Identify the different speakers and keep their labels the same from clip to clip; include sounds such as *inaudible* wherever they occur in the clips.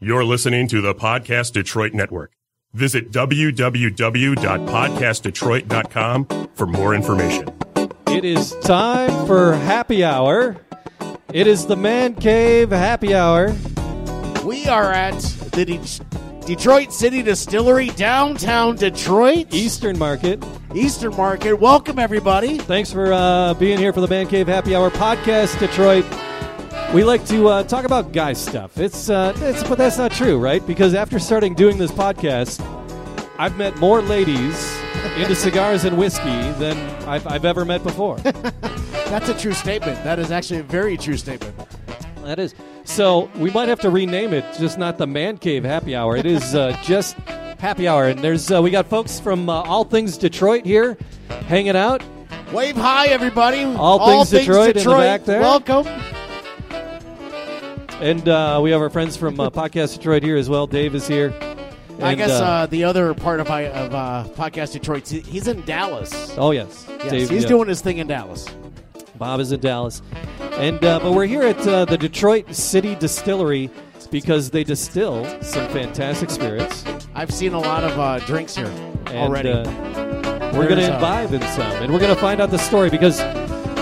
Speaker 1: You're listening to the Podcast Detroit Network. Visit www.podcastdetroit.com for more information.
Speaker 2: It is time for happy hour. It is the Man Cave happy hour.
Speaker 3: We are at the Det- Detroit City Distillery, downtown Detroit,
Speaker 2: Eastern Market.
Speaker 3: Eastern Market. Welcome, everybody.
Speaker 2: Thanks for uh, being here for the Man Cave Happy Hour podcast, Detroit. We like to uh, talk about guy stuff. It's, uh, it's, but that's not true, right? Because after starting doing this podcast, I've met more ladies into cigars and whiskey than I've, I've ever met before.
Speaker 3: That's a true statement. That is actually a very true statement.
Speaker 2: that is. So we might have to rename it, just not the Man Cave Happy Hour. It is uh, just Happy Hour, and there's uh, we got folks from uh, all things Detroit here, hanging out.
Speaker 3: Wave high, everybody.
Speaker 2: All things Detroit in the back there.
Speaker 3: Welcome.
Speaker 2: And uh, we have our friends from uh, Podcast Detroit here as well. Dave is here.
Speaker 3: I
Speaker 2: And,
Speaker 3: guess uh, the other part of, I, of uh, Podcast Detroit, he- he's in Dallas.
Speaker 2: oh yes,
Speaker 3: Yes,
Speaker 2: Dave,
Speaker 3: he's
Speaker 2: yeah.
Speaker 3: doing his thing in Dallas.
Speaker 2: Bob is in Dallas, and uh, but we're here at uh, the Detroit City Distillery because they distill some fantastic spirits.
Speaker 3: I've seen a lot of uh, drinks here
Speaker 2: And,
Speaker 3: already.
Speaker 2: uh, we're going
Speaker 3: There's,
Speaker 2: to
Speaker 3: uh,
Speaker 2: imbibe in some, and we're going to find out the story because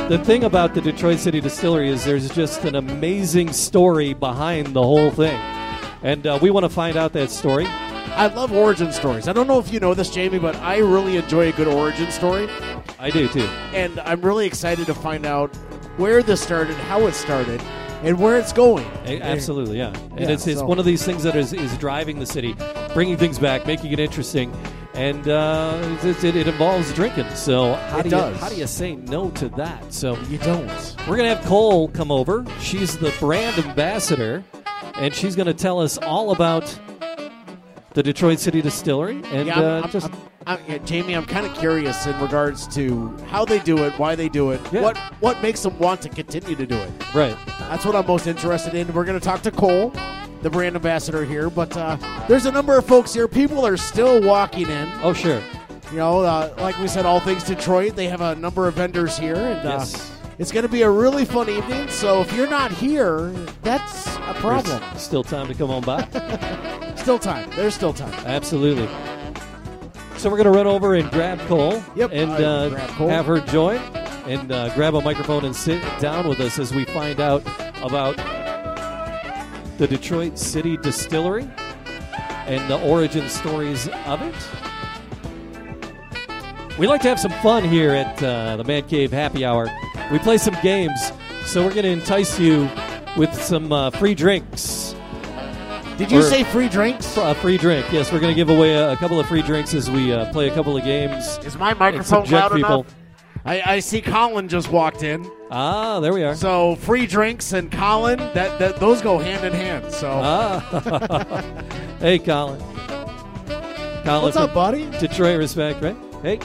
Speaker 2: the thing about the Detroit City Distillery is there's just an amazing story behind the whole thing, and uh, we want to find out that story.
Speaker 3: I love origin stories. I don't know if you know this, Jamie, but I really enjoy a good origin story.
Speaker 2: I do too.
Speaker 3: and I'm really excited to find out where this started, how it started, and where it's going.
Speaker 2: A- Absolutely, yeah. And
Speaker 3: Yeah,
Speaker 2: it's, it's
Speaker 3: so-
Speaker 2: one of these things that is, is driving the city, bringing things back, making it interesting, and uh, it's- it's- it, it involves drinking. So how
Speaker 3: It
Speaker 2: do you
Speaker 3: does.
Speaker 2: how do you say no to that? So
Speaker 3: You don't.
Speaker 2: we're gonna have Cole come over. She's the brand ambassador, and she's gonna tell us all about the Detroit City Distillery and
Speaker 3: Yeah, I'm-
Speaker 2: uh,
Speaker 3: I'm-
Speaker 2: just
Speaker 3: I'm- I'm- yeah, Jamie, I'm kind of curious in regards to how they do it, why they do it,
Speaker 2: Yeah.
Speaker 3: what what makes them want to continue to do it.
Speaker 2: right.
Speaker 3: That's what I'm most interested in. We're going to talk to Cole, the brand ambassador here, but uh, there's a number of folks here. People are still walking in.
Speaker 2: Oh sure,
Speaker 3: You know, uh, like we said, all things Detroit. They have a number of vendors here, and uh,
Speaker 2: Yes.
Speaker 3: it's going to be a really fun evening. So if you're not here, that's a
Speaker 2: There's
Speaker 3: problem.
Speaker 2: still time to come on by.
Speaker 3: Still time. There's still time.
Speaker 2: Absolutely. So we're going to run over and grab Cole
Speaker 3: Yep,
Speaker 2: and
Speaker 3: I will
Speaker 2: uh,
Speaker 3: grab Cole.
Speaker 2: have her join and uh, grab a microphone and sit down with us as we find out about the Detroit City Distillery and the origin stories of it. We like to have some fun here at uh, the Man Cave Happy Hour. We play some games, so we're going to entice you with some uh, free drinks
Speaker 3: Did you
Speaker 2: Or-
Speaker 3: say free drinks?
Speaker 2: a free drink. Yes, we're going to give away a, a couple of free drinks as we uh, play a couple of games.
Speaker 3: Is my
Speaker 2: and
Speaker 3: microphone
Speaker 2: subject
Speaker 3: loud
Speaker 2: people.
Speaker 3: enough? I, I see Colin just walked in.
Speaker 2: Ah, there we are.
Speaker 3: So free drinks and Colin, that, that those go hand in hand. So
Speaker 2: Uh, Ah. *laughs* hey, Colin. Colin
Speaker 3: what's
Speaker 2: from
Speaker 3: up, buddy?
Speaker 2: Detroit Respect, right? Hey,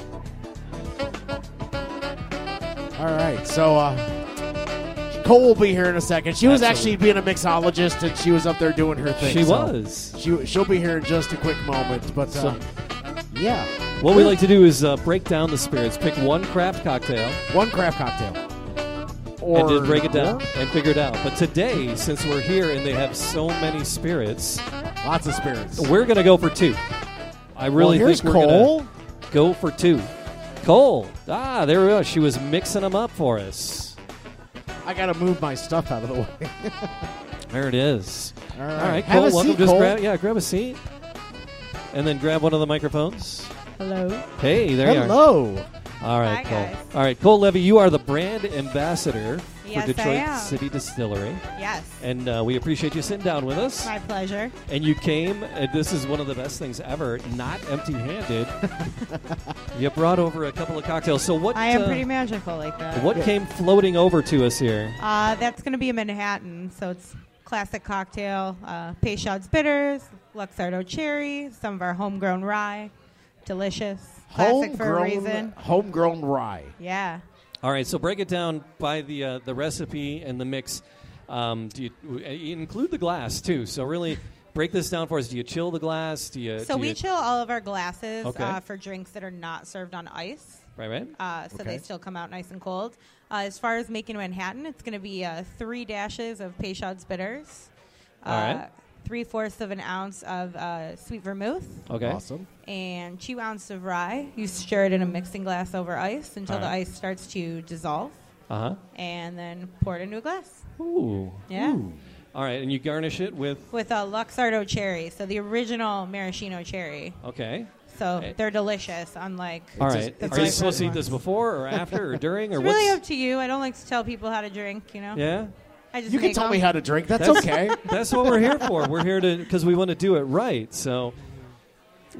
Speaker 3: All right. So uh, Cole will be here in a second. She was
Speaker 2: Absolutely.
Speaker 3: actually being a mixologist, and she was up there doing her thing.
Speaker 2: she
Speaker 3: so
Speaker 2: was.
Speaker 3: She she'll be here in just a quick moment. But
Speaker 2: So-
Speaker 3: uh, yeah,
Speaker 2: What we like to do is uh, break down the spirits, pick one craft cocktail,
Speaker 3: one craft cocktail.
Speaker 2: and
Speaker 3: Or
Speaker 2: just break it down
Speaker 3: more.
Speaker 2: and figure it out. But today, since we're here and they have so many spirits,
Speaker 3: Lots of spirits.
Speaker 2: we're going to go for two. I
Speaker 3: well,
Speaker 2: really
Speaker 3: here's
Speaker 2: think we're gonna-
Speaker 3: Cole.
Speaker 2: go for two. Cole. Ah, there we go. She was mixing them up for us.
Speaker 3: I gotta move my stuff out of the way.
Speaker 2: There it is.
Speaker 3: All right.
Speaker 2: All right,
Speaker 3: Have
Speaker 2: Cole,
Speaker 3: a
Speaker 2: welcome.
Speaker 3: seat,
Speaker 2: Just
Speaker 3: Cole.
Speaker 2: grab, yeah, grab a seat, and then grab one of the microphones.
Speaker 4: Hello.
Speaker 2: Hey, there you
Speaker 3: Hello.
Speaker 2: are. All right,
Speaker 4: Hi,
Speaker 2: Cole.
Speaker 4: guys.
Speaker 2: All right, Cole Levy, you are the brand ambassador
Speaker 4: Yes, I
Speaker 2: for Detroit
Speaker 4: am.
Speaker 2: City Distillery,
Speaker 4: Yes.
Speaker 2: and uh, we appreciate you sitting down with us.
Speaker 4: my pleasure.
Speaker 2: And you came. And this is one of the best things ever. Not
Speaker 3: *laughs*
Speaker 2: empty-handed. you brought over a couple of cocktails. So what?
Speaker 4: I am
Speaker 2: uh,
Speaker 4: pretty magical like that.
Speaker 2: What came floating over to us here?
Speaker 4: Uh, that's going to be a Manhattan, so it's classic cocktail, uh, Peychaud's bitters, Luxardo cherry, some of our homegrown rye, delicious, classic for a reason.
Speaker 3: homegrown rye.
Speaker 4: Yeah.
Speaker 2: All right, so break it down by the uh, the recipe and the mix. Um, do you, w- uh, you include the glass too? So really, break this down for us. Do you chill the glass? Do you?
Speaker 4: So
Speaker 2: do
Speaker 4: we
Speaker 2: you-
Speaker 4: chill all of our glasses
Speaker 2: Okay.
Speaker 4: uh, for drinks that are not served on ice.
Speaker 2: Right, right.
Speaker 4: Uh, so
Speaker 3: Okay.
Speaker 4: they still come out nice and cold. Uh, as far as making Manhattan, it's going to be uh, three dashes of Peychaud's bitters,
Speaker 2: All right.
Speaker 4: three fourths of an ounce of uh, sweet vermouth
Speaker 2: Okay.
Speaker 3: Awesome.
Speaker 4: and two ounces of rye. You stir it in a mixing glass over ice until
Speaker 2: All
Speaker 4: the
Speaker 2: right.
Speaker 4: ice starts to dissolve,
Speaker 2: Uh
Speaker 4: and then pour it into a glass.
Speaker 2: huh. Ooh.
Speaker 4: Yeah.
Speaker 2: All right, and you garnish it with
Speaker 4: With a Luxardo cherry, so the original maraschino cherry.
Speaker 2: okay.
Speaker 4: So
Speaker 2: Hey.
Speaker 4: they're delicious, unlike.
Speaker 2: All
Speaker 3: It's a-
Speaker 2: right.
Speaker 3: it's
Speaker 2: Are you
Speaker 3: a-
Speaker 2: supposed to eat this before or after or during or
Speaker 4: It's really
Speaker 2: what's?
Speaker 4: up to you. I don't like to tell people how to drink, you know?
Speaker 2: yeah.
Speaker 4: I just
Speaker 3: You can
Speaker 4: make
Speaker 3: tell
Speaker 4: them.
Speaker 3: me how to drink. That's,
Speaker 2: That's- *laughs*
Speaker 3: okay.
Speaker 2: That's what we're here for. We're here to because we want to do it right. So,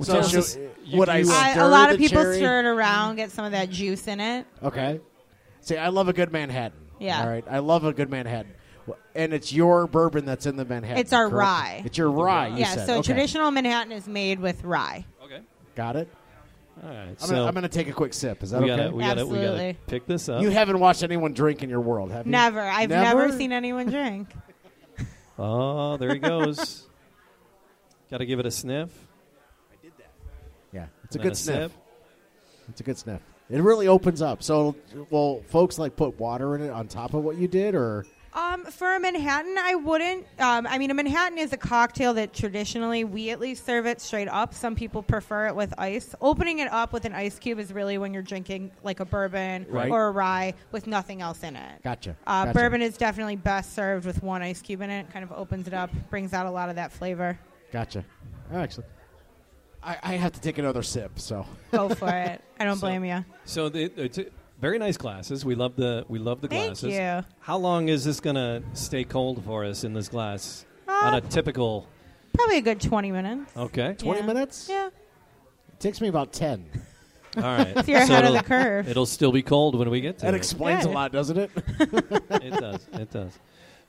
Speaker 3: So
Speaker 2: Just-
Speaker 3: should-
Speaker 2: you-
Speaker 3: would I
Speaker 2: you, uh,
Speaker 4: I,
Speaker 3: stir
Speaker 4: a lot
Speaker 3: the
Speaker 4: of people
Speaker 3: cherry?
Speaker 4: stir it around, get some of that juice in it.
Speaker 3: Okay. See, I love a good Manhattan.
Speaker 4: Yeah.
Speaker 3: All right. I love a good Manhattan. Wh- And it's your bourbon that's in the Manhattan.
Speaker 4: It's our
Speaker 3: correct?
Speaker 4: rye.
Speaker 3: It's your
Speaker 2: Ah,
Speaker 3: rye. you
Speaker 4: yeah,
Speaker 3: said.
Speaker 4: so
Speaker 3: Okay.
Speaker 4: traditional Manhattan is made with rye.
Speaker 2: okay.
Speaker 3: Got it.
Speaker 2: All right.
Speaker 3: I'm
Speaker 2: so
Speaker 3: gonna- I'm going to take a quick sip. Is that
Speaker 2: we
Speaker 3: okay?
Speaker 2: gotta we gotta we gotta
Speaker 4: Absolutely.
Speaker 2: pick this up.
Speaker 3: you haven't watched anyone drink in your world, have you?
Speaker 4: Never. I've never, seen anyone drink.
Speaker 2: oh, there he goes.
Speaker 3: *laughs*
Speaker 2: gotta give it a sniff.
Speaker 3: Yeah, it's a
Speaker 2: and then
Speaker 3: good sniff.
Speaker 2: sip.
Speaker 3: It's a good sniff. It really opens up. So, will folks like put water in it on top of what you did, or
Speaker 4: Um, for a Manhattan, I wouldn't. Um, I mean, a Manhattan is a cocktail that traditionally we at least serve it straight up. Some people prefer it with ice. Opening it up with an ice cube is really when you're drinking like a bourbon
Speaker 3: Right.
Speaker 4: or a rye with nothing else in it.
Speaker 3: Gotcha.
Speaker 4: Uh,
Speaker 3: Gotcha.
Speaker 4: Bourbon is definitely best served with one ice cube in it. Kind of opens it up, brings out a lot of that flavor.
Speaker 3: gotcha? Actually, I, I have to take another sip. So, *laughs*
Speaker 4: Go for it. I don't
Speaker 2: So-
Speaker 4: blame you.
Speaker 2: So the, it's a- very nice glasses. We love the we love the
Speaker 4: Thank
Speaker 2: glasses.
Speaker 4: you.
Speaker 2: How long is this gonna stay cold for us in this glass?
Speaker 4: Uh,
Speaker 2: on a typical
Speaker 4: Probably a good 20 minutes.
Speaker 2: okay.
Speaker 3: 20
Speaker 4: Yeah.
Speaker 3: Oh, minutes?
Speaker 4: Yeah.
Speaker 3: It takes me about ten.
Speaker 2: All right.
Speaker 4: *laughs* So you're ahead of
Speaker 2: it'll-
Speaker 4: the curve.
Speaker 2: It'll still be cold when we get to
Speaker 3: That
Speaker 2: it.
Speaker 3: explains a
Speaker 4: Yeah.
Speaker 3: lot,
Speaker 2: *laughs*
Speaker 3: doesn't it?
Speaker 2: it does. It does.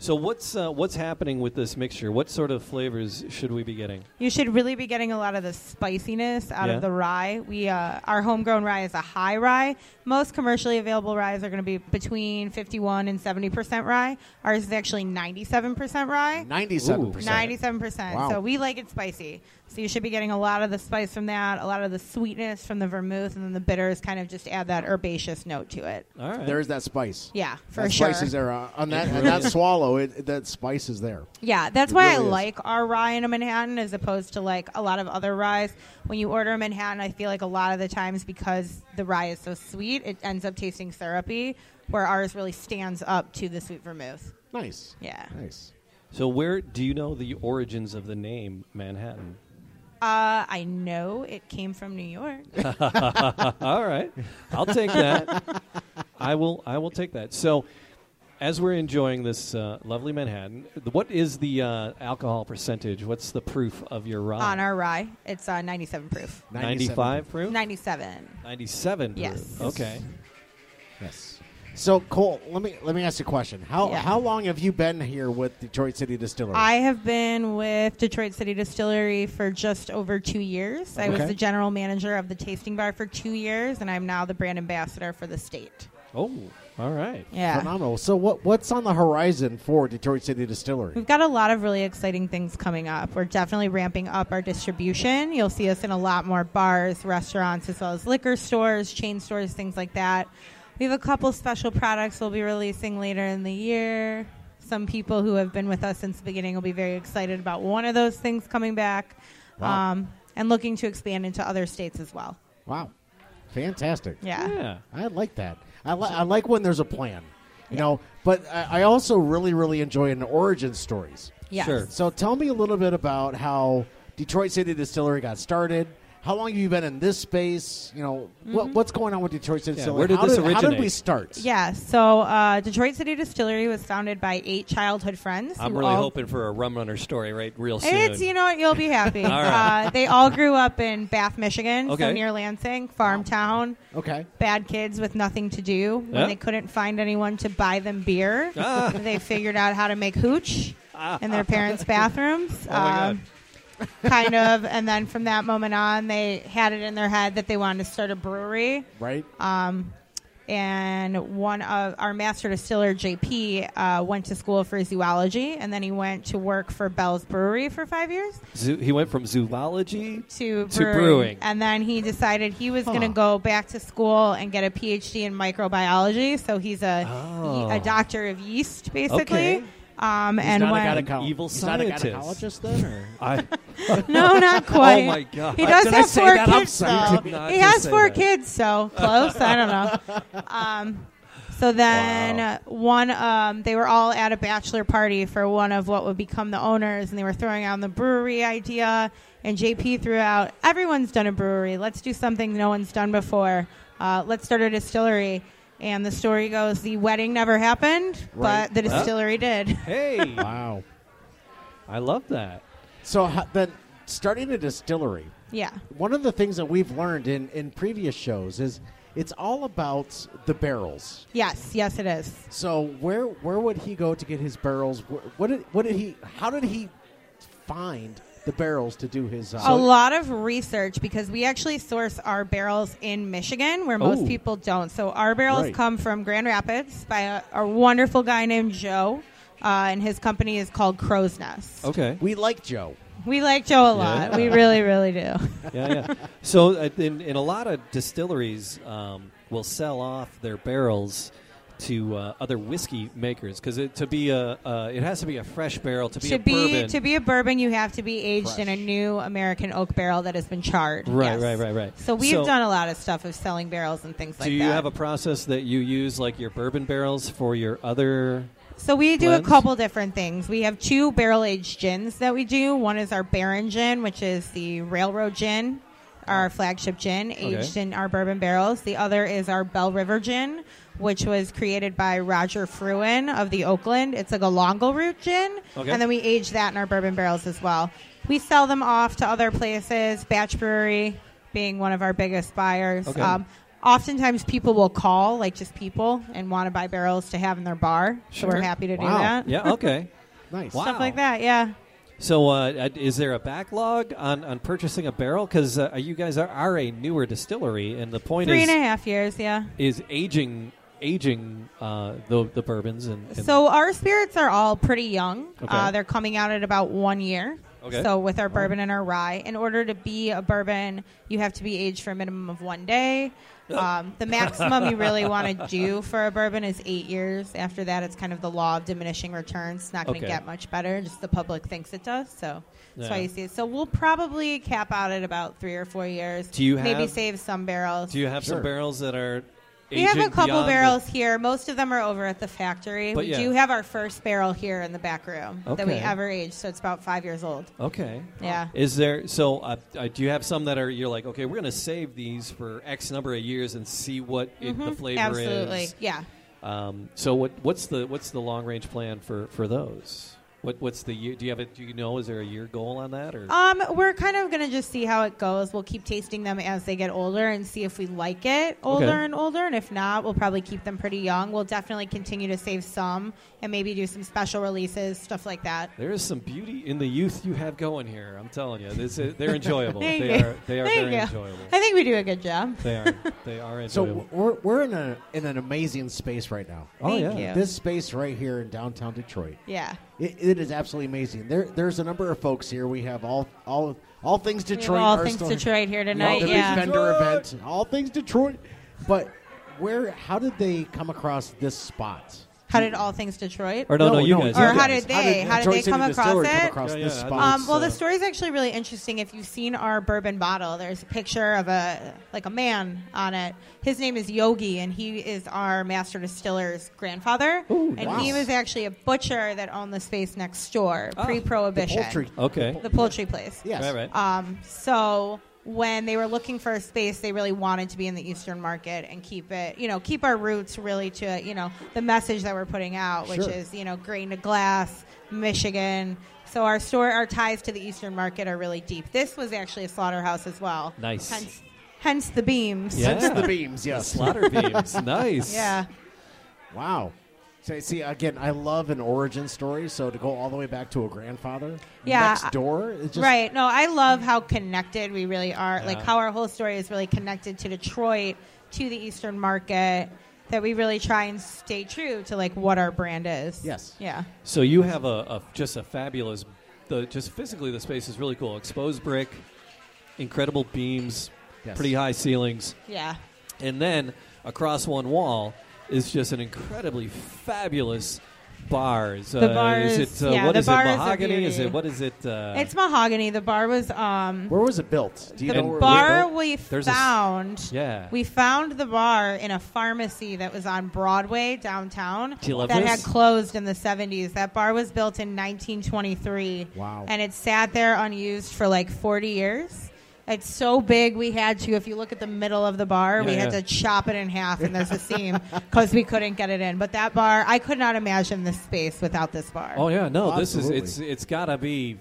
Speaker 2: So what's uh, what's happening with this mixture? What sort of flavors should we be getting?
Speaker 4: You should really be getting a lot of the spiciness out
Speaker 2: Yeah.
Speaker 4: of the rye. We uh, our homegrown rye is a high rye. Most commercially available ryes are going to be between 51 and 70 percent rye. Ours is actually 97 percent rye.
Speaker 3: Ninety-seven percent.
Speaker 4: 97 percent.
Speaker 3: Wow.
Speaker 4: So we like it spicy. So you should be getting a lot of the spice from that, a lot of the sweetness from the vermouth, and then the bitters kind of just add that herbaceous note to it.
Speaker 2: All right.
Speaker 3: There's that spice.
Speaker 4: Yeah, for
Speaker 3: that
Speaker 4: sure.
Speaker 3: Spice is there uh, on that.
Speaker 2: It
Speaker 3: on
Speaker 2: really
Speaker 3: that
Speaker 2: is.
Speaker 3: swallow, it, that spice is there.
Speaker 4: Yeah, that's
Speaker 3: It
Speaker 4: why
Speaker 3: really
Speaker 4: I
Speaker 3: is.
Speaker 4: like our rye in a Manhattan as opposed to like a lot of other ryes. When you order a Manhattan, I feel like a lot of the times because the rye is so sweet, it ends up tasting syrupy, where ours really stands up to the sweet vermouth.
Speaker 3: Nice.
Speaker 4: Yeah.
Speaker 3: Nice.
Speaker 2: so where do you know the origins of the name Manhattan? *laughs*
Speaker 4: Uh, I know it came from New York.
Speaker 2: All right. I'll take that. I will I will take that. So as we're enjoying this uh, lovely Manhattan, th- what is the uh, alcohol percentage? What's the proof of your rye?
Speaker 4: On our rye, it's uh, 97 proof.
Speaker 2: 95 proof?
Speaker 4: 97.
Speaker 2: 97 proof.
Speaker 4: Yes.
Speaker 2: Okay.
Speaker 3: Yes. So Cole, let me let me ask you a question. How
Speaker 4: Yeah.
Speaker 3: how long have you been here with Detroit City Distillery?
Speaker 4: I have been with Detroit City Distillery for just over two years. I was
Speaker 3: Okay.
Speaker 4: the general manager of the tasting bar for two years, and I'm now the brand ambassador for the state.
Speaker 2: Oh, all right.
Speaker 4: Yeah.
Speaker 3: Phenomenal. So what what's on the horizon for Detroit City Distillery?
Speaker 4: We've got a lot of really exciting things coming up. We're definitely ramping up our distribution. You'll see us in a lot more bars, restaurants, as well as liquor stores, chain stores, things like that. We have a couple special products we'll be releasing later in the year. Some people who have been with us since the beginning will be very excited about one of those things coming back
Speaker 3: Wow.
Speaker 4: um, and looking to expand into other states as well.
Speaker 3: Wow. Fantastic.
Speaker 4: Yeah.
Speaker 2: Yeah.
Speaker 3: I like that. I, li- I like when there's a plan. You know, but I, I also really really enjoy an origin stories.
Speaker 4: Yes.
Speaker 2: Sure.
Speaker 3: So tell me a little bit about how Detroit City Distillery got started. How long have you been in this space? You know, what, what's going on with Detroit City
Speaker 2: Yeah,
Speaker 3: Distillery?
Speaker 2: where did
Speaker 3: how,
Speaker 2: this
Speaker 3: did, how did
Speaker 2: originate?
Speaker 3: we start?
Speaker 4: Mm-hmm. Yeah, so uh, Detroit City Distillery was founded by eight childhood friends.
Speaker 2: I'm
Speaker 4: who
Speaker 2: really
Speaker 4: all-
Speaker 2: hoping for a rum runner story right real soon.
Speaker 4: It's you know what you'll be
Speaker 2: *laughs*
Speaker 4: happy.
Speaker 2: All right.
Speaker 4: uh, they all grew up in Bath, Michigan,
Speaker 2: Okay.
Speaker 4: so near Lansing, farm town.
Speaker 3: Okay.
Speaker 4: Bad kids with nothing to do. When
Speaker 2: Yeah. Ah.
Speaker 4: they couldn't find anyone to buy them beer, they figured out how to make hooch in
Speaker 2: *laughs*
Speaker 4: their parents' bathrooms. um,
Speaker 2: Oh my God.
Speaker 4: kind of, and then from that moment on, they had it in their head that they wanted to start a brewery
Speaker 3: Right.
Speaker 4: and one of our master distiller JP uh, went to school for zoology, and then he went to work for Bell's Brewery for five years
Speaker 2: Zoo, he went from zoology
Speaker 4: to
Speaker 2: To
Speaker 4: brewing.
Speaker 2: brewing.
Speaker 4: and then he decided he was going
Speaker 3: Huh.
Speaker 4: to go back to school and get a PhD in microbiology. So he's a
Speaker 2: Oh.
Speaker 4: a doctor of yeast, basically.
Speaker 2: Okay.
Speaker 4: Um,
Speaker 3: He's
Speaker 4: and
Speaker 3: not
Speaker 4: when,
Speaker 3: a gyneco-
Speaker 2: evil
Speaker 3: he's not a
Speaker 2: scientist.
Speaker 3: gynecologist then, or
Speaker 2: I, *laughs*
Speaker 4: No, not quite.
Speaker 2: Oh my God.
Speaker 4: He does
Speaker 3: Did I
Speaker 4: have
Speaker 3: say
Speaker 4: four
Speaker 3: that? I'm
Speaker 4: kids,
Speaker 3: sorry. You
Speaker 4: though.
Speaker 2: did not
Speaker 4: He
Speaker 2: just
Speaker 4: has
Speaker 2: say
Speaker 4: four
Speaker 2: that. *laughs*
Speaker 4: kids, so close. I don't know. Um, so then uh, one, um, they were all at a bachelor party for one of what would become the owners, and they were throwing out the brewery idea. And JP threw out, "Everyone's done a brewery. Let's do something no one's done before. Uh, let's start a distillery." And the story goes, the wedding never happened,
Speaker 3: Right.
Speaker 4: but the distillery did.
Speaker 2: hey,
Speaker 3: wow.
Speaker 2: I love that.
Speaker 3: So ho- then, starting a distillery.
Speaker 4: *laughs* yeah.
Speaker 3: One of the things that we've learned in in previous shows is it's all about the barrels.
Speaker 4: Yes. Yes, it is.
Speaker 3: So where where would he go to get his barrels? Wh- What did what did he? How did he find the barrels to do his? Uh,
Speaker 4: a lot of research because we actually source our barrels in Michigan where most
Speaker 2: Oh.
Speaker 4: people don't. So our barrels
Speaker 3: Right.
Speaker 4: come from Grand Rapids by a, a wonderful guy named Joe, uh, and his company is called Crow's Nest.
Speaker 2: Okay.
Speaker 3: we like Joe.
Speaker 4: We like Joe a
Speaker 2: Oh.
Speaker 4: lot.
Speaker 2: Yeah.
Speaker 4: We really, really do.
Speaker 2: yeah, yeah. So uh, in, in a lot of distilleries, um, will sell off their barrels to uh, other whiskey makers because it to be a uh, it has to be a fresh barrel to *laughs* be a
Speaker 4: to be
Speaker 2: bourbon.
Speaker 4: to be a bourbon, you have to be aged in a
Speaker 3: Fresh.
Speaker 4: new American oak barrel that has been charred.
Speaker 2: Right,
Speaker 4: Yes.
Speaker 2: right, right, right.
Speaker 4: So we've
Speaker 2: So-
Speaker 4: done a lot of stuff of selling barrels and things like
Speaker 2: do
Speaker 4: that.
Speaker 2: you have a process that you use like your bourbon barrels for your other?
Speaker 4: So we do
Speaker 2: blends?
Speaker 4: a couple different things. We have two barrel aged gins that we do. One is our Baron gin, which is the railroad gin, our flagship gin, aged in our bourbon barrels. The other is our Bell River gin, which was created by Roger Fruin of the Oakland. It's like a longo root gin,
Speaker 2: Okay.
Speaker 4: and then we age that in our bourbon barrels as well. We sell them off to other places, Batch Brewery being one of our biggest buyers.
Speaker 2: Okay.
Speaker 4: Um, Oftentimes, people will call, like just people, and want to buy barrels to have in their bar. So
Speaker 2: Sure.
Speaker 4: we're happy to do
Speaker 3: Wow.
Speaker 4: that.
Speaker 2: Yeah. Okay.
Speaker 3: Nice.
Speaker 2: Wow.
Speaker 4: Uh. *laughs* Stuff like that, yeah.
Speaker 2: So, uh, uh, is there a backlog on, on purchasing a barrel? Because uh, you guys are, are a newer distillery, and the point
Speaker 4: Three
Speaker 2: is
Speaker 4: and a half years, yeah.
Speaker 2: is aging aging uh, the the bourbons and, and
Speaker 4: So our spirits are all pretty young.
Speaker 2: Okay.
Speaker 4: Uh, they're coming out at about one year.
Speaker 2: Okay.
Speaker 4: So with our bourbon and our rye, in order to be a bourbon, you have to be aged for a minimum of one
Speaker 2: *laughs*
Speaker 4: day. Um, the maximum you really want to do for a bourbon is eight years. After that, it's kind of the law of diminishing returns. It's not going to
Speaker 2: Okay.
Speaker 4: get much better. Just the public thinks it does, so that's why
Speaker 2: Yeah.
Speaker 4: you see it. So we'll probably cap out at about three or four years.
Speaker 2: Do you
Speaker 4: maybe
Speaker 2: have-
Speaker 4: save some barrels?
Speaker 2: do you have
Speaker 3: Sure.
Speaker 2: some barrels that are
Speaker 4: We have a
Speaker 2: aging
Speaker 4: couple
Speaker 2: beyond the-
Speaker 4: barrels here. Most of them are over at the factory.
Speaker 2: But
Speaker 4: we
Speaker 2: yeah.
Speaker 4: do have our first barrel here in the back room that we
Speaker 2: Okay.
Speaker 4: ever aged, so it's about five years old.
Speaker 2: Okay.
Speaker 4: Yeah.
Speaker 2: Is there so? Uh, uh, do you have some that are you're like okay, we're going to save these for X number of years and see what it, the flavor
Speaker 4: Mm-hmm. Absolutely,
Speaker 2: is?
Speaker 4: yeah.
Speaker 2: Um, so what what's the what's the long range plan for for those? What what's the year? Do you have it? Do you know? Is there a year goal on that or?
Speaker 4: Um, we're kind of gonna just see how it goes. We'll keep tasting them as they get older and see if we like it older
Speaker 2: Okay.
Speaker 4: and older. And if not, we'll probably keep them pretty young. We'll definitely continue to save some and maybe do some special releases, stuff like that.
Speaker 2: there is some beauty in the youth you have going here. I'm telling you, this is, they're enjoyable.
Speaker 4: *laughs* Thank
Speaker 2: they
Speaker 4: you.
Speaker 2: are they are
Speaker 4: Thank
Speaker 2: very
Speaker 4: you.
Speaker 2: enjoyable.
Speaker 4: I think we do a good job.
Speaker 2: They are they are
Speaker 4: *laughs*
Speaker 3: So
Speaker 2: enjoyable.
Speaker 3: w- we're, we're in a in an amazing space right now.
Speaker 2: oh
Speaker 4: Thank
Speaker 2: yeah.
Speaker 4: you.
Speaker 3: This space right here in downtown Detroit.
Speaker 4: Yeah.
Speaker 3: It, it is absolutely amazing. There, there's a number of folks here. We have all, all, all things
Speaker 4: We
Speaker 3: Detroit.
Speaker 4: have all
Speaker 3: are
Speaker 4: things
Speaker 3: still-
Speaker 4: Detroit here tonight.
Speaker 3: the big
Speaker 4: Yeah.
Speaker 3: vendor event. All things Detroit. But where? How did they come across this spot?
Speaker 4: How did all things Detroit?
Speaker 2: Or no, no, you guys.
Speaker 4: Or
Speaker 2: you
Speaker 4: how
Speaker 2: guys.
Speaker 4: did they- how did
Speaker 3: Detroit
Speaker 4: they
Speaker 3: City
Speaker 4: come across
Speaker 3: Distillery
Speaker 4: it?
Speaker 3: Come across
Speaker 2: Yeah,
Speaker 3: this
Speaker 2: yeah,
Speaker 3: spot.
Speaker 2: I
Speaker 4: Um, well, the
Speaker 2: So-
Speaker 4: story is actually really interesting. If you've seen our bourbon bottle, there's a picture of a like a man on it. His name is Yogi, and he is our master distiller's grandfather.
Speaker 2: Ooh,
Speaker 4: and
Speaker 3: nice.
Speaker 4: he was actually a butcher that owned the space next door
Speaker 2: Ah,
Speaker 4: pre-prohibition.
Speaker 3: The poultry.
Speaker 2: Okay.
Speaker 4: The poultry place.
Speaker 3: Yes.
Speaker 2: Right, right.
Speaker 4: Um, so when they were looking for a space, they really wanted to be in the Eastern market and keep it, you know, keep our roots really to, you know, the message that we're putting out, which
Speaker 3: Sure.
Speaker 4: is, you know, grain to glass, Michigan. So our store, our ties to the Eastern market are really deep. This was actually a slaughterhouse as well.
Speaker 2: Nice.
Speaker 4: Hence, hence the beams.
Speaker 2: Yeah.
Speaker 3: Hence the beams. Yes.
Speaker 2: Slaughter
Speaker 4: *laughs*
Speaker 2: beams. nice.
Speaker 4: Yeah.
Speaker 3: Wow. So, see, again, I love an origin story. So to go all the way back to a grandfather
Speaker 4: Yeah,
Speaker 3: next
Speaker 4: I-
Speaker 3: door, it's just
Speaker 4: right. No, I love how connected we really are. Like
Speaker 2: Yeah.
Speaker 4: how our whole story is really connected to Detroit, to the Eastern market. That we really try and stay true to like what our brand is.
Speaker 3: Yes.
Speaker 4: Yeah.
Speaker 2: So you have a, a just a fabulous, the just physically the space is really cool. Exposed brick, incredible beams,
Speaker 3: Yes.
Speaker 2: pretty high ceilings,
Speaker 4: Yeah.
Speaker 2: and then across one wall is just an incredibly fabulous bars.
Speaker 4: The bars,
Speaker 2: Is it, uh,
Speaker 4: yeah,
Speaker 2: what
Speaker 4: the
Speaker 2: is it,
Speaker 4: bars are
Speaker 2: mahogany? Is
Speaker 4: beauty.
Speaker 2: it, what is it? Uh,
Speaker 4: It's mahogany. The bar was um
Speaker 3: Where was it built? Do you
Speaker 4: the
Speaker 3: know where
Speaker 4: bar
Speaker 3: it was built?
Speaker 4: we
Speaker 2: There's a s-
Speaker 4: found.
Speaker 2: yeah.
Speaker 4: We found the bar in a pharmacy that was on Broadway downtown
Speaker 2: Do you love
Speaker 4: that
Speaker 2: this?
Speaker 4: had closed in the 70s. That bar was built in 1923.
Speaker 3: Wow.
Speaker 4: And it sat there unused for like 40 years. It's so big we had to if you look at the middle of the bar,
Speaker 2: Yeah,
Speaker 4: we
Speaker 2: yeah.
Speaker 4: had to chop it in half and there's
Speaker 2: *laughs*
Speaker 4: a seam cuz we couldn't get it in. But that bar, I could not imagine this space without this bar.
Speaker 2: oh yeah, no, this is
Speaker 3: Absolutely.
Speaker 2: it's it's got to be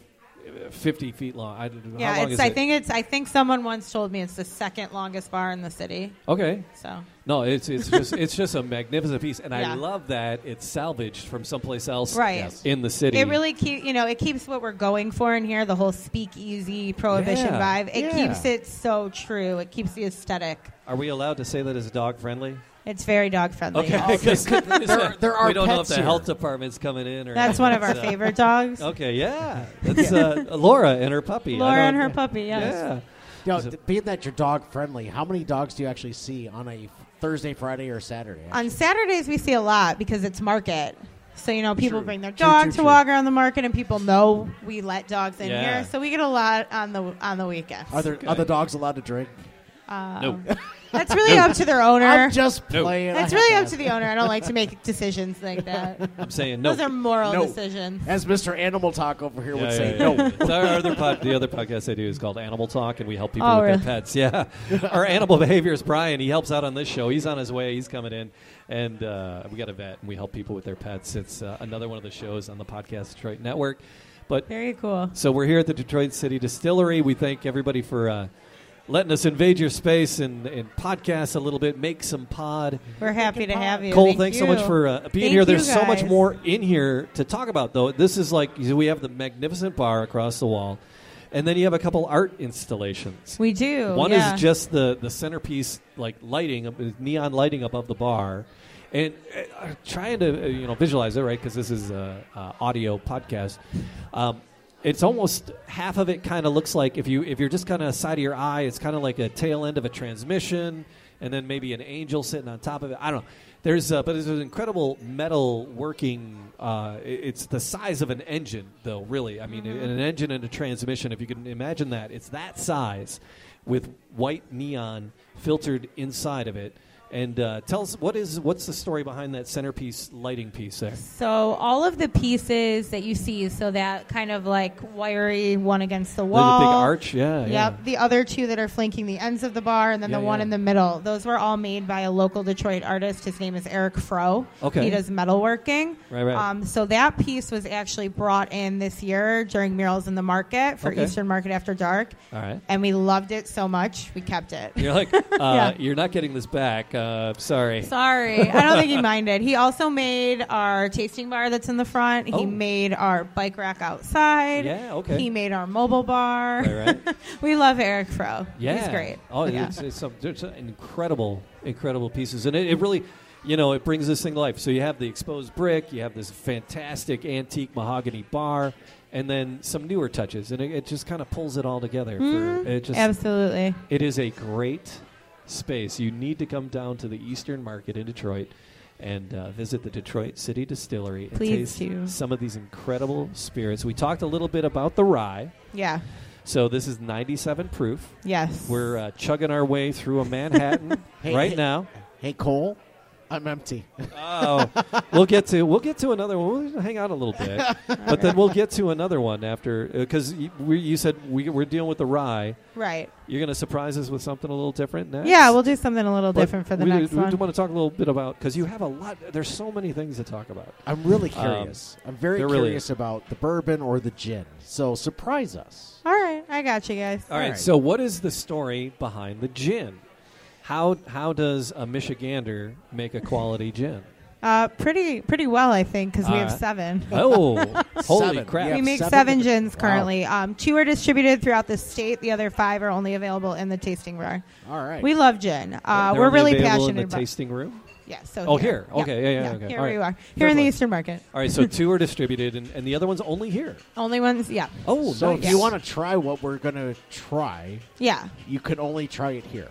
Speaker 2: uh, fifty feet long. I, don't know. how
Speaker 4: Yeah,
Speaker 2: long
Speaker 4: it's.
Speaker 2: is
Speaker 4: I
Speaker 2: it?
Speaker 4: think it's. I think someone once told me it's the second longest bar in the city.
Speaker 2: Okay,
Speaker 4: So
Speaker 2: no, it's it's just it's just a magnificent piece, and I
Speaker 4: Yeah.
Speaker 2: love that it's salvaged from someplace else,
Speaker 4: Right. Yes.
Speaker 2: in the city.
Speaker 4: it really keep you know it keeps what we're going for in here the whole speakeasy prohibition
Speaker 2: Yeah,
Speaker 4: vibe. It
Speaker 2: yeah.
Speaker 4: keeps it so true. It keeps the aesthetic.
Speaker 2: Are we allowed to say that it's dog friendly?
Speaker 4: It's very dog friendly.
Speaker 2: *laughs* Okay, because
Speaker 3: there are
Speaker 2: we don't know if
Speaker 3: pets
Speaker 2: the
Speaker 3: here.
Speaker 2: health department's coming in or
Speaker 4: That's one of our
Speaker 2: *laughs* so-
Speaker 4: favorite dogs.
Speaker 2: Okay,
Speaker 4: *laughs*
Speaker 2: yeah, that's uh, Laura and her puppy. I
Speaker 4: Laura
Speaker 2: don't-
Speaker 4: and her puppy. Yes.
Speaker 2: Yeah.
Speaker 3: Now, th- being that you're dog friendly, how many dogs do you actually see on a Thursday, Friday, or Saturday?
Speaker 4: On Saturdays we see a lot because it's market. So you know people
Speaker 3: True.
Speaker 4: bring their
Speaker 3: True,
Speaker 4: dog
Speaker 3: true,
Speaker 4: to
Speaker 3: true.
Speaker 4: walk around the market, and people know we let dogs in
Speaker 2: Yeah.
Speaker 4: here, so we get a lot on the on the weekends.
Speaker 3: are, there, are the dogs allowed to drink?
Speaker 2: No.
Speaker 4: That's really up to their owner.
Speaker 3: I'm just
Speaker 2: No.
Speaker 3: playing. I
Speaker 4: That's
Speaker 3: have
Speaker 4: really up
Speaker 3: ask.
Speaker 4: to the owner. I don't like
Speaker 3: *laughs*
Speaker 4: to make decisions like that.
Speaker 2: I'm saying no.
Speaker 4: Those are moral
Speaker 3: No.
Speaker 4: decisions.
Speaker 3: As Mr. Animal Talk over here
Speaker 2: Yeah,
Speaker 3: would
Speaker 2: yeah,
Speaker 3: say,
Speaker 2: yeah.
Speaker 3: no.
Speaker 2: It's our other pod, the other podcast I do is called Animal Talk, and we help people
Speaker 4: Oh,
Speaker 2: with
Speaker 4: really?
Speaker 2: their pets.
Speaker 3: *laughs*
Speaker 2: Yeah, our animal behaviors. Brian, he helps out on this show. He's on his way. He's coming in, and uh, we got a vet, and we help people with their pets. It's uh, another one of the shows on the Podcast Detroit Network. But
Speaker 4: Very cool.
Speaker 2: So we're here at the Detroit City Distillery. We thank everybody for uh, letting us invade your space and, and podcast a little bit, make some pod.
Speaker 4: We're happy to have you.
Speaker 2: Cole,
Speaker 4: Thank
Speaker 2: thanks
Speaker 4: you.
Speaker 2: so much for uh, being
Speaker 4: Thank
Speaker 2: here. There's
Speaker 4: you
Speaker 2: so much
Speaker 4: guys.
Speaker 2: more in here to talk about, though. This is like we have the magnificent bar across the wall, and then you have a couple art installations.
Speaker 4: We do.
Speaker 2: One
Speaker 4: yeah.
Speaker 2: is just the the centerpiece, like lighting, uh, neon lighting above the bar, and uh, uh, trying to uh, you know visualize it right because this is a uh, audio podcast. Um, it's almost half of it kind of looks like if you if you're just kind of side of your eye, it's kind of like a tail end of a transmission, and then maybe an angel sitting on top of it. I don't know. There's uh, but there's an incredible metal working. Uh, i- it's the size of an engine, though. Really, I mean, in an engine and a transmission. If you can imagine that, it's that size with white neon filtered inside of it. And uh, tell us what is what's the story behind that centerpiece lighting piece there?
Speaker 4: So all of the pieces that you see, so that kind of like wiry one against the wall,
Speaker 2: the big arch, yeah,
Speaker 4: Yep.
Speaker 2: yeah.
Speaker 4: The other two that are flanking the ends of the bar, and then
Speaker 2: Yeah,
Speaker 4: the one
Speaker 2: yeah.
Speaker 4: in the middle. Those were all made by a local Detroit artist. His name is Eric Fro.
Speaker 2: Okay.
Speaker 4: He does metalworking.
Speaker 2: Right, right.
Speaker 4: Um, so that piece was actually brought in this year during murals in the market for
Speaker 2: Okay.
Speaker 4: Eastern Market After Dark.
Speaker 2: All right.
Speaker 4: And we loved it so much, we kept it.
Speaker 2: You're
Speaker 4: *laughs*
Speaker 2: like, uh, you're not getting this back. Uh, sorry.
Speaker 4: Sorry, I don't think he minded. He also made our tasting bar that's in the front. He
Speaker 2: Oh.
Speaker 4: made our bike rack outside.
Speaker 2: Yeah, okay.
Speaker 4: He made our mobile bar. *laughs*
Speaker 2: Right, right.
Speaker 4: we love Eric Fro.
Speaker 2: Yeah,
Speaker 4: he's great.
Speaker 2: Oh,
Speaker 4: Yeah.
Speaker 2: it's, it's some, there's some incredible, incredible pieces, and it, it really, you know, it brings this thing to life. So you have the exposed brick, you have this fantastic antique mahogany bar, and then some newer touches, and it, it just kind of pulls it all together. For, it just,
Speaker 4: Hmm. absolutely.
Speaker 2: it is a great space. You need to come down to the Eastern Market in Detroit and uh, visit the Detroit City Distillery and
Speaker 4: Please
Speaker 2: taste
Speaker 4: do.
Speaker 2: some of these incredible spirits. We talked a little bit about the rye.
Speaker 4: Yeah.
Speaker 2: So this is 97 proof.
Speaker 4: Yes. *laughs*
Speaker 2: We're uh, chugging our way through a Manhattan
Speaker 3: *laughs* Hey,
Speaker 2: right
Speaker 3: hey.
Speaker 2: now.
Speaker 3: Hey, Cole, I'm empty.
Speaker 2: Oh, *laughs* we'll get to we'll get to another one. We'll hang out a little bit, but then we'll get to another one after because you, we- you said we, we're dealing with the rye.
Speaker 4: right.
Speaker 2: You're going to surprise us with something a little different next.
Speaker 4: Yeah, we'll do something a little
Speaker 2: But
Speaker 4: different for the
Speaker 2: we
Speaker 4: next
Speaker 2: do,
Speaker 4: one.
Speaker 2: We do want to talk a little bit about because you have a lot. There's so many things to talk about.
Speaker 3: I'm really curious. I'm very
Speaker 2: there Um, really
Speaker 3: curious about the bourbon or the gin. So surprise us.
Speaker 4: All right, I got you guys.
Speaker 2: All right,
Speaker 3: right.
Speaker 2: So, what is the story behind the gin? How how does a Michigander make a quality
Speaker 4: *laughs*
Speaker 2: gin?
Speaker 4: Uh, pretty pretty well, I think, because we
Speaker 2: All
Speaker 4: have
Speaker 2: right.
Speaker 4: seven.
Speaker 2: Oh, holy
Speaker 3: Seven,
Speaker 2: crap!
Speaker 3: yeah.
Speaker 4: We make
Speaker 3: seven
Speaker 4: seven,
Speaker 3: different-
Speaker 4: gins currently. Um, two are distributed throughout the state. The other five are only available in the tasting bar.
Speaker 3: All right.
Speaker 4: We love gin. Uh,
Speaker 2: They're
Speaker 4: we're
Speaker 2: only
Speaker 4: really
Speaker 2: available
Speaker 4: passionate
Speaker 2: in the
Speaker 4: about.
Speaker 2: tasting room.
Speaker 4: Yeah. So.
Speaker 2: Oh, here. Okay, yeah, yeah, okay.
Speaker 4: Here
Speaker 2: All
Speaker 4: we
Speaker 2: right. Uh,
Speaker 4: are.
Speaker 2: Fair
Speaker 4: Here in the
Speaker 2: play.
Speaker 4: Eastern Market.
Speaker 2: All right, so two are distributed, and, and the other one's only here.
Speaker 4: Only ones. Yeah.
Speaker 2: Oh,
Speaker 3: so
Speaker 2: nice.
Speaker 3: if you want to try what we're going to try,
Speaker 4: Yeah.
Speaker 3: you can only try it here.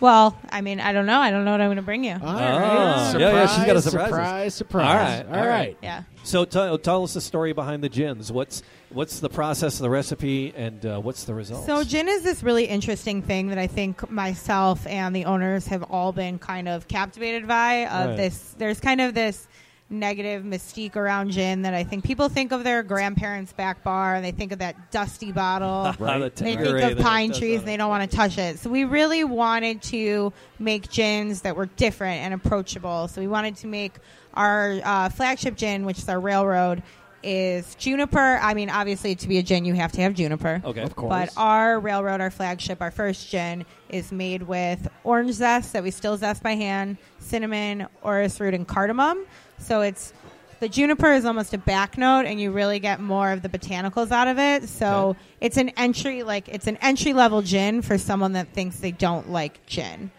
Speaker 4: Well, I mean, I don't know. I don't know what I'm going to bring you.
Speaker 3: All
Speaker 2: Ah, yeah, yeah, she's got a surprise.
Speaker 3: Surprise, surprise.
Speaker 2: All right, all right.
Speaker 4: yeah.
Speaker 2: So tell tell us the story behind the gins. What's what's the process, the recipe, and uh, what's the result?
Speaker 4: So gin is this really interesting thing that I think myself and the owners have all been kind of captivated by. Of
Speaker 2: Right.
Speaker 4: this, there's kind of this negative mystique around gin that I think people think of their grandparents' back bar and they think of that dusty bottle.
Speaker 2: Right.
Speaker 4: They think of pine trees and they don't want to touch it. So we really wanted to make gins that were different and approachable. So we wanted to make our uh, flagship gin, which is our railroad, is juniper. I mean, obviously, to be a gin, you have to have juniper.
Speaker 2: Okay.
Speaker 3: Of course.
Speaker 4: But our railroad, our flagship, our first gin is made with orange zest that we still zest by hand, cinnamon, orris root, and cardamom. So it's the juniper is almost a back note, and you really get more of the botanicals out of it. So
Speaker 2: Okay.
Speaker 4: it's an entry like it's an entry level gin for someone that thinks they don't like gin.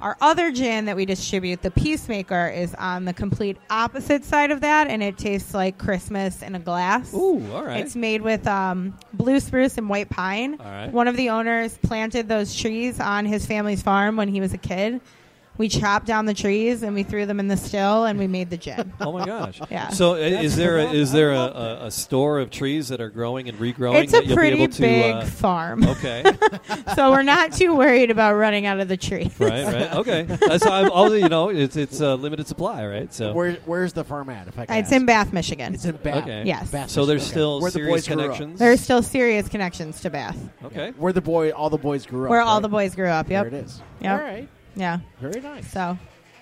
Speaker 4: Our other gin that we distribute, the Peacemaker, is on the complete opposite side of that, and it tastes like Christmas in a glass.
Speaker 2: Ooh, all right.
Speaker 4: It's made with um, blue spruce and white pine.
Speaker 2: All right.
Speaker 4: One of the owners planted those trees on his family's farm when he was a kid. We chopped down the trees and we threw them in the still and we made the gin.
Speaker 2: *laughs* Oh my gosh!
Speaker 4: *laughs* Yeah.
Speaker 2: So i- is there a, is there a, a, a store of trees that are growing and regrowing?
Speaker 4: it's a
Speaker 2: that you'll be
Speaker 4: pretty
Speaker 2: able to,
Speaker 4: big
Speaker 2: uh, *laughs*
Speaker 4: farm, *laughs*
Speaker 2: okay.
Speaker 4: so we're not too worried about running out of the tree.
Speaker 2: right. Right. Okay. That's how I'm, all you know. It's it's uh, limited supply, right? So
Speaker 3: Where, where's the farm at? If I can
Speaker 4: *laughs* It's
Speaker 3: ask?
Speaker 4: in Bath, Michigan.
Speaker 3: It's in Bath.
Speaker 2: Okay.
Speaker 4: Yes.
Speaker 3: Bath,
Speaker 2: so there's
Speaker 3: Michigan.
Speaker 2: still
Speaker 3: Where the
Speaker 2: serious
Speaker 3: boys grew up.
Speaker 2: connections.
Speaker 4: There's still serious connections to Bath,
Speaker 2: okay.
Speaker 3: Where the boy, all the boys grew up.
Speaker 4: where all
Speaker 3: right?
Speaker 4: the boys grew up. Yep.
Speaker 3: There it is.
Speaker 4: Yep.
Speaker 3: All right.
Speaker 4: Yeah.
Speaker 3: Very nice.
Speaker 4: So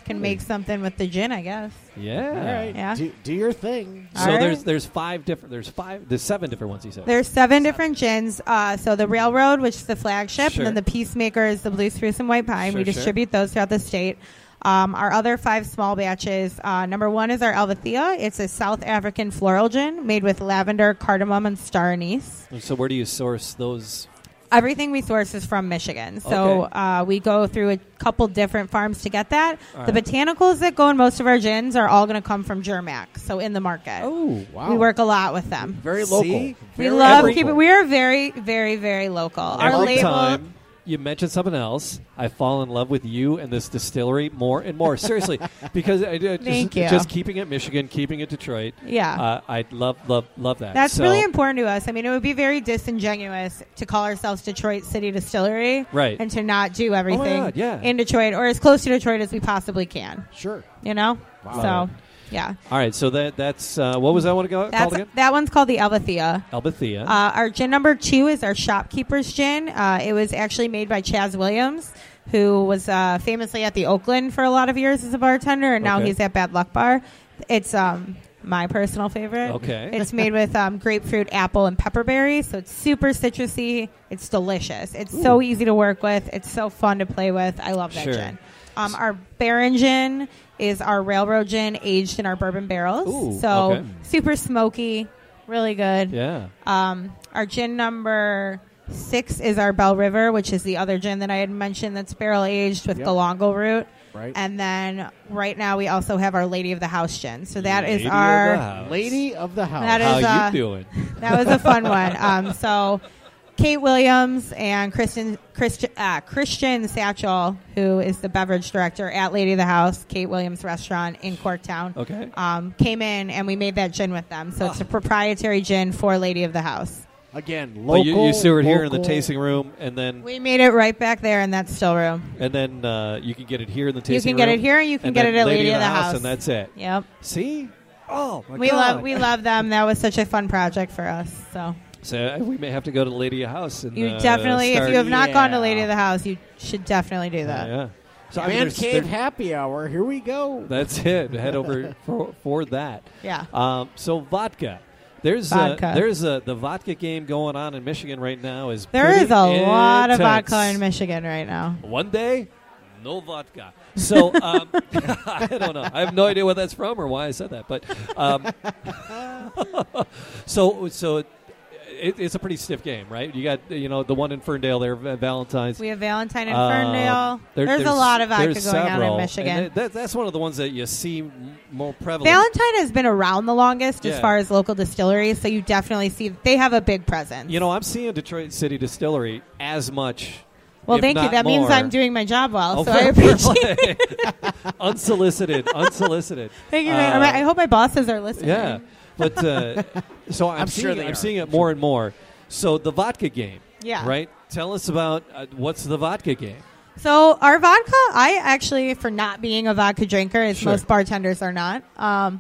Speaker 4: can
Speaker 3: Really?
Speaker 4: make something with the gin, I guess.
Speaker 2: Yeah.
Speaker 3: All right.
Speaker 4: Yeah.
Speaker 3: Do, do your thing.
Speaker 2: So
Speaker 4: All right.
Speaker 2: there's there's five different there's five there's seven different ones. He said.
Speaker 4: There's seven different gins. Uh, so the Railroad, which is the flagship,
Speaker 2: Sure.
Speaker 4: and then the Peacemaker is the Blue Spruce and White Pine. we
Speaker 2: Sure, sure.
Speaker 4: distribute those throughout the state. Um, our other five small batches. Uh, number one is our Alvethea. It's a South African floral gin made with lavender, cardamom, and star anise.
Speaker 2: And so where do you source those?
Speaker 4: Everything we source is from Michigan. So
Speaker 2: Okay.
Speaker 4: uh, we go through a couple different farms to get that.
Speaker 2: All
Speaker 4: the
Speaker 2: right.
Speaker 4: botanicals that go in most of our gins are all going to come from Germac, so in the market.
Speaker 2: Oh
Speaker 3: Wow.
Speaker 4: We work a lot with them.
Speaker 3: very
Speaker 2: See?
Speaker 3: local.
Speaker 2: We
Speaker 4: We
Speaker 3: Very
Speaker 4: love
Speaker 3: local.
Speaker 4: keeping. We are very, very, very local.
Speaker 2: Every
Speaker 4: Our label.
Speaker 2: time you mention something else, I fall in love with you and this distillery more and more.
Speaker 4: *laughs*
Speaker 2: Seriously, because I, I just,
Speaker 4: Thank you.
Speaker 2: just keeping it Michigan, keeping it Detroit.
Speaker 4: Yeah.
Speaker 2: uh, I love love love that.
Speaker 4: That's
Speaker 2: So-
Speaker 4: really important to us. I mean, it would be very disingenuous to call ourselves Detroit City Distillery,
Speaker 2: Right. Oh
Speaker 4: And to not do everything
Speaker 2: God, yeah.
Speaker 4: in Detroit or as close to Detroit as we possibly can.
Speaker 3: Sure.
Speaker 4: You know,
Speaker 2: Wow.
Speaker 4: so yeah,
Speaker 2: All right, so that that's uh, what was that one go- called
Speaker 4: that's
Speaker 2: again?
Speaker 4: that one's called the Alvethea.
Speaker 2: Albathea.
Speaker 4: Uh, our gin number two is our shopkeeper's gin. Uh, it was actually made by Chaz Williams, who was uh, famously at the Oakland for a lot of years as a bartender, and now
Speaker 2: Okay.
Speaker 4: he's at Bad Luck Bar. It's um, my personal favorite.
Speaker 2: Okay.
Speaker 4: It's made with um, grapefruit, apple, and pepperberry, so it's super citrusy. It's delicious. It's so easy to work with. It's so fun to play with. I love that
Speaker 2: Sure.
Speaker 4: gin. Um, our Baron gin is our railroad gin aged in our bourbon barrels.
Speaker 2: Ooh,
Speaker 4: so
Speaker 2: okay.
Speaker 4: super smoky, really good.
Speaker 2: yeah.
Speaker 4: Um, our gin number six is our Bell River, which is the other gin that I had mentioned that's barrel aged with
Speaker 3: Yep.
Speaker 4: the Longo root.
Speaker 3: Right.
Speaker 4: And then right now we also have our Lady of the House gin. So that is
Speaker 2: Lady of the
Speaker 4: our
Speaker 2: house.
Speaker 3: Lady of the house.
Speaker 4: That
Speaker 2: How
Speaker 4: is, uh,
Speaker 2: you doing?
Speaker 4: that was a fun one. Um, so Kate Williams and Kristen Christian uh, Christian Satchel, who is the beverage director at Lady of the House, Kate Williams Restaurant in Corktown.
Speaker 2: Okay. Ah.
Speaker 4: Um, came in and we made that gin with them. So it's a proprietary gin for Lady of the House.
Speaker 3: Again,
Speaker 2: But
Speaker 3: local.
Speaker 2: you, you sew it here in the
Speaker 3: local.
Speaker 2: tasting room, and then
Speaker 4: We made it right back there in that still room.
Speaker 2: and then uh, you can get it here in the tasting
Speaker 4: You
Speaker 2: room.
Speaker 4: can get it here. You can
Speaker 2: and
Speaker 4: get
Speaker 2: then
Speaker 4: it at
Speaker 2: Lady,
Speaker 4: Lady,
Speaker 2: of the
Speaker 4: House,
Speaker 2: and that's it.
Speaker 4: Yep.
Speaker 2: See? Oh my
Speaker 4: We
Speaker 2: God.
Speaker 4: love we love them. That was such a fun project for us. So
Speaker 2: So uh, we may have to go to Lady of House. And,
Speaker 4: you
Speaker 2: uh,
Speaker 4: definitely, if
Speaker 2: start-
Speaker 4: you have not gone to
Speaker 3: yeah.
Speaker 4: Lady of the House, you should definitely do that.
Speaker 2: yeah. So I mean,
Speaker 3: Man
Speaker 2: there's-
Speaker 3: Cave
Speaker 2: there-
Speaker 3: Happy Hour. Here we go.
Speaker 2: *laughs* that's it. Head over for for that.
Speaker 4: Yeah.
Speaker 2: Um, so vodka. There's
Speaker 4: Vodka.
Speaker 2: A, there's a the vodka game going on in Michigan right now. Is
Speaker 4: There is
Speaker 2: pretty
Speaker 4: a lot of
Speaker 2: intense.
Speaker 4: vodka in Michigan right now.
Speaker 2: One day, no vodka. So um, *laughs* I don't know. I have no idea where that's from or why I said that. But um, *laughs* so so it, it's a pretty stiff game, right? You got you know the one in Ferndale there, Va- Valentine's.
Speaker 4: We have Valentine and
Speaker 2: Um,
Speaker 4: Ferndale.
Speaker 2: there-
Speaker 4: there's, a lot of vodka going
Speaker 2: there's
Speaker 4: on
Speaker 2: several.
Speaker 4: in
Speaker 2: And
Speaker 4: Michigan.
Speaker 2: that- that- that's one of the ones that you see m- more prevalent.
Speaker 4: Valentine has been around the longest as
Speaker 2: Yeah.
Speaker 4: far as local distilleries, so you definitely see they have a big presence.
Speaker 2: you know, I'm seeing Detroit City Distillery as much
Speaker 4: Well,
Speaker 2: if
Speaker 4: thank you.
Speaker 2: not
Speaker 4: That means
Speaker 2: more.
Speaker 4: I'm doing my job well,
Speaker 2: Oh, *laughs*
Speaker 4: so I
Speaker 2: fair
Speaker 4: appreciate it.
Speaker 2: play. unsolicited, unsolicited.
Speaker 4: *laughs* Thank you. very-
Speaker 2: Uh,
Speaker 4: I hope my bosses are listening.
Speaker 2: Yeah, but uh,
Speaker 3: *laughs*
Speaker 2: so I'm,
Speaker 3: I'm
Speaker 2: seeing
Speaker 3: sure
Speaker 2: it,
Speaker 3: they
Speaker 2: I'm
Speaker 3: are.
Speaker 2: seeing it more and more. So the vodka game.
Speaker 4: Yeah.
Speaker 2: Right. Tell us about uh, what's the vodka game.
Speaker 4: So our vodka, I actually, for not being a vodka drinker, as
Speaker 2: Sure.
Speaker 4: most bartenders are not, um,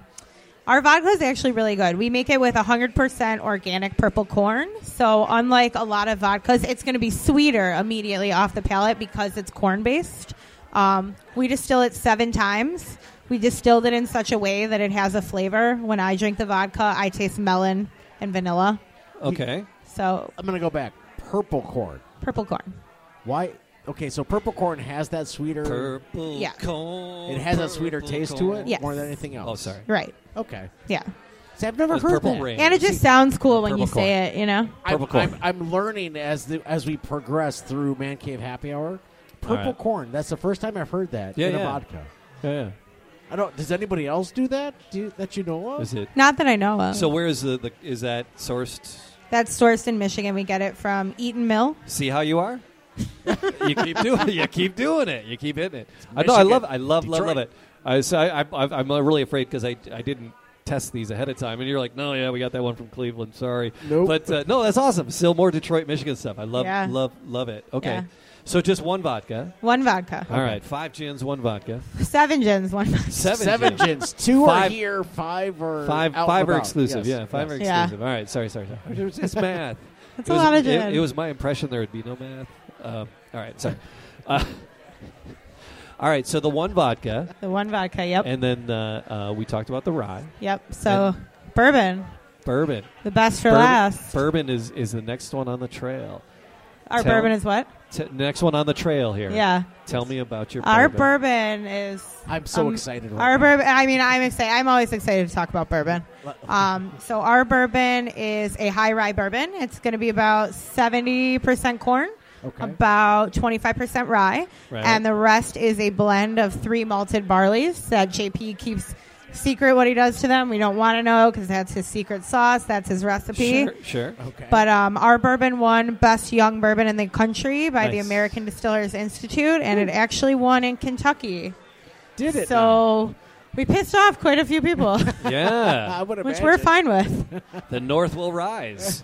Speaker 4: our vodka is actually really good. We make it with 100% organic purple corn. So unlike a lot of vodkas, it's going to be sweeter immediately off the palate because it's corn based. Um, we distill it seven times. We distilled it in such a way that it has a flavor. When I drink the vodka, I taste melon and vanilla.
Speaker 2: Okay.
Speaker 4: So
Speaker 3: I'm gonna go back. Purple corn.
Speaker 4: purple corn.
Speaker 3: Why? Okay, so purple corn has that sweeter.
Speaker 2: Purple
Speaker 4: Yeah.
Speaker 2: corn.
Speaker 3: it has a sweeter
Speaker 2: purple
Speaker 3: taste to
Speaker 2: corn.
Speaker 3: it
Speaker 4: Yes.
Speaker 3: more than anything else.
Speaker 2: Oh, sorry.
Speaker 4: Right.
Speaker 3: Okay.
Speaker 4: Yeah.
Speaker 3: See, I've never
Speaker 2: It's
Speaker 3: heard
Speaker 2: purple
Speaker 3: that.
Speaker 2: rain.
Speaker 4: And it just sounds cool when you
Speaker 2: Purple
Speaker 4: say it, you know?
Speaker 3: I'm-
Speaker 2: Purple corn.
Speaker 3: I'm, I'm learning as the, as we progress through Man Cave Happy Hour. Purple
Speaker 2: Alright.
Speaker 3: corn. That's the first time I've heard that
Speaker 2: Yeah,
Speaker 3: in
Speaker 2: yeah.
Speaker 3: a vodka.
Speaker 2: Yeah.
Speaker 3: I don't. Does anybody else do that? Do you, that you know
Speaker 2: yeah.
Speaker 3: of?
Speaker 2: Is it?
Speaker 4: Not that I know of.
Speaker 2: So where is the, the is that sourced?
Speaker 4: That's sourced in Michigan. We get it from Eaton Mill.
Speaker 2: See how you are. *laughs* you keep doing it. You keep doing it. You keep hitting it. I know. I love. I love. Love. Love
Speaker 3: Detroit.
Speaker 2: it. I, so I, I, I've- I'm really afraid because I, I didn't test these ahead of time, and you're like, no, yeah, we got that one from Cleveland. Sorry.
Speaker 3: Nope.
Speaker 2: But uh, no, that's awesome. Still more Detroit, Michigan stuff. I love.
Speaker 4: Yeah.
Speaker 2: Love. Love it. Okay.
Speaker 4: Yeah.
Speaker 2: So just one vodka.
Speaker 4: One vodka.
Speaker 2: All right. Five gins, one vodka. *laughs*
Speaker 4: Seven gins, one vodka. *laughs*
Speaker 2: Seven.
Speaker 3: Seven
Speaker 2: gins.
Speaker 3: gins. Two
Speaker 2: Five-
Speaker 3: are here. Five are
Speaker 2: Five,
Speaker 3: out
Speaker 2: five
Speaker 3: and
Speaker 2: are
Speaker 3: about.
Speaker 2: exclusive.
Speaker 3: Yes,
Speaker 2: Yeah, five
Speaker 3: yes.
Speaker 2: are
Speaker 4: Yeah.
Speaker 2: exclusive. All right, sorry, sorry, sorry. It was just math.
Speaker 4: That's
Speaker 2: it
Speaker 4: a
Speaker 2: was,
Speaker 4: lot of
Speaker 2: it-
Speaker 4: gin.
Speaker 2: It, was my impression there would be no math. Um, all right, sorry. Uh, *laughs* all right, so the one vodka,
Speaker 4: The one vodka, yep.
Speaker 2: and then uh, uh, we talked about the rye,
Speaker 4: yep. So bourbon,
Speaker 2: bourbon.
Speaker 4: the best for
Speaker 2: bourbon,
Speaker 4: last.
Speaker 2: Bourbon is is the next one on the trail.
Speaker 4: Our
Speaker 2: tell-
Speaker 4: bourbon is what?
Speaker 2: T- next one on the trail here.
Speaker 4: Yeah.
Speaker 2: Tell me about your
Speaker 4: Our
Speaker 2: bourbon.
Speaker 4: bourbon is.
Speaker 3: I'm so
Speaker 4: um,
Speaker 3: excited. Right
Speaker 4: Our
Speaker 3: now.
Speaker 4: bourbon, I mean, I'm excited. I'm always excited to talk
Speaker 2: *laughs*
Speaker 4: about bourbon.
Speaker 3: Let-
Speaker 4: Um, so our bourbon is a high rye bourbon. It's going to be about 70% corn,
Speaker 3: Okay.
Speaker 4: about 25% rye,
Speaker 2: Right.
Speaker 4: and the rest is a blend of three malted barleys that JP keeps secret what he does to them. We don't want to know because that's his secret sauce. That's his recipe.
Speaker 2: Sure, sure.
Speaker 3: Okay.
Speaker 4: But um, our bourbon won Best Young Bourbon in the Country by the
Speaker 2: Nice.
Speaker 4: American Distillers Institute, and it actually won in Kentucky.
Speaker 3: did it? now?
Speaker 4: so we pissed off quite a
Speaker 2: *laughs*
Speaker 4: few people,
Speaker 3: I
Speaker 4: *laughs*
Speaker 2: Yeah,
Speaker 3: would
Speaker 4: which
Speaker 3: imagine.
Speaker 4: we're fine with.
Speaker 2: *laughs* the North will
Speaker 4: *laughs*
Speaker 2: rise.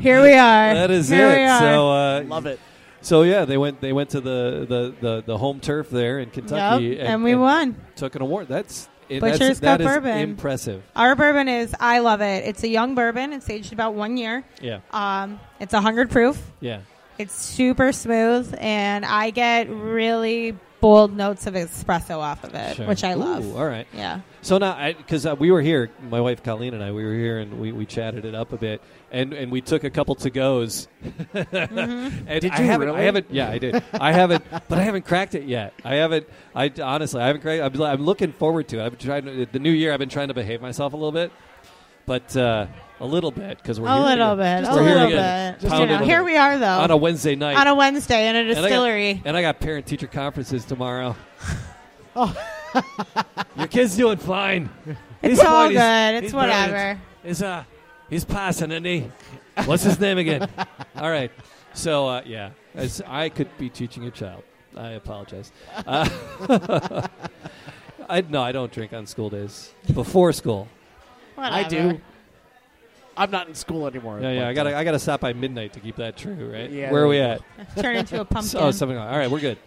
Speaker 4: Here we are.
Speaker 2: That is
Speaker 4: Here
Speaker 2: it.
Speaker 4: We are.
Speaker 2: So uh,
Speaker 3: Love it.
Speaker 2: So yeah, they went they went to the the, the, the home turf there in Kentucky,
Speaker 4: Yep, and, we won.
Speaker 2: Took an award. That's it, that's,
Speaker 4: Butcher's
Speaker 2: that
Speaker 4: Cup
Speaker 2: is
Speaker 4: Bourbon.
Speaker 2: impressive.
Speaker 4: Our bourbon is, I love it. It's a young bourbon. It's aged about one year.
Speaker 2: Yeah,
Speaker 4: Um, it's 100 proof.
Speaker 2: yeah.
Speaker 4: It's super smooth, and I get really bold notes of espresso off of it,
Speaker 2: Sure.
Speaker 4: Uh, which I love.
Speaker 2: Ooh, all right.
Speaker 4: Yeah.
Speaker 2: So now, because uh, we were here, my wife Colleen and I, we were here and we, we chatted it up a bit, and, and we took a couple to goes. *laughs*
Speaker 4: Mm-hmm.
Speaker 2: and
Speaker 3: Did
Speaker 2: I
Speaker 3: you
Speaker 2: haven't, I
Speaker 3: really?
Speaker 2: haven't. Yeah, I did. I haven't, but I haven't cracked it yet. I haven't. I honestly, I haven't cracked. I'm, I'm looking forward to it. I've tried to- the new year. I've been trying to behave myself a little bit, but uh, a little bit because we're
Speaker 4: A
Speaker 2: here
Speaker 4: little
Speaker 2: again. Just
Speaker 4: bit. A
Speaker 2: we're here
Speaker 4: little
Speaker 2: again.
Speaker 4: bit.
Speaker 2: Just
Speaker 4: You
Speaker 2: a
Speaker 4: know,
Speaker 2: little
Speaker 4: here
Speaker 2: bit.
Speaker 4: we are, though.
Speaker 2: on a Wednesday night
Speaker 4: on a Wednesday in a
Speaker 2: And I got-
Speaker 4: distillery.
Speaker 2: and I got, parent teacher conferences
Speaker 4: *laughs*
Speaker 2: tomorrow.
Speaker 4: Oh.
Speaker 2: Your kid's doing fine.
Speaker 4: It's
Speaker 2: He's
Speaker 4: all
Speaker 2: fine. He's-
Speaker 4: good. It's
Speaker 2: he's
Speaker 4: whatever.
Speaker 2: brilliant. He's uh, he's passing, isn't he? What's his name
Speaker 4: *laughs*
Speaker 2: again? All right. So uh, yeah, as I could be teaching a child. I apologize. Uh, *laughs* I no, I don't drink on school days. Before school.
Speaker 4: Whatever.
Speaker 3: I do. I'm not in school anymore.
Speaker 2: Yeah,
Speaker 3: But,
Speaker 2: yeah.
Speaker 3: uh,
Speaker 2: I gotta, I gotta stop by midnight to keep that true, right?
Speaker 3: Yeah,
Speaker 2: Where are
Speaker 3: there
Speaker 2: we
Speaker 3: you
Speaker 2: at?
Speaker 4: Turn
Speaker 2: *laughs*
Speaker 4: into a pumpkin.
Speaker 2: Oh, something like All right, we're
Speaker 4: *laughs*
Speaker 2: good.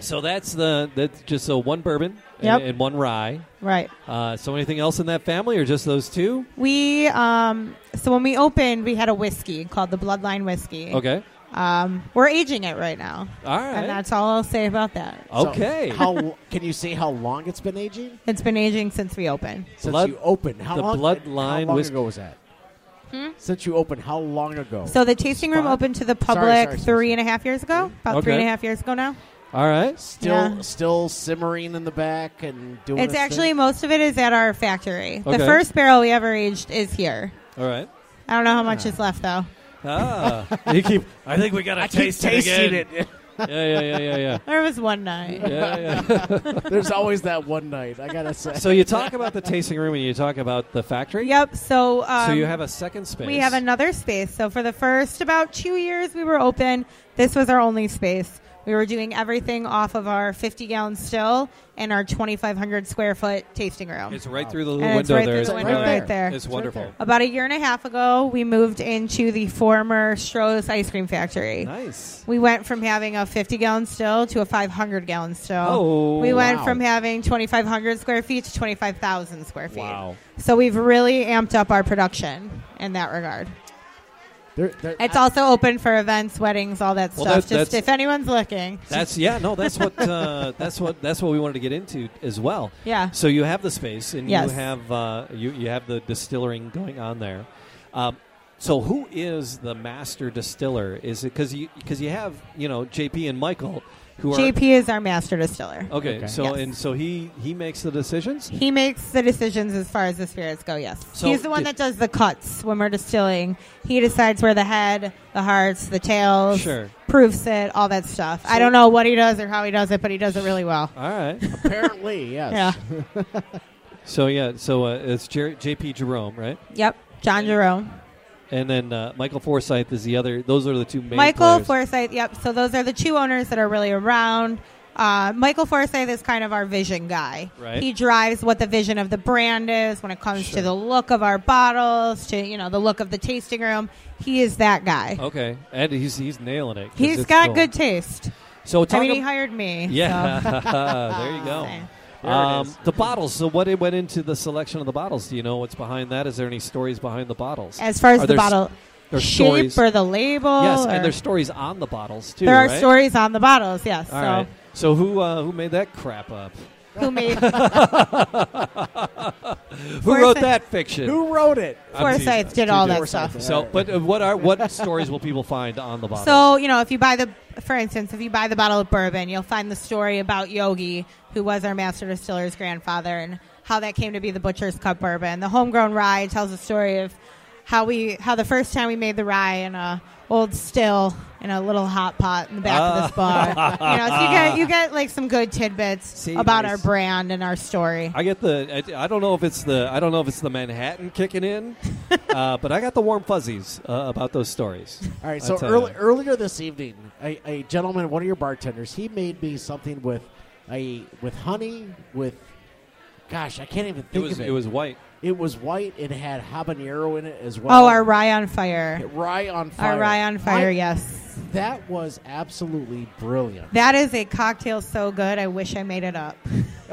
Speaker 2: so that's the that's just so one bourbon and,
Speaker 4: Yep.
Speaker 2: and one rye.
Speaker 4: right.
Speaker 2: Uh, so anything else in that family, or just those two?
Speaker 4: We um so when we opened, we had a whiskey called the Bloodline Whiskey.
Speaker 2: Okay,
Speaker 4: Um, we're aging it right now,
Speaker 2: all right,
Speaker 4: and that's all I'll say about that.
Speaker 3: uh, so
Speaker 2: okay.
Speaker 3: how can you say how long it's been aging
Speaker 4: It's been aging since we opened.
Speaker 3: since
Speaker 2: Blood-
Speaker 3: you opened? How
Speaker 2: the
Speaker 3: long?
Speaker 2: bloodline
Speaker 3: How long
Speaker 2: whiskey.
Speaker 3: ago was that? Since you opened, how long ago?
Speaker 4: Hmm? So the tasting room
Speaker 2: Spot?
Speaker 4: opened to the
Speaker 3: Sorry,
Speaker 4: public
Speaker 3: sorry, sorry,
Speaker 4: three and a half years ago, about three
Speaker 2: Okay.
Speaker 4: and a half years ago now.
Speaker 2: all right,
Speaker 3: still,
Speaker 4: yeah.
Speaker 3: still simmering in the back and doing.
Speaker 4: It's
Speaker 3: its
Speaker 4: actually
Speaker 3: thing?
Speaker 4: most of it is at our factory.
Speaker 2: Okay.
Speaker 4: The first barrel we ever aged is here.
Speaker 2: all right.
Speaker 4: I don't know how much is left though. *laughs*
Speaker 2: Ah, you keep. I think we got to
Speaker 3: I keep tasting it.
Speaker 2: yeah, yeah, yeah, yeah,
Speaker 4: *laughs*
Speaker 2: yeah.
Speaker 4: There was one night.
Speaker 2: yeah, yeah.
Speaker 3: *laughs* There's always that one night. I gotta say. *laughs*
Speaker 2: So you talk about the tasting room and you talk about the factory.
Speaker 4: Yep. So, um,
Speaker 2: so you have a second space.
Speaker 4: we have another space. So for the first about two years we were open, this was our only space. We were doing everything off of our 50 gallon still and our 2,500 square foot tasting room.
Speaker 2: It's right through the little
Speaker 4: And it's
Speaker 2: window
Speaker 4: right
Speaker 2: there.
Speaker 4: through the
Speaker 2: It's
Speaker 4: window
Speaker 2: really-
Speaker 4: right there.
Speaker 2: It's
Speaker 4: It's right
Speaker 2: wonderful.
Speaker 4: About a year and a half ago, we moved into the former Stroh's Ice Cream Factory.
Speaker 2: Nice.
Speaker 4: We went from having a 50 gallon still to a 500 gallon still.
Speaker 2: Oh,
Speaker 4: we went
Speaker 3: wow.
Speaker 4: from having 2,500 square feet to 25,000 square feet.
Speaker 2: Wow.
Speaker 4: So we've really amped up our production in that regard.
Speaker 3: There- there-
Speaker 4: It's also open for events, weddings, all that
Speaker 2: Well,
Speaker 4: stuff.
Speaker 2: that-
Speaker 4: Just
Speaker 2: that's-
Speaker 4: if anyone's looking.
Speaker 2: That's yeah. No, that's what uh, *laughs* that's what that's what we wanted to get into as well.
Speaker 4: Yeah.
Speaker 2: So you have the space and you
Speaker 4: Yes.
Speaker 2: have uh, you you have the distilling going on there. Um, so who is the master distiller? Is it because you because you have you know JP and Michael who are
Speaker 4: JP is our master distiller.
Speaker 2: Okay,
Speaker 3: Okay.
Speaker 2: So
Speaker 4: Yes.
Speaker 2: and so he he makes the decisions.
Speaker 4: He makes the decisions as far as the spirits go, yes.
Speaker 2: So
Speaker 4: He's the one
Speaker 2: did-
Speaker 4: that does the cuts when we're distilling. He decides where the head, the hearts, the tails,
Speaker 2: Sure.
Speaker 4: proofs it, all that stuff. I don't know what he does or how he does it, but he does it really well.
Speaker 2: All right.
Speaker 3: apparently, *laughs* yes.
Speaker 4: Yeah.
Speaker 2: so yeah. So uh, it's Jer- JP Jerome, right?
Speaker 4: Yep.
Speaker 2: *laughs*
Speaker 4: John Jerome.
Speaker 2: And then uh, Michael Forsyth is the other. Those are the two main.
Speaker 4: Michael
Speaker 2: players.
Speaker 4: Forsyth. Yep. So those are the two owners that are really around. Uh, Michael Forsyth is kind of our vision guy.
Speaker 2: Right.
Speaker 4: He drives what the vision of the brand is when it comes
Speaker 2: Sure.
Speaker 4: to the look of our bottles, to you know the look of the tasting room. He is that guy.
Speaker 2: Okay, and he's he's nailing it. 'cause
Speaker 4: He's
Speaker 2: it's
Speaker 4: got
Speaker 2: cool.
Speaker 4: good taste.
Speaker 2: So talk
Speaker 4: I mean,
Speaker 2: ab-
Speaker 4: he hired me.
Speaker 2: Yeah,
Speaker 4: so.
Speaker 2: *laughs* there you go.
Speaker 4: Same.
Speaker 3: There it
Speaker 2: Um,
Speaker 3: is.
Speaker 2: the bottles. So what it went into the selection of the bottles? Do you know what's behind that? Is there any stories behind the bottles?
Speaker 4: *laughs* As far as
Speaker 2: Are
Speaker 4: the
Speaker 2: there s-
Speaker 4: bottle
Speaker 2: there are
Speaker 4: shape
Speaker 2: stories-
Speaker 4: or the label,
Speaker 2: yes,
Speaker 4: or-
Speaker 2: and there's stories on the bottles too.
Speaker 4: there are
Speaker 2: right?
Speaker 4: stories on the bottles. Yes.
Speaker 2: All
Speaker 4: so
Speaker 2: right. So who uh, who made that crap up? *laughs*
Speaker 4: who made
Speaker 2: Who wrote that fiction?
Speaker 3: Who wrote it?
Speaker 2: I'm teasing.
Speaker 4: Forsyth did all that
Speaker 3: Forsyth,
Speaker 4: stuff?
Speaker 3: yeah.
Speaker 2: So, but uh, what are what stories will people find on the bottles?
Speaker 4: So, you know, if you buy the, for instance, if you buy the bottle of bourbon, you'll find the story about Yogi, who was our master distiller's grandfather, and how that came to be the Butcher's Cup bourbon. The homegrown rye tells the story of how we, how the first time we made the rye in a old still in a little hot pot in the back of this bar. You know, so you get you get like some good tidbits
Speaker 2: See,
Speaker 4: about
Speaker 2: nice.
Speaker 4: our brand and our story.
Speaker 2: I get the. I, I don't know if it's the. I don't know if it's the Manhattan kicking in, uh, but I got the warm fuzzies uh, about those stories.
Speaker 3: All right.
Speaker 2: I'll
Speaker 3: So
Speaker 2: tell
Speaker 3: early,
Speaker 2: you.
Speaker 3: earlier this evening, a, a gentleman, one of your bartenders, he made me something with a with honey with. Gosh, I can't even
Speaker 2: it
Speaker 3: think
Speaker 2: was.
Speaker 3: of it.
Speaker 2: It was white.
Speaker 3: It was white. It had habanero in it as well.
Speaker 4: Oh, our rye on fire.
Speaker 3: rye on fire.
Speaker 4: Our rye on fire,
Speaker 3: I-
Speaker 4: yes.
Speaker 3: That was absolutely
Speaker 4: *laughs*
Speaker 3: brilliant.
Speaker 4: That is a cocktail so good. I wish I made it up.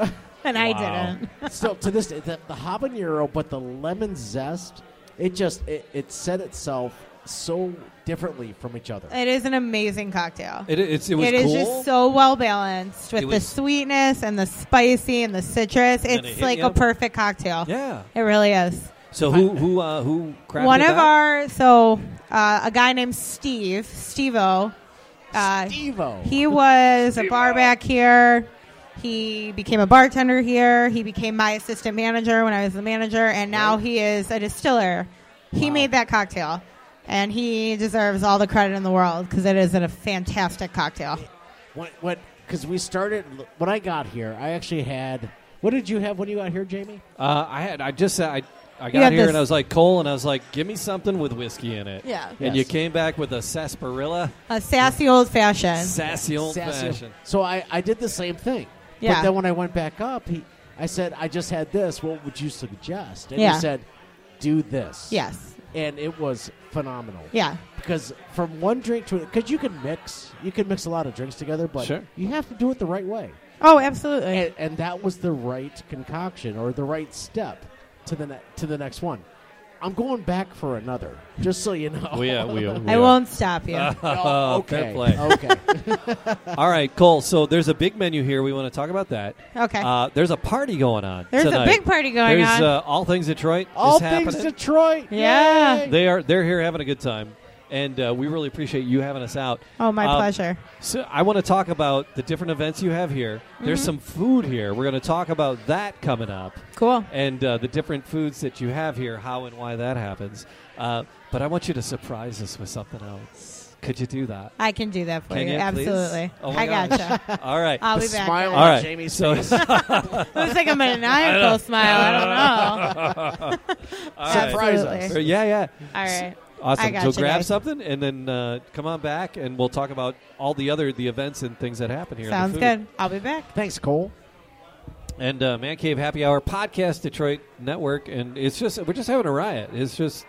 Speaker 4: *laughs* and I
Speaker 2: Wow.
Speaker 4: didn't.
Speaker 3: Still to this day, the, the habanero, but the lemon zest, it just it, it set itself so differently from each other.
Speaker 4: It is an amazing cocktail.
Speaker 2: It, it's, it was
Speaker 4: It is
Speaker 2: cool.
Speaker 4: just so well balanced with
Speaker 2: It
Speaker 4: the
Speaker 2: was-
Speaker 4: sweetness and the spicy and the citrus.
Speaker 2: then it
Speaker 4: It's
Speaker 2: hit
Speaker 4: like
Speaker 2: you.
Speaker 4: a perfect cocktail.
Speaker 2: yeah.
Speaker 4: It really is.
Speaker 2: So who who uh, who crafted
Speaker 4: One of
Speaker 2: that?
Speaker 4: our so uh, a guy named Steve Stevo. Uh,
Speaker 3: Devo.
Speaker 4: He was a bar back here. He became a bartender here. He became my assistant manager when I was the manager, and now he is a distiller. He made that cocktail, and he deserves all the credit in the world because it is a fantastic cocktail.
Speaker 3: What? What? Because we started when I got here. I actually had. What did you have when you got here, Jamie?
Speaker 2: Uh, I had. I just. I. I
Speaker 4: had
Speaker 2: got here
Speaker 4: this-
Speaker 2: and I was like Cole, and I was like, "Give me something with whiskey in it."
Speaker 4: Yeah.
Speaker 2: And
Speaker 3: Yes.
Speaker 2: you came back with a sarsaparilla,
Speaker 4: A sassy old fashioned.
Speaker 2: sassy old
Speaker 3: Sassy.
Speaker 2: fashioned.
Speaker 3: So I, I did the same thing. But
Speaker 4: Yeah.
Speaker 3: then when I went back up, he, I said, I just had this. What would you suggest? And
Speaker 4: Yeah.
Speaker 3: he said, do this.
Speaker 4: Yes.
Speaker 3: And it was phenomenal.
Speaker 4: Yeah.
Speaker 3: Because from one drink to because you can mix, you can mix a lot of drinks together, but
Speaker 2: Sure.
Speaker 3: you have to do it the right way.
Speaker 4: Oh, absolutely.
Speaker 3: And, and that was the right concoction or the right step to the ne- to the next one. I'm going back for another, just so you know.
Speaker 2: *laughs* We yeah, Uh, we, uh, we *laughs*
Speaker 4: I won't stop you.
Speaker 3: Oh, *laughs*
Speaker 2: Fair
Speaker 3: okay.
Speaker 2: play. *laughs*
Speaker 3: Okay.
Speaker 2: All right, Cole. So there's a big menu here. We want to talk about that.
Speaker 4: Okay.
Speaker 2: Uh, there's a party going on.
Speaker 4: There's a
Speaker 2: tonight.
Speaker 4: big party going
Speaker 2: there's,
Speaker 4: on.
Speaker 2: Uh, all things Detroit. is
Speaker 3: All things
Speaker 2: happening.
Speaker 3: Detroit.
Speaker 4: Yeah.
Speaker 3: Yay.
Speaker 2: They are they're here having a good time, and uh, we really appreciate you having us out.
Speaker 4: oh, my
Speaker 2: Um,
Speaker 4: pleasure.
Speaker 2: So I want to talk about the different events you have here. There's some food here. We're going to talk about that coming up,
Speaker 4: Cool.
Speaker 2: and uh, the different foods that you have here, how and why that happens. Uh, but I want you to surprise us with something else. Could you do that?
Speaker 4: I can do that for
Speaker 2: Can
Speaker 4: you.
Speaker 2: you, please?
Speaker 4: Absolutely.
Speaker 2: Oh my
Speaker 4: I
Speaker 2: gosh.
Speaker 4: gotcha.
Speaker 2: *laughs*
Speaker 4: Uh,
Speaker 2: All right.
Speaker 4: I'll
Speaker 3: The
Speaker 4: be back.
Speaker 3: smile
Speaker 4: guys.
Speaker 2: All right.
Speaker 3: Jamie's
Speaker 2: so, *laughs*
Speaker 4: It was like a maniacal smile. I
Speaker 2: *laughs*
Speaker 4: don't know.
Speaker 3: Surprise
Speaker 4: Absolutely.
Speaker 3: us.
Speaker 2: Uh, yeah, yeah.
Speaker 4: All right. I
Speaker 2: Awesome.
Speaker 4: got
Speaker 2: So
Speaker 4: you
Speaker 2: grab
Speaker 4: guys.
Speaker 2: something and then uh, come on back, and we'll talk about all the other the events and things that happen here. in the
Speaker 4: Sounds
Speaker 2: food.
Speaker 4: good. I'll be back.
Speaker 3: Thanks, Cole.
Speaker 2: And uh, Man Cave Happy Hour podcast, Detroit Network, and it's just we're just having a riot. It's just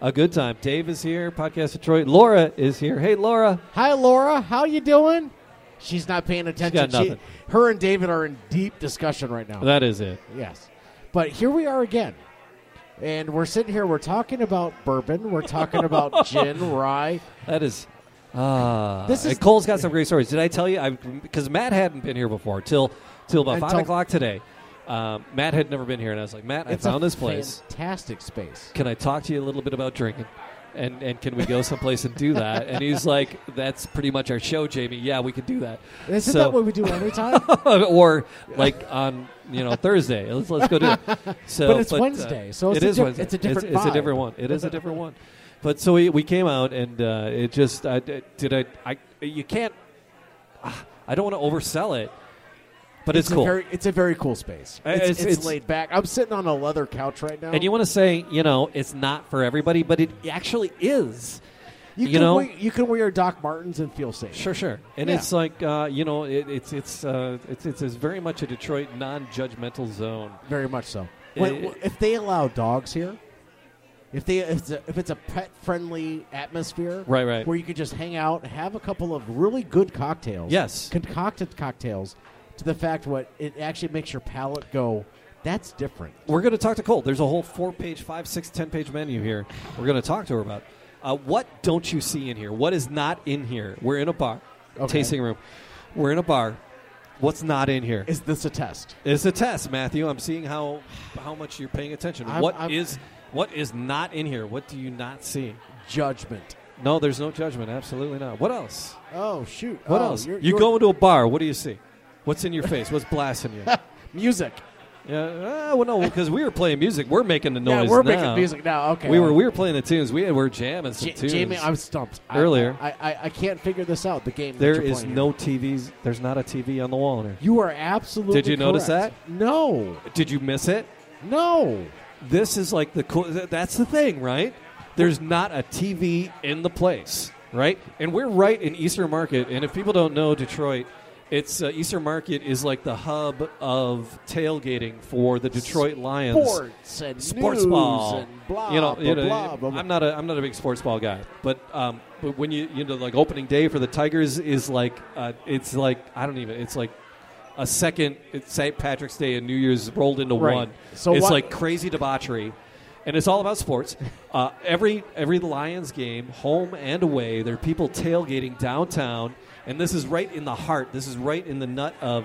Speaker 2: a good time. Dave is here, podcast Detroit. Laura is here. Hey, Laura.
Speaker 3: Hi, Laura. How you doing? She's not paying attention.
Speaker 2: got nothing.
Speaker 3: her and David are in deep discussion right now.
Speaker 2: That is it.
Speaker 3: Yes. But here we are again. And we're sitting here, we're talking about bourbon, we're talking
Speaker 2: *laughs*
Speaker 3: about gin, rye.
Speaker 2: That is. Uh,
Speaker 3: This is-
Speaker 2: and Cole's got some great stories. Did I tell you? I Because Matt hadn't been here before till till about
Speaker 3: Until-
Speaker 2: five o'clock today. Um, Matt had never been here, and I was like, Matt,
Speaker 3: It's
Speaker 2: I found
Speaker 3: a
Speaker 2: this place.
Speaker 3: Fantastic space.
Speaker 2: Can I talk to you a little bit about drinking? And and can we go someplace and do that? And he's like, That's pretty much our show, Jamie. Yeah, we can do that.
Speaker 3: Isn't
Speaker 2: So-
Speaker 3: that what we do every
Speaker 2: *laughs*
Speaker 3: time?
Speaker 2: or like on you know Thursday. Let's let's go do
Speaker 3: *laughs*
Speaker 2: it. So,
Speaker 3: But it's
Speaker 2: uh,
Speaker 3: Wednesday, so it's
Speaker 2: it
Speaker 3: a
Speaker 2: is
Speaker 3: diff-
Speaker 2: Wednesday.
Speaker 3: it's a different
Speaker 2: It's, a
Speaker 3: vibe.
Speaker 2: different one. It is a different one. But so we, we came out and uh, it just I, I- did I, I you can't ah, I don't want to oversell it, but it's,
Speaker 3: a
Speaker 2: cool.
Speaker 3: very- it's a very cool space.
Speaker 2: Uh,
Speaker 3: It's,
Speaker 2: it's-
Speaker 3: it's
Speaker 2: it's-
Speaker 3: laid back. I'm sitting on a leather couch right now.
Speaker 2: and you want to say you know it's not for everybody, but it actually is.
Speaker 3: you,
Speaker 2: you
Speaker 3: can
Speaker 2: know-
Speaker 3: wear, you can wear Doc Martens and feel safe.
Speaker 2: Sure, sure. And
Speaker 3: Yeah.
Speaker 2: it's like uh, you know it, it's it's, uh, it's it's it's very much a Detroit non-judgmental zone.
Speaker 3: Very much so.
Speaker 2: It-
Speaker 3: When- w- if they allow dogs here, if they if it's a, if it's a pet friendly atmosphere,
Speaker 2: Right, right.
Speaker 3: where you can just hang out, have a couple of really good cocktails,
Speaker 2: Yes.
Speaker 3: concocted cocktails, to the fact what it actually makes your palate go, that's different.
Speaker 2: We're going to talk to Cole. There's a whole four page, five, six, ten page menu here. We're going to talk to her about. Uh, what don't you see in here? What is not in here? We're in a bar,
Speaker 3: Okay.
Speaker 2: tasting room. Wewe're in a bar. What's not in here?
Speaker 3: Is this a test?
Speaker 2: It's a test, Matthew. I'm seeing how how much you're paying attention. What
Speaker 3: I'm-
Speaker 2: is
Speaker 3: I'm-
Speaker 2: what is not in here? What do you not see?
Speaker 3: Judgment.
Speaker 2: No, there's no judgment. Absolutely not. What else?
Speaker 3: Oh shoot!
Speaker 2: What
Speaker 3: Oh,
Speaker 2: else?
Speaker 3: you're-
Speaker 2: you
Speaker 3: you're-
Speaker 2: go into a bar. What do you see? What's in your face? What's blasting you?
Speaker 3: *laughs* music.
Speaker 2: *laughs* Yeah, uh, well, no, because we were playing music. We're making the noise.
Speaker 3: yeah, we're
Speaker 2: now.
Speaker 3: making music now. Okay,
Speaker 2: We were we were playing the tunes. We had, we were jamming some
Speaker 3: J-
Speaker 2: tunes.
Speaker 3: Jamie, I'm stumped. I-
Speaker 2: Earlier.
Speaker 3: I, I I can't figure this out. The game. that
Speaker 2: there
Speaker 3: you're
Speaker 2: is
Speaker 3: playing here.
Speaker 2: no TVs. There's not a TV on the wall in here.
Speaker 3: You are absolutely.
Speaker 2: Did you notice
Speaker 3: correct. No,
Speaker 2: Did you miss it?
Speaker 3: no.
Speaker 2: This is like the cool. th- That's the thing, right? There's not a TV in the place, right? And we're right in Easter Market. And if people don't know Detroit, it's uh, Easter Market is like the hub of tailgating for the Detroit Lions.
Speaker 3: sports and
Speaker 2: sports
Speaker 3: news
Speaker 2: ball.
Speaker 3: and blah
Speaker 2: you know,
Speaker 3: blah,
Speaker 2: you know,
Speaker 3: blah, blah, blah.
Speaker 2: I'm not a I'm not a big sports ball guy, but um, but when you you know like opening day for the Tigers is like uh, it's like I don't even it's like a second it's St. Patrick's Day and New Year's rolled into
Speaker 3: Right.
Speaker 2: one.
Speaker 3: So
Speaker 2: it's
Speaker 3: what-
Speaker 2: like crazy debauchery. And it's all about sports. Uh, every every Lions game, home and away, there are people tailgating downtown, and this is right in the heart. This is right in the nut of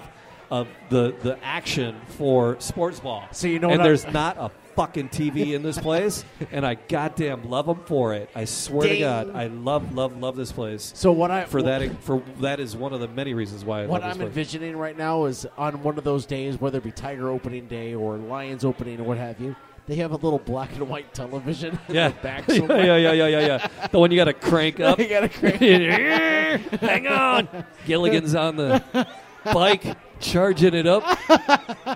Speaker 2: of the the action for sports ball.
Speaker 3: So you know
Speaker 2: and
Speaker 3: what I-
Speaker 2: there's not a fucking TV in this place, and I goddamn love them for it. I swear to
Speaker 3: Ding.
Speaker 2: God, I love, love, love this place.
Speaker 3: so what I
Speaker 2: for that, e, for that is one of the many reasons why I
Speaker 3: What
Speaker 2: love
Speaker 3: I'm
Speaker 2: this place.
Speaker 3: envisioning right now is on one of those days, whether it be Tiger opening day or Lions opening or what have you, they have a little black and white television in the
Speaker 2: *laughs*
Speaker 3: back
Speaker 2: yeah,
Speaker 3: somewhere. *laughs*
Speaker 2: yeah, yeah, yeah, yeah, yeah. The one you got to crank up.
Speaker 3: You gotta
Speaker 2: *laughs*
Speaker 3: crank-
Speaker 2: Hang on, Gilligan's on the bike, charging it up.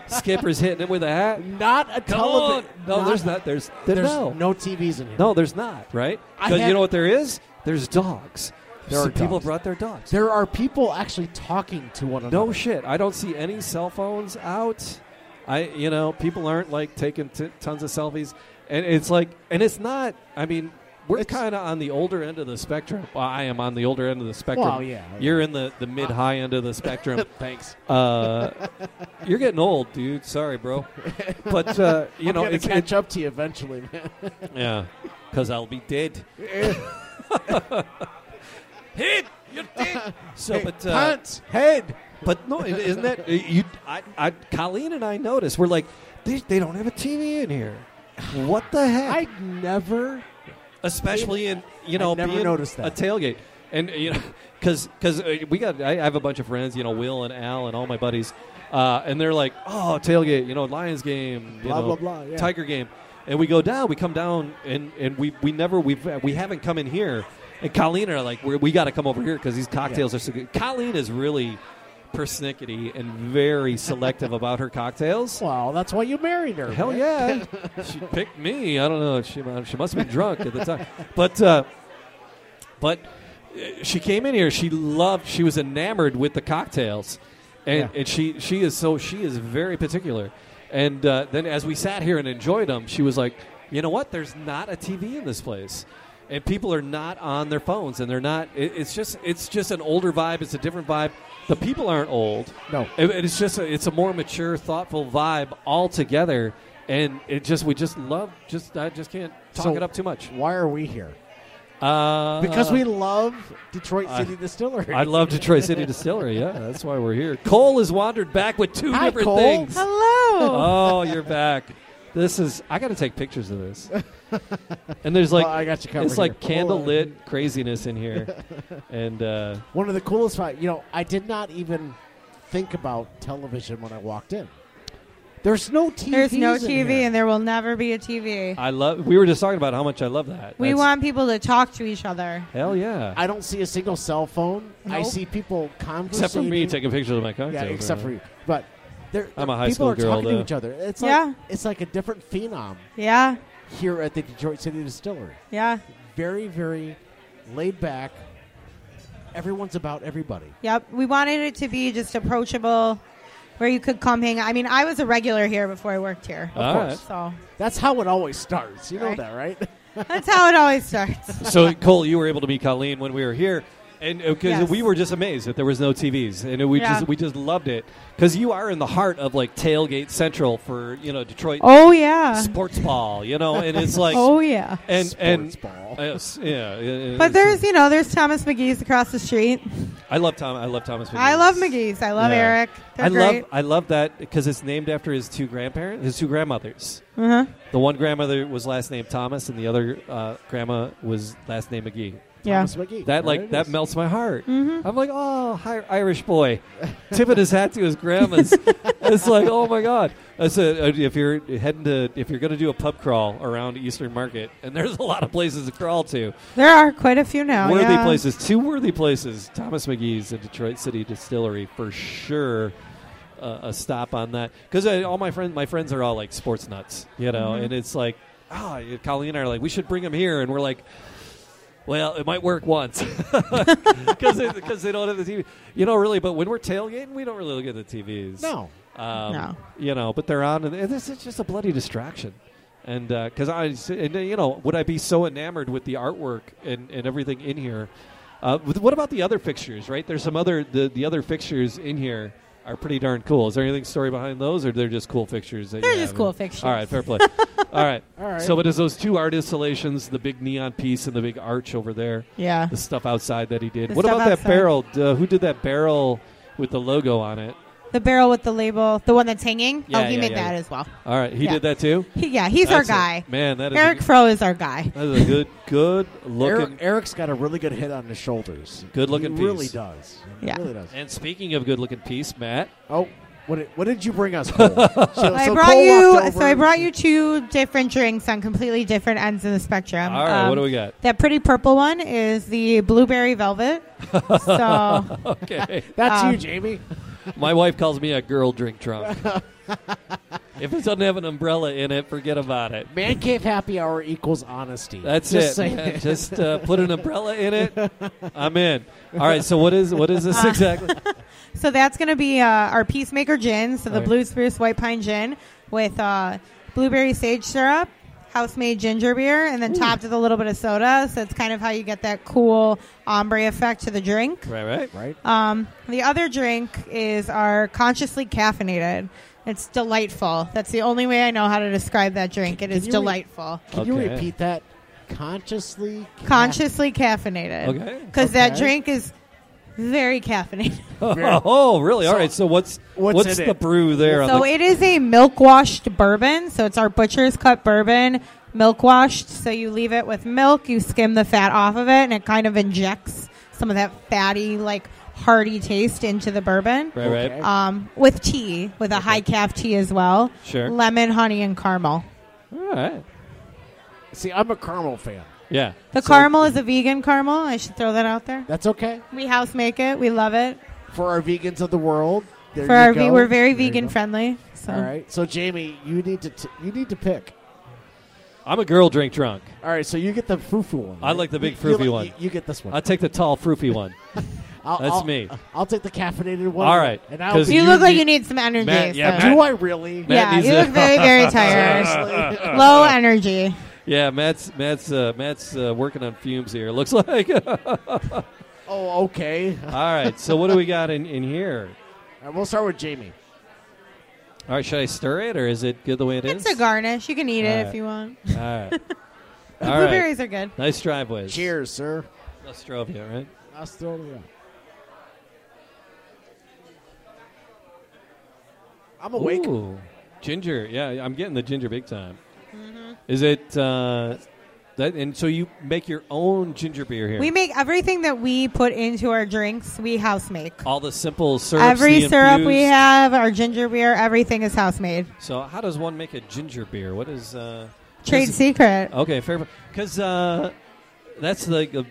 Speaker 2: Skipper's hitting it with a hat.
Speaker 3: Not a
Speaker 2: Come
Speaker 3: television.
Speaker 2: on. No, there's not. There's, there's,
Speaker 3: There's
Speaker 2: no.
Speaker 3: no. TVs in here.
Speaker 2: No, there's not, right?
Speaker 3: I
Speaker 2: Because
Speaker 3: had-
Speaker 2: you know what there is? There's dogs.
Speaker 3: There
Speaker 2: So
Speaker 3: are
Speaker 2: people
Speaker 3: dogs.
Speaker 2: brought their dogs.
Speaker 3: There are people actually talking to one another.
Speaker 2: no shit. I don't see any cell phones out. I, you know, people aren't like taking t- tons of selfies, and it's like, and it's not. I mean, we're
Speaker 3: It's-
Speaker 2: kind of on the older end of the spectrum. Well, I am on the older end of the spectrum.
Speaker 3: Well, yeah. Uh,
Speaker 2: You're in the the mid high end of the spectrum.
Speaker 3: *laughs* Thanks.
Speaker 2: Uh, you're getting old, dude. Sorry, bro. But
Speaker 3: *laughs*
Speaker 2: uh, you
Speaker 3: I'm
Speaker 2: know,
Speaker 3: gonna
Speaker 2: it's,
Speaker 3: catch up to you eventually, man.
Speaker 2: yeah, because I'll be *laughs* dead. Hit you're dead. So, but uh,
Speaker 3: Pants, head.
Speaker 2: but no, it- isn't that uh, you? I, I, Colleen and I noticed we're like they, they don't have a TV in here. What the heck?
Speaker 3: I'd never
Speaker 2: Especially in you know
Speaker 3: I never
Speaker 2: being
Speaker 3: noticed that.
Speaker 2: a tailgate and you know because because we got I, I have a bunch of friends you know Will and Al and all my buddies uh, and they're like oh tailgate you know Lions game you
Speaker 3: Blah,
Speaker 2: know,
Speaker 3: blah, blah, yeah.
Speaker 2: Tiger game and we go down we come down and and we we never we we haven't come in here And Colleen and I are like, We're, we got to come over here because these cocktails are so good. Colleen is really persnickety and very selective about her cocktails.
Speaker 3: Well, that's why you married her.
Speaker 2: Hell
Speaker 3: man. *laughs*
Speaker 2: yeah, she picked me. I don't know. She mu- she must have been drunk at the time, but uh, but uh, she came in here. She loved. She was enamored with the cocktails, and,
Speaker 3: Yeah.
Speaker 2: and she she is so she is very particular. And uh, then as we sat here and enjoyed them, she was like, you know what? There's not a TV in this place. And people are not on their phones, and they're not. It, it's just, it's just an older vibe. It's a different vibe. The people aren't old.
Speaker 3: No.
Speaker 2: It- it's just a, it's a more mature, thoughtful vibe altogether, and it just we just love just I just can't talk
Speaker 3: So-
Speaker 2: it up too much
Speaker 3: Why are we here?
Speaker 2: uh,
Speaker 3: Because we love Detroit
Speaker 2: I-
Speaker 3: City Distillery.
Speaker 2: I love Detroit City Distillery. Yeah, that's why we're here. Cole has wandered back with two
Speaker 3: Hi,
Speaker 2: different
Speaker 3: Cole.
Speaker 2: things.
Speaker 4: Hello.
Speaker 2: Oh, you're back. This is I got to take pictures of this. And there's
Speaker 3: Well,
Speaker 2: like
Speaker 3: I got you covered
Speaker 2: it's like
Speaker 3: here.
Speaker 2: candle lit craziness in here, and uh,
Speaker 3: One of the coolest. fi- You know, I did not even think about television when I walked in. There's no TV.
Speaker 4: There's no
Speaker 3: in
Speaker 4: TV,
Speaker 3: here.
Speaker 4: and there will never be a TV.
Speaker 2: I love. We were just talking about how much I love that.
Speaker 4: we
Speaker 2: Uh, That's-
Speaker 4: want people to talk to each other.
Speaker 2: hell yeah.
Speaker 3: I don't see a single cell phone. I
Speaker 4: Nope.
Speaker 3: see people conversating.
Speaker 2: Except for me taking pictures of my cocktails.
Speaker 3: Yeah, except
Speaker 2: right?
Speaker 3: for you. But they're,
Speaker 2: I'm a high
Speaker 3: people
Speaker 2: school
Speaker 3: are
Speaker 2: girl,
Speaker 3: talking to
Speaker 2: though.
Speaker 3: each other. It's like
Speaker 4: Yeah.
Speaker 3: it's like a different phenom
Speaker 4: Yeah,
Speaker 3: here at the Detroit City Distillery.
Speaker 4: yeah,
Speaker 3: Very, very laid back. Everyone's about everybody.
Speaker 4: yep. We wanted it to be just approachable, where you could come hang. I mean, I was a regular here before I worked here,
Speaker 2: All right.
Speaker 4: so
Speaker 3: That's how it always starts. You know
Speaker 4: Right.
Speaker 3: that, right?
Speaker 4: that's how it always
Speaker 2: *laughs*
Speaker 4: starts.
Speaker 2: so Cole, you were able to meet Colleen when we were here, and because
Speaker 4: Yes.
Speaker 2: we were just amazed that there was no TVs, and uh, we
Speaker 4: Yeah.
Speaker 2: just we just loved it because you are in the heart of like tailgate central for you know Detroit
Speaker 4: Oh yeah.
Speaker 2: sports ball, you know, and it's like
Speaker 4: Oh yeah.
Speaker 2: *laughs* and
Speaker 3: Sports
Speaker 2: and
Speaker 3: ball.
Speaker 2: yes, yeah, yeah,
Speaker 4: But
Speaker 2: it's-
Speaker 4: there's, you know, there's Thomas McGee's across the street.
Speaker 2: I love Tom. I love Thomas. McGee.
Speaker 4: I love McGee's. I love
Speaker 2: Yeah.
Speaker 4: Eric. They're
Speaker 2: I
Speaker 4: great.
Speaker 2: love I love that because it's named after his two grandparents, his two grandmothers.
Speaker 4: uh-huh.
Speaker 2: The one grandmother was last name Thomas, and the other uh, grandma was last name McGee.
Speaker 4: Yeah.
Speaker 3: Thomas McGee.
Speaker 2: That
Speaker 3: There
Speaker 2: like
Speaker 3: it
Speaker 2: that
Speaker 3: is.
Speaker 2: melts my heart. I'm like, oh, hi, Irish boy, *laughs* tipping his hat to his grandma's. it's like, oh my god. I said, uh, if you're heading to, if you're going to do a pub crawl around Eastern Market, and there's a lot of places to crawl to,
Speaker 4: There are quite a few now.
Speaker 2: worthy
Speaker 4: yeah.
Speaker 2: places, two worthy places. Thomas McGee's and Detroit City Distillery for sure. Uh, a stop on that because all my friends, my friends are all like sports nuts, you know,
Speaker 4: Mm-hmm.
Speaker 2: and it's like, ah, Colleen and I are like, we should bring them here, and we're like, well, it might work once *laughs* because because they don't have the TV. You know, really, but when we're tailgating, we don't really look at the TVs.
Speaker 3: No.
Speaker 2: Um,
Speaker 4: No.
Speaker 2: You know, but they're on, and this is just a bloody distraction. And because I, and, uh, you know, would I be so enamored with the artwork and, and everything in here? Uh, with- what about the other fixtures? Right, there's some other the, the other fixtures in here are pretty darn cool. Is there anything story behind those, or they're just cool fixtures? That you
Speaker 4: They're just
Speaker 2: have?
Speaker 4: cool fixtures.
Speaker 2: All right, fair
Speaker 4: *laughs*
Speaker 2: play. All right,
Speaker 3: *laughs* All right.
Speaker 2: So, but is those two art installations, the big neon piece and the big arch over there,
Speaker 4: Yeah.
Speaker 2: the stuff outside that he did?
Speaker 4: The
Speaker 2: what
Speaker 4: stuff
Speaker 2: about that
Speaker 4: outside.
Speaker 2: barrel? Uh, who did that barrel with the logo on it?
Speaker 4: The barrel with the label, the one that's hanging.
Speaker 2: Yeah,
Speaker 4: oh, he
Speaker 2: yeah,
Speaker 4: made
Speaker 2: yeah,
Speaker 4: that
Speaker 2: yeah.
Speaker 4: as well.
Speaker 2: All right, he
Speaker 4: Yeah.
Speaker 2: did that too.
Speaker 4: He, yeah, he's
Speaker 2: That's a-
Speaker 4: our guy.
Speaker 2: man, that is
Speaker 4: Eric
Speaker 2: A,
Speaker 4: Fro is our guy.
Speaker 2: that is a good, good
Speaker 3: Eric,
Speaker 2: looking.
Speaker 3: Eric's got a really good head on his shoulders.
Speaker 2: Good looking
Speaker 3: He really
Speaker 2: piece.
Speaker 3: does.
Speaker 4: Yeah.
Speaker 3: He really does.
Speaker 2: And speaking of good looking piece, Matt, *laughs*
Speaker 3: Oh, what did, what did you bring us? Cole? so,
Speaker 4: I
Speaker 3: so
Speaker 4: brought
Speaker 3: Cole
Speaker 4: you.
Speaker 3: walked
Speaker 4: So
Speaker 3: over
Speaker 4: I
Speaker 3: and
Speaker 4: brought
Speaker 3: she-
Speaker 4: you two different drinks on completely different ends of the spectrum. Um,
Speaker 2: All right, what do we got?
Speaker 4: That pretty purple one is the
Speaker 2: *laughs*
Speaker 4: blueberry velvet. so
Speaker 2: okay,
Speaker 3: That's
Speaker 4: um,
Speaker 3: you, Jamie.
Speaker 2: my wife calls me a girl drink drunk. if it doesn't have an umbrella in it, forget about it.
Speaker 3: Man cave happy hour equals honesty.
Speaker 2: That's
Speaker 3: Just
Speaker 2: it.
Speaker 3: saying.
Speaker 2: man. Just uh, put an umbrella in it. I'm in. All right. So what is what is this exactly?
Speaker 4: So that's going to be uh, our Peacemaker gin. So the
Speaker 2: Okay.
Speaker 4: Blue Spruce White Pine gin with uh, blueberry sage syrup, house made ginger beer, and then topped with a little bit of soda. So it's kind of how you get that cool ombre effect to the drink.
Speaker 2: right. Right.
Speaker 3: *laughs* Right?
Speaker 4: Um, the other drink is our consciously caffeinated. It's delightful. That's the only way I know how to describe that drink. It
Speaker 3: can
Speaker 4: is
Speaker 3: you re-
Speaker 4: delightful.
Speaker 3: Can you
Speaker 2: Okay.
Speaker 3: repeat that? Consciously. ca-
Speaker 4: Consciously caffeinated.
Speaker 2: Okay.
Speaker 4: Because that
Speaker 3: Okay.
Speaker 4: drink is very caffeinated. *laughs*
Speaker 2: Oh, *laughs* oh, really? All right. So what's
Speaker 3: What's
Speaker 2: what's,
Speaker 3: in
Speaker 2: the
Speaker 3: it?
Speaker 2: brew there?
Speaker 4: So
Speaker 2: on the,
Speaker 4: it is a milk washed bourbon. So it's our butcher's cut bourbon, milk washed. So you leave it with milk, you skim the fat off of it, and it kind of injects some of that fatty, like hearty taste into the bourbon.
Speaker 2: right. Right.
Speaker 3: Okay.
Speaker 4: Um, with tea, with a high calf tea as well.
Speaker 2: Sure.
Speaker 4: Lemon, honey, and caramel.
Speaker 2: All right.
Speaker 3: See, I'm a caramel fan.
Speaker 2: Yeah.
Speaker 4: The
Speaker 3: So-
Speaker 4: caramel is a vegan caramel. I should throw that out there.
Speaker 3: That's okay
Speaker 4: We house make it. We love it.
Speaker 3: for our vegans of the world. There
Speaker 4: For
Speaker 3: you
Speaker 4: our,
Speaker 3: go.
Speaker 4: ve- we're very
Speaker 3: There you
Speaker 4: vegan
Speaker 3: go.
Speaker 4: friendly. So
Speaker 3: All right. So Jamie, you need to t- you need to pick.
Speaker 2: I'm a girl drink drunk.
Speaker 3: All right. So you get the fufu one.
Speaker 2: I
Speaker 3: right?
Speaker 2: like the big
Speaker 3: You- you
Speaker 2: fruity
Speaker 3: like-
Speaker 2: one.
Speaker 3: You, you get this one.
Speaker 2: I'll take the tall, froofy one.
Speaker 3: I'll-
Speaker 2: that's
Speaker 3: I'll-
Speaker 2: me.
Speaker 3: I'll take the caffeinated one.
Speaker 2: All right,
Speaker 3: And I'll
Speaker 2: 'cause
Speaker 3: be,
Speaker 4: you,
Speaker 2: You
Speaker 4: look like
Speaker 2: need-
Speaker 4: you need some energy.
Speaker 2: Matt- yeah,
Speaker 4: so-
Speaker 2: Matt-
Speaker 3: do I really?
Speaker 2: Matt
Speaker 4: yeah,
Speaker 2: needs
Speaker 4: you
Speaker 2: a-
Speaker 4: look
Speaker 2: *laughs*
Speaker 4: very, very tired.
Speaker 3: Seriously?
Speaker 2: Uh,
Speaker 4: Low energy.
Speaker 2: yeah, Matt's Matt's uh, Matt's uh, working on fumes here. Looks *laughs* like. All
Speaker 3: *laughs* oh, okay.
Speaker 2: right. So what do we got in, in here?
Speaker 3: All right, we'll start with Jamie.
Speaker 2: All right. Should I stir it or is it good the way it is?
Speaker 4: It's a garnish. You can eat
Speaker 2: All
Speaker 4: it
Speaker 2: right.
Speaker 4: if you want.
Speaker 2: All right.
Speaker 4: The
Speaker 2: *laughs* All right.
Speaker 4: *laughs* blueberries are good.
Speaker 2: Nice driveways.
Speaker 3: Cheers, sir.
Speaker 2: Nostrovia, right?
Speaker 3: That's totally right. I'm awake.
Speaker 2: Ooh, ginger. Yeah, I'm getting the ginger big time.
Speaker 4: Mm-hmm.
Speaker 2: Is it uh, that? And so you make your own ginger beer here.
Speaker 4: We make everything that we put into our drinks, we house make.
Speaker 2: all the simple syrups.
Speaker 4: Every
Speaker 2: the
Speaker 4: syrup we
Speaker 2: infused-
Speaker 4: have, our ginger beer, everything is house made.
Speaker 2: So how does one make a ginger beer? What is uh,
Speaker 4: Trade
Speaker 2: is- uh,
Speaker 4: secret.
Speaker 2: Okay, fair. Because uh, that's like uh,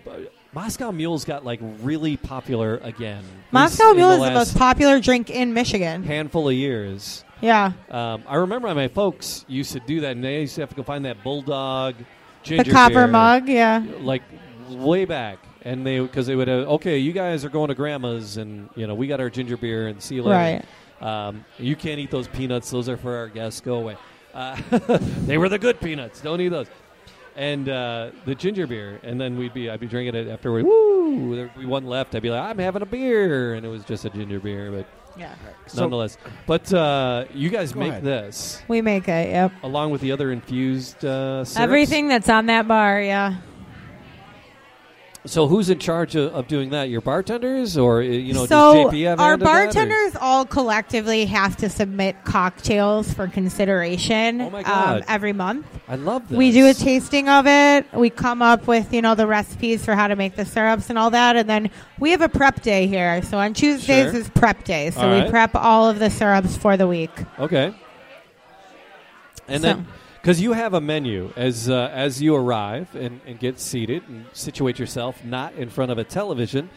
Speaker 2: Moscow Mule's got like really popular again.
Speaker 4: Moscow
Speaker 2: This- in
Speaker 4: Mule is the
Speaker 2: last
Speaker 4: most popular drink in Michigan.
Speaker 2: handful of years.
Speaker 4: Yeah.
Speaker 2: Um, I remember my folks used to do that, and they used to have to go find that bulldog ginger
Speaker 4: The copper
Speaker 2: beer.
Speaker 4: mug, yeah.
Speaker 2: like way back, and they because they would have okay, you guys are going to grandma's, and you know we got our ginger beer, and see you later. Right. Um, you can't eat those peanuts; those are for our guests. Go away. Uh, *laughs* they were the good peanuts. Don't eat those. And uh, the ginger beer, and then we'd be I'd be drinking it after we woo. There'd be one left. I'd be like, I'm having a beer, and it was just a ginger beer, but
Speaker 4: Yeah.
Speaker 3: So-
Speaker 2: nonetheless. But uh, you guys
Speaker 3: Go
Speaker 2: make
Speaker 3: ahead.
Speaker 2: this
Speaker 4: We make it, yep.
Speaker 2: along with the other infused uh, syrups?
Speaker 4: Everything that's on that bar, yeah.
Speaker 2: So who's in charge of, of doing that? Your bartenders, or uh, you know,
Speaker 4: so
Speaker 2: does JP have a
Speaker 4: our
Speaker 2: hand in that, or-
Speaker 4: bartenders all collectively have to submit cocktails for consideration
Speaker 2: Oh my God.
Speaker 4: Um, every month.
Speaker 2: I love this.
Speaker 4: We do a tasting of it. We come up with, you know, the recipes for how to make the syrups and all that. And then we have a prep day here. So on Tuesdays
Speaker 2: Sure.
Speaker 4: is prep day. So
Speaker 2: All
Speaker 4: we
Speaker 2: right.
Speaker 4: prep all of the syrups for the week.
Speaker 2: okay, and
Speaker 4: So-
Speaker 2: then because you have a menu as uh, as you arrive and, and get seated and situate yourself, not in front of a television.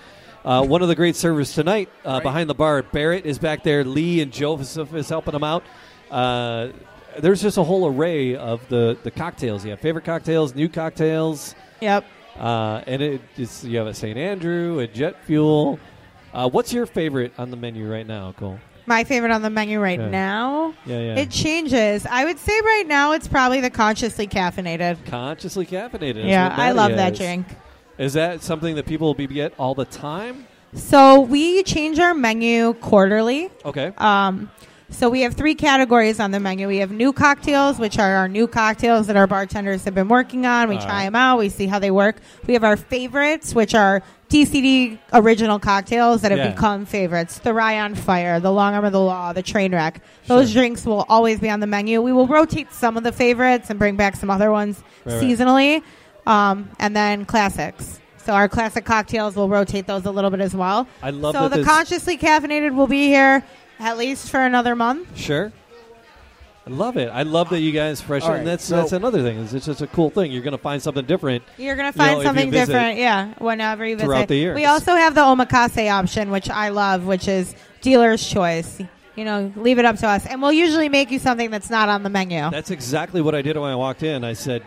Speaker 2: Uh, one of the great servers tonight uh, behind the bar, Barrett is back there. Lee and Joseph is helping them out. Uh, there's just a whole array of the, the cocktails. You have favorite cocktails, new cocktails.
Speaker 4: Yep.
Speaker 2: Uh, and it is you have a St. Andrew, a Jet Fuel. Uh, what's your favorite on the menu right now, Cole?
Speaker 4: My favorite on the menu right
Speaker 2: Yeah.
Speaker 4: now.
Speaker 2: Yeah, yeah.
Speaker 4: It changes. I would say right now it's probably the consciously caffeinated.
Speaker 2: Consciously caffeinated. is
Speaker 4: yeah,
Speaker 2: what
Speaker 4: I love that
Speaker 2: is.
Speaker 4: drink.
Speaker 2: Is that something that people will be get all the time?
Speaker 4: So we change our menu quarterly.
Speaker 2: Okay.
Speaker 4: Um, so we have three categories on the menu. We have new cocktails, which are our new cocktails that our bartenders have been working on. We
Speaker 2: All
Speaker 4: try
Speaker 2: right.
Speaker 4: them out. We see how they work. We have our favorites, which are DCD original cocktails that have
Speaker 2: Yeah.
Speaker 4: become favorites. The Rye on Fire, the Long Arm of the Law, the Trainwreck. Those drinks will always be on the menu. We will rotate some of the favorites and bring back some other ones
Speaker 2: Right, right.
Speaker 4: seasonally. Um, and then classics. So our classic cocktails, we'll rotate those a little bit as well.
Speaker 2: I love
Speaker 4: So
Speaker 2: that
Speaker 4: the
Speaker 2: this-
Speaker 4: consciously caffeinated will be here at least for another month.
Speaker 2: sure. I love it. I love that you guys fresh.
Speaker 3: All right,
Speaker 2: and that's
Speaker 3: so-
Speaker 2: that's another thing. It's it's just a cool thing. You're going to find something different.
Speaker 4: You're gonna
Speaker 2: You know,
Speaker 4: find
Speaker 2: if you
Speaker 4: something
Speaker 2: visit-
Speaker 4: different, yeah. Whenever you visit
Speaker 2: Throughout the year.
Speaker 4: we also have the omakase option, which I love, which is dealer's choice. You know, leave it up to us, and we'll usually make you something that's not on the menu.
Speaker 2: That's exactly what I did when I walked in. I said,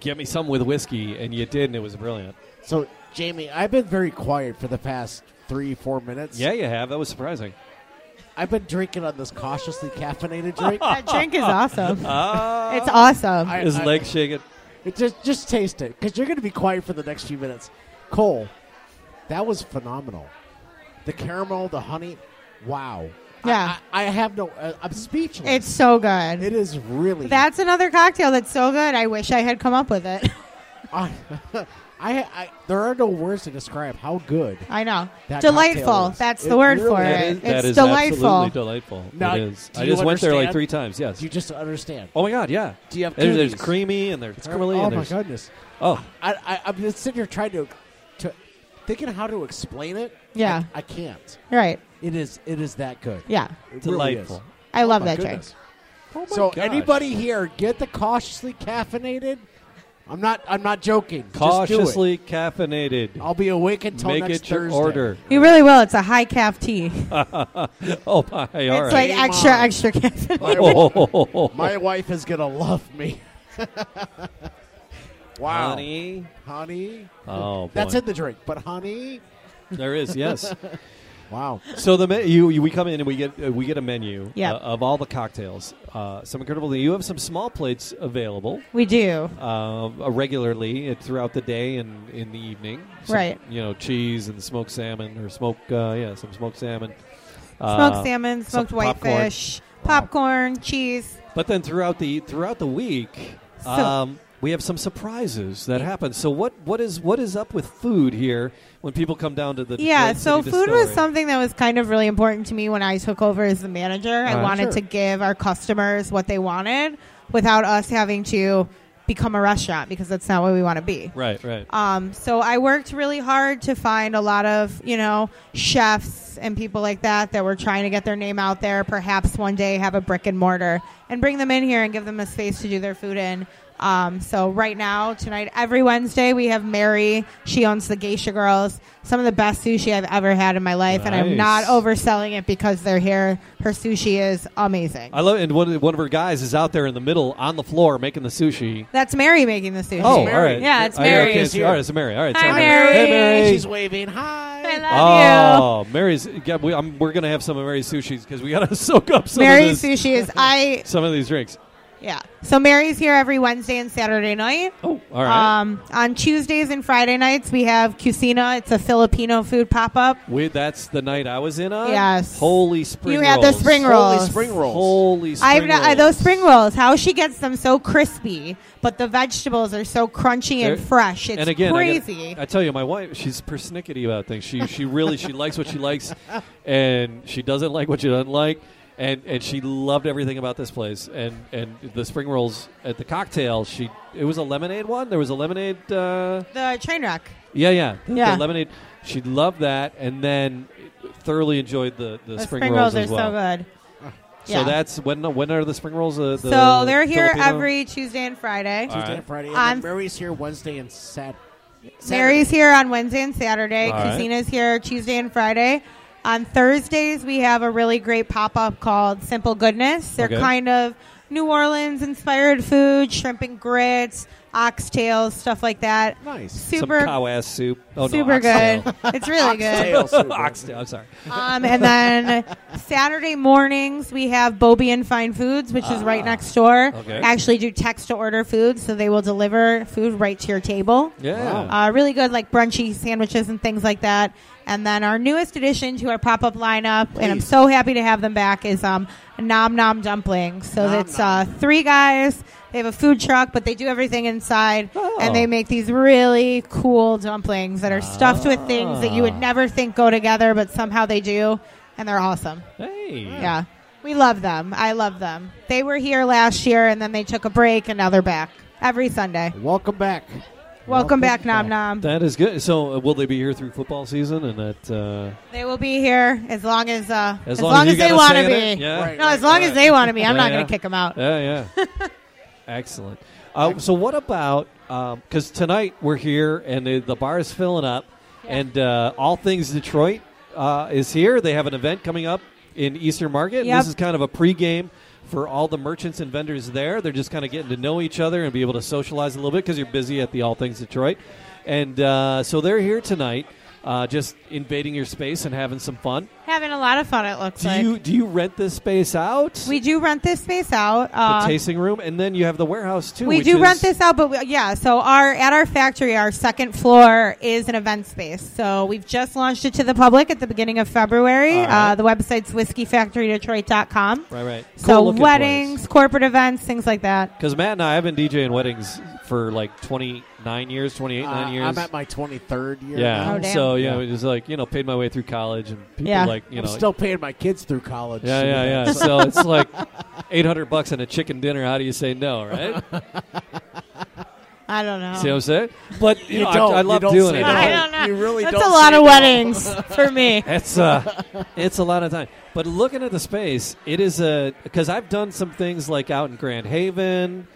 Speaker 2: "Get me some with whiskey," and you did, and it was brilliant.
Speaker 3: So Jamie, I've been very quiet for the past three, four minutes.
Speaker 2: Yeah, you have. That was surprising.
Speaker 3: I've been drinking on this cautiously caffeinated
Speaker 2: *laughs*
Speaker 3: drink.
Speaker 4: *laughs* that drink is awesome.
Speaker 2: Ah,
Speaker 4: it's awesome.
Speaker 3: I-
Speaker 2: his
Speaker 3: I-
Speaker 2: leg shaking.
Speaker 3: It just just taste it because you're going to be quiet for the next few minutes. Cole, that was phenomenal. The caramel, the honey, wow. I-
Speaker 4: Yeah.
Speaker 3: I, I, have no. Uh, I'm speechless.
Speaker 4: it's so good.
Speaker 3: it is really
Speaker 4: that's another cocktail that's so good. I wish I had come up with it.
Speaker 3: *laughs*
Speaker 4: *laughs*
Speaker 3: I, I, I there are no words to describe how good.
Speaker 4: I know.
Speaker 3: That cocktail
Speaker 4: delightful.
Speaker 3: is-
Speaker 4: That's
Speaker 3: it
Speaker 4: the word
Speaker 3: really
Speaker 4: for
Speaker 2: That
Speaker 4: it.
Speaker 2: is,
Speaker 4: it's
Speaker 2: that is
Speaker 4: delightful.
Speaker 2: absolutely delightful.
Speaker 3: Now,
Speaker 2: it is.
Speaker 3: do
Speaker 2: I
Speaker 3: you
Speaker 2: just went there like
Speaker 3: understand?
Speaker 2: three times. Yes.
Speaker 3: You just understand.
Speaker 2: oh my god. Yeah.
Speaker 3: Do you have
Speaker 2: There's, there's
Speaker 3: cooties?
Speaker 2: creamy and there's curly.
Speaker 3: oh
Speaker 2: and
Speaker 3: my
Speaker 2: there's,
Speaker 3: goodness!
Speaker 2: Oh,
Speaker 3: I, I I'm just sitting here trying to, to thinking how to explain it.
Speaker 4: Yeah.
Speaker 3: I, I can't.
Speaker 4: right.
Speaker 3: It is it is that good.
Speaker 4: Yeah.
Speaker 3: It
Speaker 2: Delightful.
Speaker 3: Really is.
Speaker 4: I love
Speaker 3: Oh my
Speaker 4: that
Speaker 3: goodness.
Speaker 4: drink.
Speaker 2: oh my
Speaker 3: so
Speaker 2: gosh.
Speaker 3: anybody here, get the cautiously caffeinated I'm not. I'm not joking. Just do it.
Speaker 2: Cautiously caffeinated.
Speaker 3: I'll be awake until
Speaker 2: Make
Speaker 3: next
Speaker 2: it your
Speaker 3: Thursday. *laughs*
Speaker 2: order.
Speaker 4: You really will. It's a high calf tea.
Speaker 2: Oh my! All
Speaker 4: it's
Speaker 2: right.
Speaker 4: like extra,
Speaker 3: Mom.
Speaker 4: extra caffeine.
Speaker 3: My,
Speaker 2: *laughs* oh,
Speaker 3: my wife is gonna love me. *laughs* wow,
Speaker 2: honey.
Speaker 3: honey.
Speaker 2: Oh, boy.
Speaker 3: That's in the drink, but honey.
Speaker 2: There is
Speaker 3: *laughs*
Speaker 2: yes.
Speaker 3: Wow.
Speaker 2: So the me- you, you we come in and we get uh, we get a menu
Speaker 4: Yep.
Speaker 2: uh, of all the cocktails. Uh, some incredible. You have some small plates available
Speaker 4: we do.
Speaker 2: uh, uh, regularly uh, throughout the day and in the evening. Some,
Speaker 4: Right.
Speaker 2: You know, cheese and smoked salmon or smoke. Uh, yeah, some smoked salmon. Uh,
Speaker 4: Smoked salmon,
Speaker 2: some
Speaker 4: smoked
Speaker 2: popcorn.
Speaker 4: whitefish, popcorn, cheese.
Speaker 2: But then throughout the throughout the week,
Speaker 4: So-
Speaker 2: um, we have some surprises that happen. So what what is what is up with food here when people come down to the
Speaker 4: yeah
Speaker 2: Detroit
Speaker 4: so
Speaker 2: City
Speaker 4: food was
Speaker 2: Distillery?
Speaker 4: something that was kind of really important to me when i took over as the manager
Speaker 2: Uh,
Speaker 4: i wanted
Speaker 2: sure.
Speaker 4: to give our customers what they wanted without us having to become a restaurant because that's not what we want to be
Speaker 2: right right
Speaker 4: um, so I worked really hard to find a lot of, you know, chefs and people like that that were trying to get their name out there, perhaps one day have a brick and mortar and bring them in here and give them a space to do their food in. Um, so right now, tonight, every Wednesday, we have Mary. She owns the Geisha Girls, some of the best sushi I've ever had in my life, and I'm not
Speaker 2: Nice.
Speaker 4: overselling it because they're here. Her sushi is amazing.
Speaker 2: I love and one of, one of her guys is out there in the middle on the floor making the sushi.
Speaker 4: That's Mary making the sushi.
Speaker 2: Oh, all
Speaker 3: Mary.
Speaker 2: right.
Speaker 4: Yeah, it's
Speaker 2: I- I
Speaker 4: Mary.
Speaker 2: can't
Speaker 3: Is
Speaker 2: see-
Speaker 3: here.
Speaker 2: All right, it's Mary. All right,
Speaker 4: Hi,
Speaker 2: sorry.
Speaker 4: Mary.
Speaker 2: Hey, Mary.
Speaker 3: She's waving. Hi.
Speaker 4: I love you.
Speaker 2: oh, Mary's. Yeah, we, I'm, we're gonna have some of Mary's sushis because we gotta *laughs* soak up some
Speaker 4: Mary
Speaker 2: of this,
Speaker 4: sushi is I
Speaker 2: some of these drinks.
Speaker 4: Yeah. So Mary's here every Wednesday and Saturday night.
Speaker 2: Oh, all right.
Speaker 4: Um, on Tuesdays and Friday nights, we have Cucina. It's a Filipino food pop up.
Speaker 2: we, that's the night I was in on.
Speaker 4: Yes.
Speaker 2: Holy spring.
Speaker 4: You had the
Speaker 2: rolls.
Speaker 4: spring
Speaker 3: Holy
Speaker 4: rolls.
Speaker 3: spring rolls.
Speaker 2: Holy spring
Speaker 4: I've not,
Speaker 2: rolls.
Speaker 4: I- those spring rolls. How she gets them so crispy, but the vegetables are so crunchy and
Speaker 2: They're-
Speaker 4: fresh. It's
Speaker 2: and again, I gotta- I,
Speaker 4: crazy.
Speaker 2: tell you, my wife, she's persnickety about things. She she really she likes what she likes, and she doesn't like what she doesn't like, and and she loved everything about this place. And and the spring rolls at the cocktail, she it was a lemonade one. There was a lemonade. Uh,
Speaker 4: the train wreck.
Speaker 2: yeah, yeah, the, the
Speaker 4: Yeah.
Speaker 2: lemonade. She loved that, and then thoroughly enjoyed the the,
Speaker 4: The
Speaker 2: spring, rolls,
Speaker 4: are
Speaker 2: as well.
Speaker 4: so good.
Speaker 2: So that's when when are the spring rolls? Uh, the
Speaker 4: so they're here
Speaker 2: Filipino?
Speaker 4: every Tuesday and Friday.
Speaker 2: All
Speaker 3: Tuesday
Speaker 2: right.
Speaker 3: and Friday. And
Speaker 4: I'm-
Speaker 3: then Mary's here Wednesday and Sat. Saturday.
Speaker 4: Mary's here on Wednesday and Saturday.
Speaker 2: All right.
Speaker 4: Christina's here Tuesday and Friday. On Thursdays, we have a really great pop up called Simple Goodness. They're
Speaker 2: Okay.
Speaker 4: kind of New Orleans inspired food, shrimp and grits, oxtails, stuff like that.
Speaker 3: Nice. Some
Speaker 4: Super,
Speaker 2: some cow ass soup. Oh,
Speaker 4: super
Speaker 2: no, oxtail.
Speaker 4: good. it's really good.
Speaker 2: *laughs*
Speaker 3: Oxtail soup.
Speaker 2: oxtail. I'm sorry.
Speaker 4: Um, and then Saturday mornings we have Bobby and Fine Foods, which is right next door.
Speaker 2: Ah, Okay.
Speaker 4: Actually, do text to order food, so they will deliver food right to your table.
Speaker 2: Yeah.
Speaker 3: Wow.
Speaker 4: Uh, really good, like brunchy sandwiches and things like that. And then our newest addition to our pop up lineup, and I'm
Speaker 3: Please.
Speaker 4: so happy to have them back, is um, Nom Nom Dumplings. So
Speaker 3: Nom
Speaker 4: it's
Speaker 3: Nom.
Speaker 4: uh, three guys. They have a food truck, but they do everything inside,
Speaker 2: Oh.
Speaker 4: and they make these really cool dumplings that are stuffed with things that you would never think go together, but somehow they do, and they're awesome.
Speaker 2: Hey.
Speaker 4: Yeah, we love them. I love them. They were here last year, and then they took a break, and now they're back every Sunday.
Speaker 3: Welcome back.
Speaker 4: Welcome, back, Nom Nom.
Speaker 2: That is good. So, uh, will they be here through football season? And that, uh,
Speaker 4: They will be here as long as uh,
Speaker 2: as long as, you
Speaker 4: they
Speaker 2: gotta
Speaker 4: want to
Speaker 2: say it,
Speaker 4: be.
Speaker 2: yeah,
Speaker 3: Right.
Speaker 4: No, as long as they want to be. I'm
Speaker 2: Yeah,
Speaker 4: not
Speaker 2: yeah.
Speaker 4: going to kick them out.
Speaker 2: yeah, yeah.
Speaker 4: *laughs*
Speaker 2: Excellent. Uh, so, what about? Because tonight we're here, and the, the bar is filling up, and uh, all things Detroit uh, is here. They have an event coming up in Eastern Market. and
Speaker 4: Yep.
Speaker 2: This is kind of a pregame. For all the merchants and vendors there, they're just kind of getting to know each other and be able to socialize a little bit because you're busy at the All Things Detroit, and uh, so they're here tonight, uh, just invading your space and having some fun.
Speaker 4: Having a lot of fun, it looks
Speaker 2: Do
Speaker 4: like.
Speaker 2: you do you rent this space out?
Speaker 4: we do rent this space out. Uh,
Speaker 2: the tasting room, and then you have the warehouse too.
Speaker 4: we
Speaker 2: which
Speaker 4: do
Speaker 2: is-
Speaker 4: rent this out, but we, yeah. So our at our factory, our second floor is an event space. So we've just launched it to the public at the beginning of February.
Speaker 2: All right.
Speaker 4: Uh, the website's whiskeyfactorydetroit.com.
Speaker 2: Right, right.
Speaker 4: So weddings, corporate events, things like that.
Speaker 2: Because Matt and I, I've been DJing weddings for like twenty nine years, twenty eight
Speaker 3: Uh,
Speaker 2: nine years.
Speaker 3: I'm at my 23rd year.
Speaker 2: yeah.
Speaker 4: Oh, damn.
Speaker 2: so yeah,
Speaker 3: Yeah.
Speaker 2: it was like you know, paid my way through college, and people
Speaker 4: Yeah.
Speaker 2: like you
Speaker 3: I'm
Speaker 2: know,
Speaker 3: still paying my kids through college.
Speaker 2: yeah, yeah, yeah. so it's like eight hundred bucks and a chicken dinner. How do you say no,
Speaker 4: *laughs*
Speaker 2: right?
Speaker 4: I don't know.
Speaker 2: See what I'm saying? But you,
Speaker 3: You
Speaker 2: know,
Speaker 3: don't.
Speaker 2: I, I love
Speaker 3: You don't
Speaker 2: doing
Speaker 3: say
Speaker 2: it.
Speaker 3: no.
Speaker 4: I don't know.
Speaker 3: You really
Speaker 4: That's
Speaker 3: don't
Speaker 4: a lot
Speaker 3: say no.
Speaker 4: of weddings
Speaker 3: *laughs*
Speaker 4: for me.
Speaker 2: It's uh, it's a lot of time. But looking at the space, it is a because I've done some things like out in Grand Haven,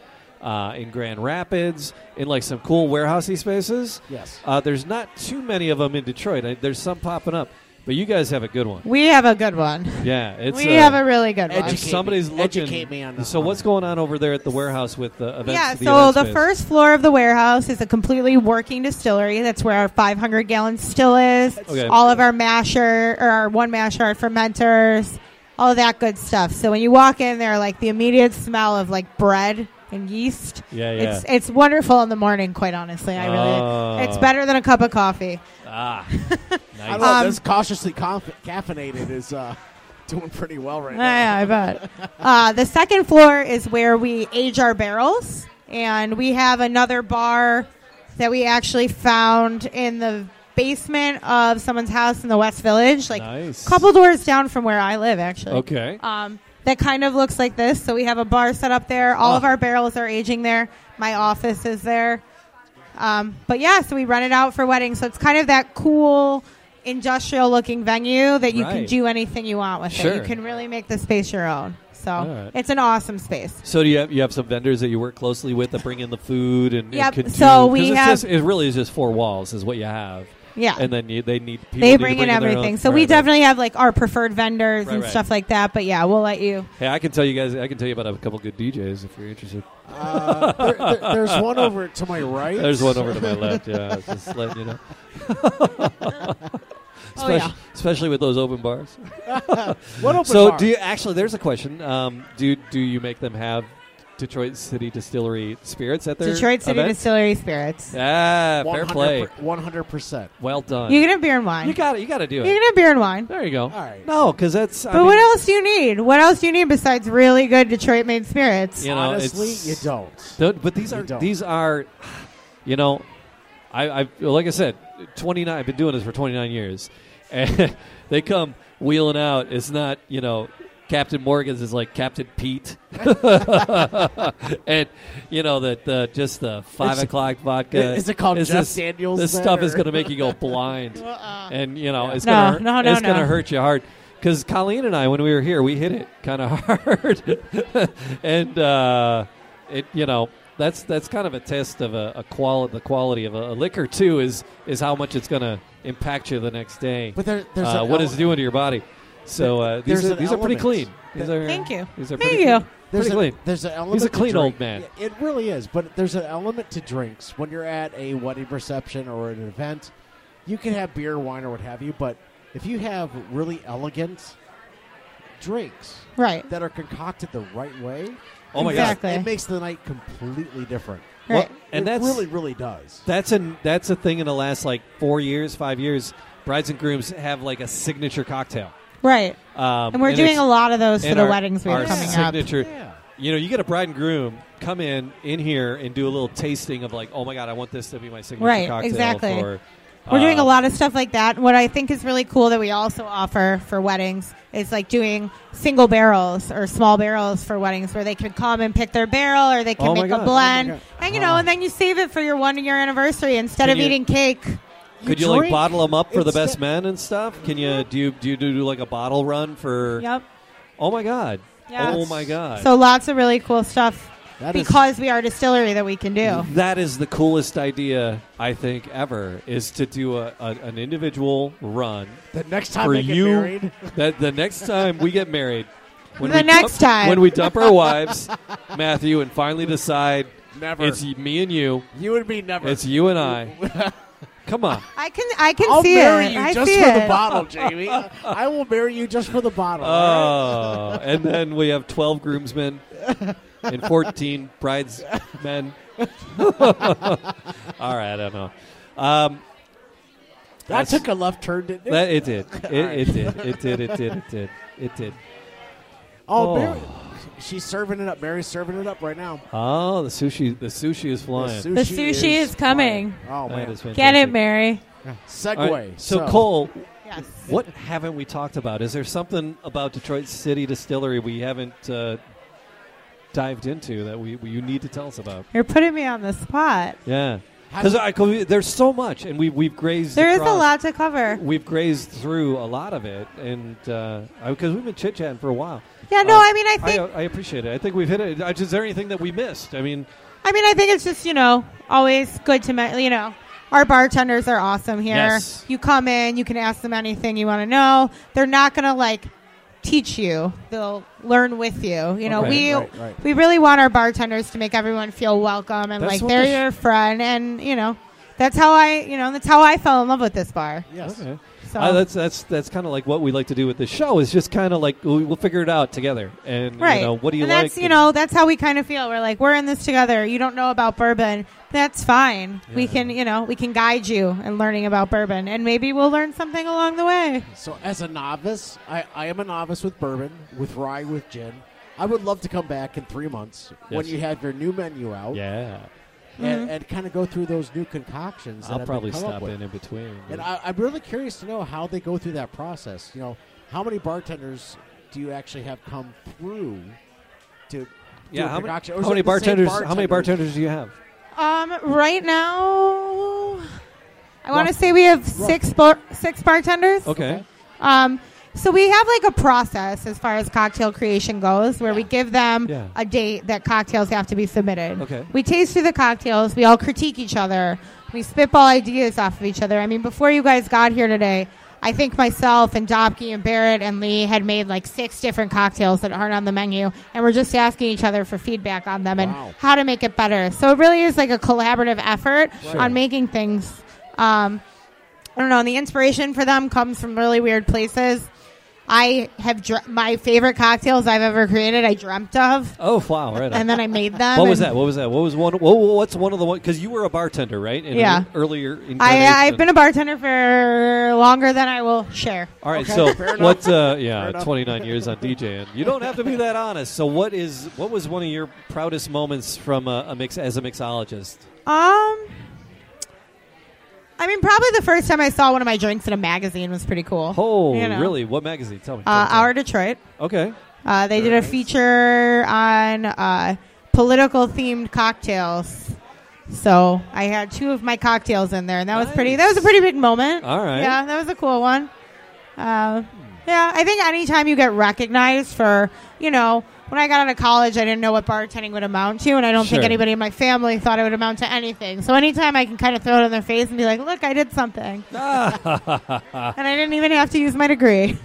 Speaker 2: uh, in Grand Rapids, in like some cool warehousey spaces.
Speaker 3: Yes.
Speaker 2: Uh, there's not too many of them in Detroit. I, there's some popping up, but you guys have a good one.
Speaker 4: We have a good one.
Speaker 2: Yeah, it's
Speaker 4: we
Speaker 2: uh,
Speaker 4: have a really good one.
Speaker 3: Educate
Speaker 2: if somebody's
Speaker 3: me.
Speaker 2: looking.
Speaker 3: Educate me on the-
Speaker 2: so
Speaker 3: on
Speaker 2: what's
Speaker 3: the-
Speaker 2: going on over there at the warehouse with the events?
Speaker 4: Yeah,
Speaker 2: the
Speaker 4: so
Speaker 2: event
Speaker 4: the
Speaker 2: space?
Speaker 4: first floor of the warehouse is a completely working distillery. That's where our 500 gallon still is.
Speaker 2: Okay.
Speaker 4: All of our masher or our one masher, our fermenters, all that good stuff. So when you walk in there, like the immediate smell of like bread and yeast.
Speaker 2: Yeah, yeah.
Speaker 4: It's it's wonderful in the morning. Quite honestly, I really
Speaker 2: Oh.
Speaker 4: it's better than a cup of coffee.
Speaker 2: ah,
Speaker 3: *laughs* I
Speaker 2: nice.
Speaker 3: love
Speaker 4: Um,
Speaker 3: this. Cautiously conf- caffeinated is uh, *laughs* doing pretty well right now.
Speaker 4: Yeah,
Speaker 3: *laughs*
Speaker 4: I bet. Uh, the second floor is where we age our barrels, and we have another bar that we actually found in the basement of someone's house in the West Village, like
Speaker 2: Nice.
Speaker 4: couple doors down from where I live, actually.
Speaker 2: Okay.
Speaker 4: Um, that kind of looks like this. So we have a bar set up there. All of
Speaker 2: Ah.
Speaker 4: our barrels are aging there. My office is there. Um, but yeah, so we rent it out for weddings. So it's kind of that cool industrial looking venue that you can
Speaker 2: Right.
Speaker 4: do anything you want with it.
Speaker 2: Sure.
Speaker 4: You can really make the space your own. So
Speaker 2: All right.
Speaker 4: it's an awesome space.
Speaker 2: So do you have you have some vendors that you work closely with that bring in the food and, and
Speaker 4: Yep,
Speaker 2: can do-
Speaker 4: so we
Speaker 2: 'cause it's
Speaker 4: have-
Speaker 2: just, it really is just four walls is what you have.
Speaker 4: Yeah.
Speaker 2: and then you, they need people need
Speaker 4: They
Speaker 2: to
Speaker 4: bring in
Speaker 2: their own-
Speaker 4: everything. So
Speaker 2: right,
Speaker 4: we
Speaker 2: right.
Speaker 4: definitely have like our preferred vendors
Speaker 2: Right,
Speaker 4: and
Speaker 2: right.
Speaker 4: stuff like that. But yeah, we'll let you.
Speaker 2: Hey, I can tell you guys. I can tell you about a couple good DJs if you're interested.
Speaker 3: Uh, there- there- there's one over to my right.
Speaker 2: There's one over to my left. Yeah, I was
Speaker 4: *laughs*
Speaker 2: just letting you know.
Speaker 4: Oh, yeah.
Speaker 2: Especially- especially with those open bars.
Speaker 3: One open
Speaker 2: So
Speaker 3: bar.
Speaker 2: do you actually? There's a question. Um, do do you make them have Detroit City Distillery spirits at their
Speaker 4: Detroit City
Speaker 2: events?
Speaker 4: Distillery Spirits.
Speaker 2: Ah, fair play.
Speaker 3: One hundred percent.
Speaker 2: Well done.
Speaker 4: You can have beer and wine.
Speaker 2: you got it. You got to do
Speaker 4: You
Speaker 2: it.
Speaker 4: can have beer and wine.
Speaker 2: There you go.
Speaker 3: All right.
Speaker 2: No, because that's. I
Speaker 4: But
Speaker 2: mean,
Speaker 4: what else do you need? What else do you need besides really good Detroit made spirits?
Speaker 2: You know,
Speaker 3: Honestly,
Speaker 2: it's-
Speaker 3: you don't.
Speaker 2: Don't- but these
Speaker 3: You
Speaker 2: are
Speaker 3: don't.
Speaker 2: these are, you know, I, I like I said, twenty nine. I've been doing this for twenty nine years, *laughs* and they come wheeling out. It's not you know, Captain Morgan's is like Captain Pete, *laughs* and you know that the just the five
Speaker 3: It's-
Speaker 2: o'clock vodka.
Speaker 3: is it called
Speaker 2: is
Speaker 3: Jeff
Speaker 2: this,
Speaker 3: Daniels
Speaker 2: This
Speaker 3: then,
Speaker 2: stuff is
Speaker 3: or- Uh-uh.
Speaker 2: going to make you go
Speaker 3: *laughs*
Speaker 2: blind, and you know it's
Speaker 4: No,
Speaker 2: gonna hurt-
Speaker 4: no, no,
Speaker 2: it's
Speaker 4: no.
Speaker 2: gonna hurt you hard. Because Colleen and I, when we were here, we hit it kind of *laughs* hard, and uh, it you know that's that's kind of a test of a, a quality the quality of a, a liquor too is is how much it's gonna impact you the next day.
Speaker 3: But there- there's
Speaker 2: uh,
Speaker 3: an
Speaker 2: what
Speaker 3: ele-
Speaker 2: it's doing to your body. So uh, these
Speaker 3: There's
Speaker 2: are,
Speaker 3: an
Speaker 2: these are pretty
Speaker 3: element.
Speaker 2: clean. These are,
Speaker 4: Thank you.
Speaker 2: These are
Speaker 4: Thank
Speaker 2: pretty
Speaker 4: you.
Speaker 2: Clean.
Speaker 3: There's
Speaker 2: Pretty
Speaker 3: a,
Speaker 2: clean.
Speaker 3: There's an element.
Speaker 2: a
Speaker 3: to
Speaker 2: clean old
Speaker 3: drink.
Speaker 2: man.
Speaker 3: Yeah, It really is, but there's an element to drinks when you're at a wedding reception or an event. You can have beer, wine, or what have you, but if you have really elegant drinks
Speaker 4: Right.
Speaker 3: that are concocted the right way,
Speaker 2: Oh my
Speaker 4: Exactly.
Speaker 2: god.
Speaker 3: it makes the night completely different.
Speaker 2: Well,
Speaker 4: Right.
Speaker 2: and
Speaker 3: it
Speaker 2: that's
Speaker 3: really, really does.
Speaker 2: That's a that's a thing in the last like four years, five years. Brides and grooms have like a signature cocktail,
Speaker 4: Right.
Speaker 2: um,
Speaker 4: And we're doing
Speaker 2: it's-
Speaker 4: a lot of those for
Speaker 2: and
Speaker 4: the
Speaker 2: our-
Speaker 4: weddings we
Speaker 2: our
Speaker 4: have coming up.
Speaker 2: signature,
Speaker 3: Yeah.
Speaker 2: You know, you get a bride and groom come in in here and do a little tasting of like, oh my god, I want this to be my signature
Speaker 4: Right,
Speaker 2: cocktail.
Speaker 4: exactly.
Speaker 2: For,
Speaker 4: We're doing
Speaker 2: uh,
Speaker 4: a lot of stuff like that. What I think is really cool that we also offer for weddings is like doing single barrels or small barrels for weddings where they can come and pick their barrel or they can
Speaker 2: Oh my
Speaker 4: make
Speaker 2: God. Oh my
Speaker 4: a blend.
Speaker 3: God.
Speaker 4: and you know, and then you save it for your one year anniversary instead
Speaker 2: Can
Speaker 4: of
Speaker 2: you-
Speaker 4: eating cake.
Speaker 2: Could
Speaker 3: You
Speaker 2: you, like
Speaker 3: drink
Speaker 2: bottle them up for the
Speaker 3: instead-
Speaker 2: best men and stuff? Can you do you do you do like a bottle run for?
Speaker 4: Yep.
Speaker 2: Oh my god.
Speaker 4: Yeah.
Speaker 2: Oh my god.
Speaker 4: So lots of really cool stuff
Speaker 3: That is-
Speaker 4: because we are a distillery that we can do.
Speaker 2: That is the coolest idea I think ever is to do a, a an individual run
Speaker 3: The next time
Speaker 2: for
Speaker 3: I get
Speaker 2: you
Speaker 3: married,
Speaker 2: that the next time we get married when
Speaker 4: The
Speaker 2: we
Speaker 4: next
Speaker 2: dump,
Speaker 4: time.
Speaker 2: when we dump our wives *laughs* matthew and finally decide
Speaker 3: never.
Speaker 2: it's me and you
Speaker 3: you and me, never.
Speaker 2: it's you and i
Speaker 3: *laughs*
Speaker 2: come on
Speaker 4: I can I can
Speaker 3: I'll
Speaker 4: see
Speaker 3: marry
Speaker 4: it.
Speaker 3: you
Speaker 4: I
Speaker 3: just
Speaker 4: see
Speaker 3: for
Speaker 4: it.
Speaker 3: the
Speaker 4: *laughs*
Speaker 3: bottle, Jamie. I will marry you just for the bottle. all right?
Speaker 2: oh and then we have 12 groomsmen and 14 bridesmen *laughs* all right i don't know um,
Speaker 3: that
Speaker 2: that's-
Speaker 3: took a left turn, didn't it?
Speaker 2: that, it did it, it did it did it did it did it did
Speaker 3: oh,
Speaker 2: Oh.
Speaker 3: Mary, she's serving it up. Mary's serving it up right now.
Speaker 2: oh the sushi the sushi is
Speaker 3: The
Speaker 2: flying
Speaker 4: The sushi is coming.
Speaker 3: flying. Oh
Speaker 2: That
Speaker 3: man,
Speaker 2: is
Speaker 4: Get it,
Speaker 2: fantastic.
Speaker 4: Mary.
Speaker 3: segue.
Speaker 2: All right, so cole
Speaker 4: Yes.
Speaker 2: What haven't we talked about? Is there something about Detroit City Distillery we haven't uh, dived into that we, we you need to tell us about?
Speaker 4: You're putting me on the spot.
Speaker 2: Yeah,
Speaker 3: How
Speaker 2: because
Speaker 3: do-
Speaker 2: I could- there's so much, and we we've grazed.
Speaker 4: There is a
Speaker 2: across-
Speaker 4: lot to cover.
Speaker 2: We've grazed through a lot of it, and because we've been chit chatting for a while.
Speaker 4: Yeah, no,
Speaker 2: Uh,
Speaker 4: I mean, I think
Speaker 2: I, I appreciate it. I think we've hit it. Uh, Is there anything that we missed? I mean,
Speaker 4: I mean, I think it's just you know always good to me- you know our bartenders are awesome here.
Speaker 5: Yes.
Speaker 4: You come in, you can ask them anything you want to know. They're not gonna like teach you; they'll learn with you. You know,
Speaker 2: Right,
Speaker 4: we
Speaker 3: right, right.
Speaker 4: we really want our bartenders to make everyone feel welcome and
Speaker 2: That's
Speaker 4: like
Speaker 2: what
Speaker 4: they're
Speaker 2: they sh-
Speaker 4: your friend, and you know that's how I you know that's how I fell in love with this bar.
Speaker 3: Yes.
Speaker 2: Okay.
Speaker 4: So
Speaker 2: Uh, that's that's that's kind of like what we like to do with this show is just kind of like we, we'll figure it out together. And
Speaker 4: Right.
Speaker 2: you know, what do you
Speaker 4: and
Speaker 2: like?
Speaker 4: That's you
Speaker 2: and-
Speaker 4: know that's how we kind of feel. We're like we're in this together. You don't know about bourbon. That's fine. We
Speaker 2: Yeah.
Speaker 4: can you know we can guide you in learning about bourbon, and maybe we'll learn something along the way.
Speaker 3: So as a novice, I, I am a novice with bourbon, with rye, with gin. I would love to come back in three months when
Speaker 2: Yes.
Speaker 3: you have your new menu out
Speaker 2: yeah.
Speaker 3: and,
Speaker 4: Mm-hmm.
Speaker 3: and kind of go through those new concoctions. that
Speaker 2: I'll
Speaker 3: have been
Speaker 2: probably
Speaker 3: come up
Speaker 2: stop
Speaker 3: with.
Speaker 2: in in between.
Speaker 3: And I, I'm really curious to know how they go through that process. You know, how many bartenders do you actually have come through to? do
Speaker 2: yeah,
Speaker 3: a
Speaker 2: how many,
Speaker 3: concoction? Or is
Speaker 2: how
Speaker 3: it
Speaker 2: many
Speaker 3: the same
Speaker 2: bartenders? How many
Speaker 3: bartenders?
Speaker 2: bartenders do you have?
Speaker 4: Um, right now, I want to
Speaker 2: Rough-
Speaker 4: say we have six bar- six bartenders.
Speaker 2: Okay.
Speaker 4: Um, so we have like a process as far as cocktail creation goes, where we give them
Speaker 2: Yeah.
Speaker 4: a date that cocktails have to be submitted.
Speaker 2: Okay.
Speaker 4: We taste through the cocktails. We all critique each other. We spitball ideas off of each other. I mean, before you guys got here today, I think myself and Dobke and Barrett and Lee had made like six different cocktails that aren't on the menu, and we're just asking each other for feedback on them and
Speaker 3: Wow.
Speaker 4: how to make it better. So it really is like a collaborative effort on making things. Um, I don't know. And the inspiration for them comes from really weird places. I have dr- my favorite cocktails I've ever created. I dreamt of,
Speaker 2: Oh wow! Right. on.
Speaker 4: and then
Speaker 2: *laughs*
Speaker 4: I made them.
Speaker 2: what was
Speaker 4: and
Speaker 2: that? What was that? What was one? What, what's one of the one? Because you were a bartender, right? In an
Speaker 4: Yeah.
Speaker 2: earlier.
Speaker 4: I, uh,
Speaker 2: incarnation.
Speaker 4: I've been a bartender for longer than I will share.
Speaker 2: All right,
Speaker 3: Okay, fair
Speaker 2: so
Speaker 3: enough.
Speaker 2: what? Uh, yeah,
Speaker 3: enough.
Speaker 2: 29 years on DJing. You don't have to be that honest. So, what is what was one of your proudest moments from a, a mix as a mixologist?
Speaker 4: Um, I mean, probably the first time I saw one of my drinks in a magazine was pretty cool.
Speaker 2: Oh,
Speaker 4: You know.
Speaker 2: really? What magazine? Tell me.
Speaker 4: Uh,
Speaker 2: tell
Speaker 4: Our
Speaker 2: me,
Speaker 4: Detroit.
Speaker 2: tell me. okay.
Speaker 4: Uh, they did a feature on uh, political themed cocktails. So I had two of my cocktails in there, and that was pretty. That was a
Speaker 2: Nice.
Speaker 4: pretty big moment.
Speaker 2: All right.
Speaker 4: Yeah, that was a cool one. Uh, yeah, I think anytime you get recognized for, you know, when I got out of college, I didn't know what bartending would amount to, and I don't think
Speaker 2: Sure.
Speaker 4: anybody in my family thought it would amount to anything. So anytime I can kind of throw it in their face and be like, "Look, I
Speaker 2: *laughs*
Speaker 4: did something," and I didn't even have to use my degree.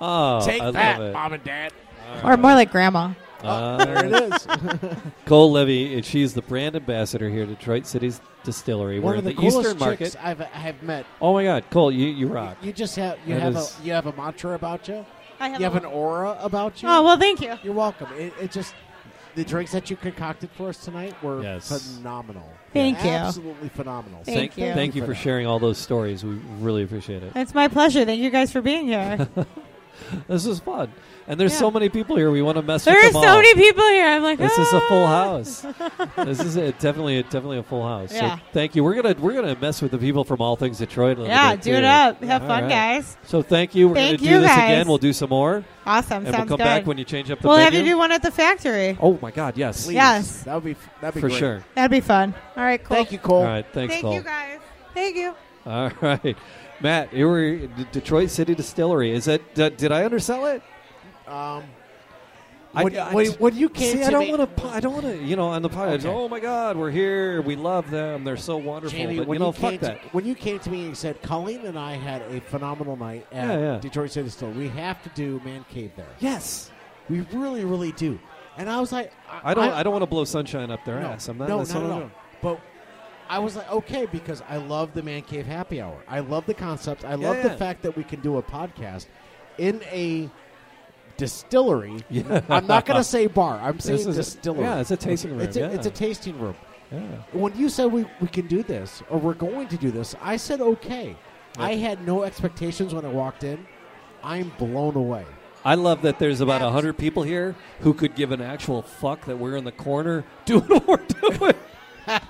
Speaker 2: Oh,
Speaker 3: Take
Speaker 2: I
Speaker 3: that,
Speaker 2: love it.
Speaker 3: mom and dad.
Speaker 4: Or more like grandma.
Speaker 2: Uh,
Speaker 3: There it is.
Speaker 2: Cole Levy, and she's the brand ambassador here at Detroit City's Distillery.
Speaker 3: One
Speaker 2: We're
Speaker 3: of
Speaker 2: in
Speaker 3: the,
Speaker 2: the,
Speaker 3: coolest
Speaker 2: Eastern
Speaker 3: chicks
Speaker 2: Market.
Speaker 3: I've I have met.
Speaker 2: Oh my God, Cole, you you rock.
Speaker 3: You just have you
Speaker 2: That
Speaker 3: have
Speaker 2: is-
Speaker 3: a you have a mantra about you.
Speaker 4: I have
Speaker 3: You have
Speaker 4: a-
Speaker 3: an aura about you.
Speaker 4: Oh well, thank you.
Speaker 3: You're welcome. It, it just the drinks that you concocted for us tonight were
Speaker 2: Yes.
Speaker 3: phenomenal.
Speaker 4: Thank you.
Speaker 3: Absolutely phenomenal.
Speaker 4: Thank you.
Speaker 2: Thank you for
Speaker 3: that.
Speaker 2: sharing all those stories. We really appreciate it.
Speaker 4: It's my pleasure. Thank you guys for
Speaker 2: *laughs*
Speaker 4: being here.
Speaker 2: This is fun, and there's
Speaker 4: Yeah.
Speaker 2: so many people here. We want to mess
Speaker 4: there
Speaker 2: with
Speaker 4: are
Speaker 2: them
Speaker 4: so
Speaker 2: all.
Speaker 4: many people here. I'm like,
Speaker 2: This is a full
Speaker 4: *laughs* "Ah."
Speaker 2: house. this is a, definitely a, definitely a full house.
Speaker 4: Yeah.
Speaker 2: So thank you. We're gonna we're gonna mess with the people from all things Detroit. A little
Speaker 4: Yeah,
Speaker 2: bit,
Speaker 4: do it
Speaker 2: too.
Speaker 4: up. Have
Speaker 2: All
Speaker 4: fun,
Speaker 2: right.
Speaker 4: guys.
Speaker 2: So thank you. We're
Speaker 4: Thank
Speaker 2: gonna
Speaker 4: you,
Speaker 2: do this
Speaker 4: guys.
Speaker 2: again. We'll do some more, and
Speaker 4: Awesome. Sounds
Speaker 2: we'll come
Speaker 4: good.
Speaker 2: back when you change up the
Speaker 4: we'll have
Speaker 2: menu.
Speaker 4: you do one at the factory.
Speaker 2: oh my God! Yes,
Speaker 3: Please.
Speaker 4: Yes.
Speaker 3: That would be f- that'd be
Speaker 2: for
Speaker 3: great.
Speaker 2: sure.
Speaker 4: That'd be fun. All right, cool.
Speaker 3: Thank you, Cole.
Speaker 2: All right. Thanks,
Speaker 4: Thank
Speaker 2: Cole.
Speaker 4: you guys. Thank you.
Speaker 2: All *laughs* right, Matt. You were at D- Detroit City Distillery. Is that d- did I undersell it?
Speaker 3: Um,
Speaker 2: I-
Speaker 3: when,
Speaker 2: I-
Speaker 3: when, when you came
Speaker 2: See,
Speaker 3: to
Speaker 2: I don't
Speaker 3: me-
Speaker 2: want to. I don't want to. You know, on the podcast.
Speaker 3: Okay.
Speaker 2: Oh my God, we're here. We love them. They're so wonderful.
Speaker 3: Jamie,
Speaker 2: but
Speaker 3: when
Speaker 2: you know,
Speaker 3: came
Speaker 2: fuck that.
Speaker 3: To, when you came to me and you said, Colleen and I had a phenomenal night at
Speaker 2: Yeah, yeah.
Speaker 3: Detroit City Still. We have to do Man Cave there.
Speaker 2: Yes.
Speaker 3: We really, really do. And I was like, I,
Speaker 2: I don't. I, don't want to blow sunshine up their ass. I'm not.
Speaker 3: no,
Speaker 2: that's
Speaker 3: not
Speaker 2: what
Speaker 3: at
Speaker 2: I'm
Speaker 3: all. But I was like, okay, because I love the man cave happy hour. I love the concept. I love the
Speaker 2: yeah.
Speaker 3: fact that we can do a podcast in a distillery.
Speaker 2: Yeah.
Speaker 3: I'm not
Speaker 2: *laughs*
Speaker 3: going to say bar. I'm
Speaker 2: This
Speaker 3: saying
Speaker 2: is a-
Speaker 3: distillery.
Speaker 2: yeah, it's a tasting room,
Speaker 3: It's a,
Speaker 2: yeah.
Speaker 3: it's a tasting room.
Speaker 2: doing. Yeah.
Speaker 3: When you said we, we can do this or we're going to do this, I said okay. I had no expectations when I walked in. I'm blown away.
Speaker 2: I love that there's about a hundred people here who could give an actual fuck that we're in the corner *laughs* doing what we're doing. *laughs*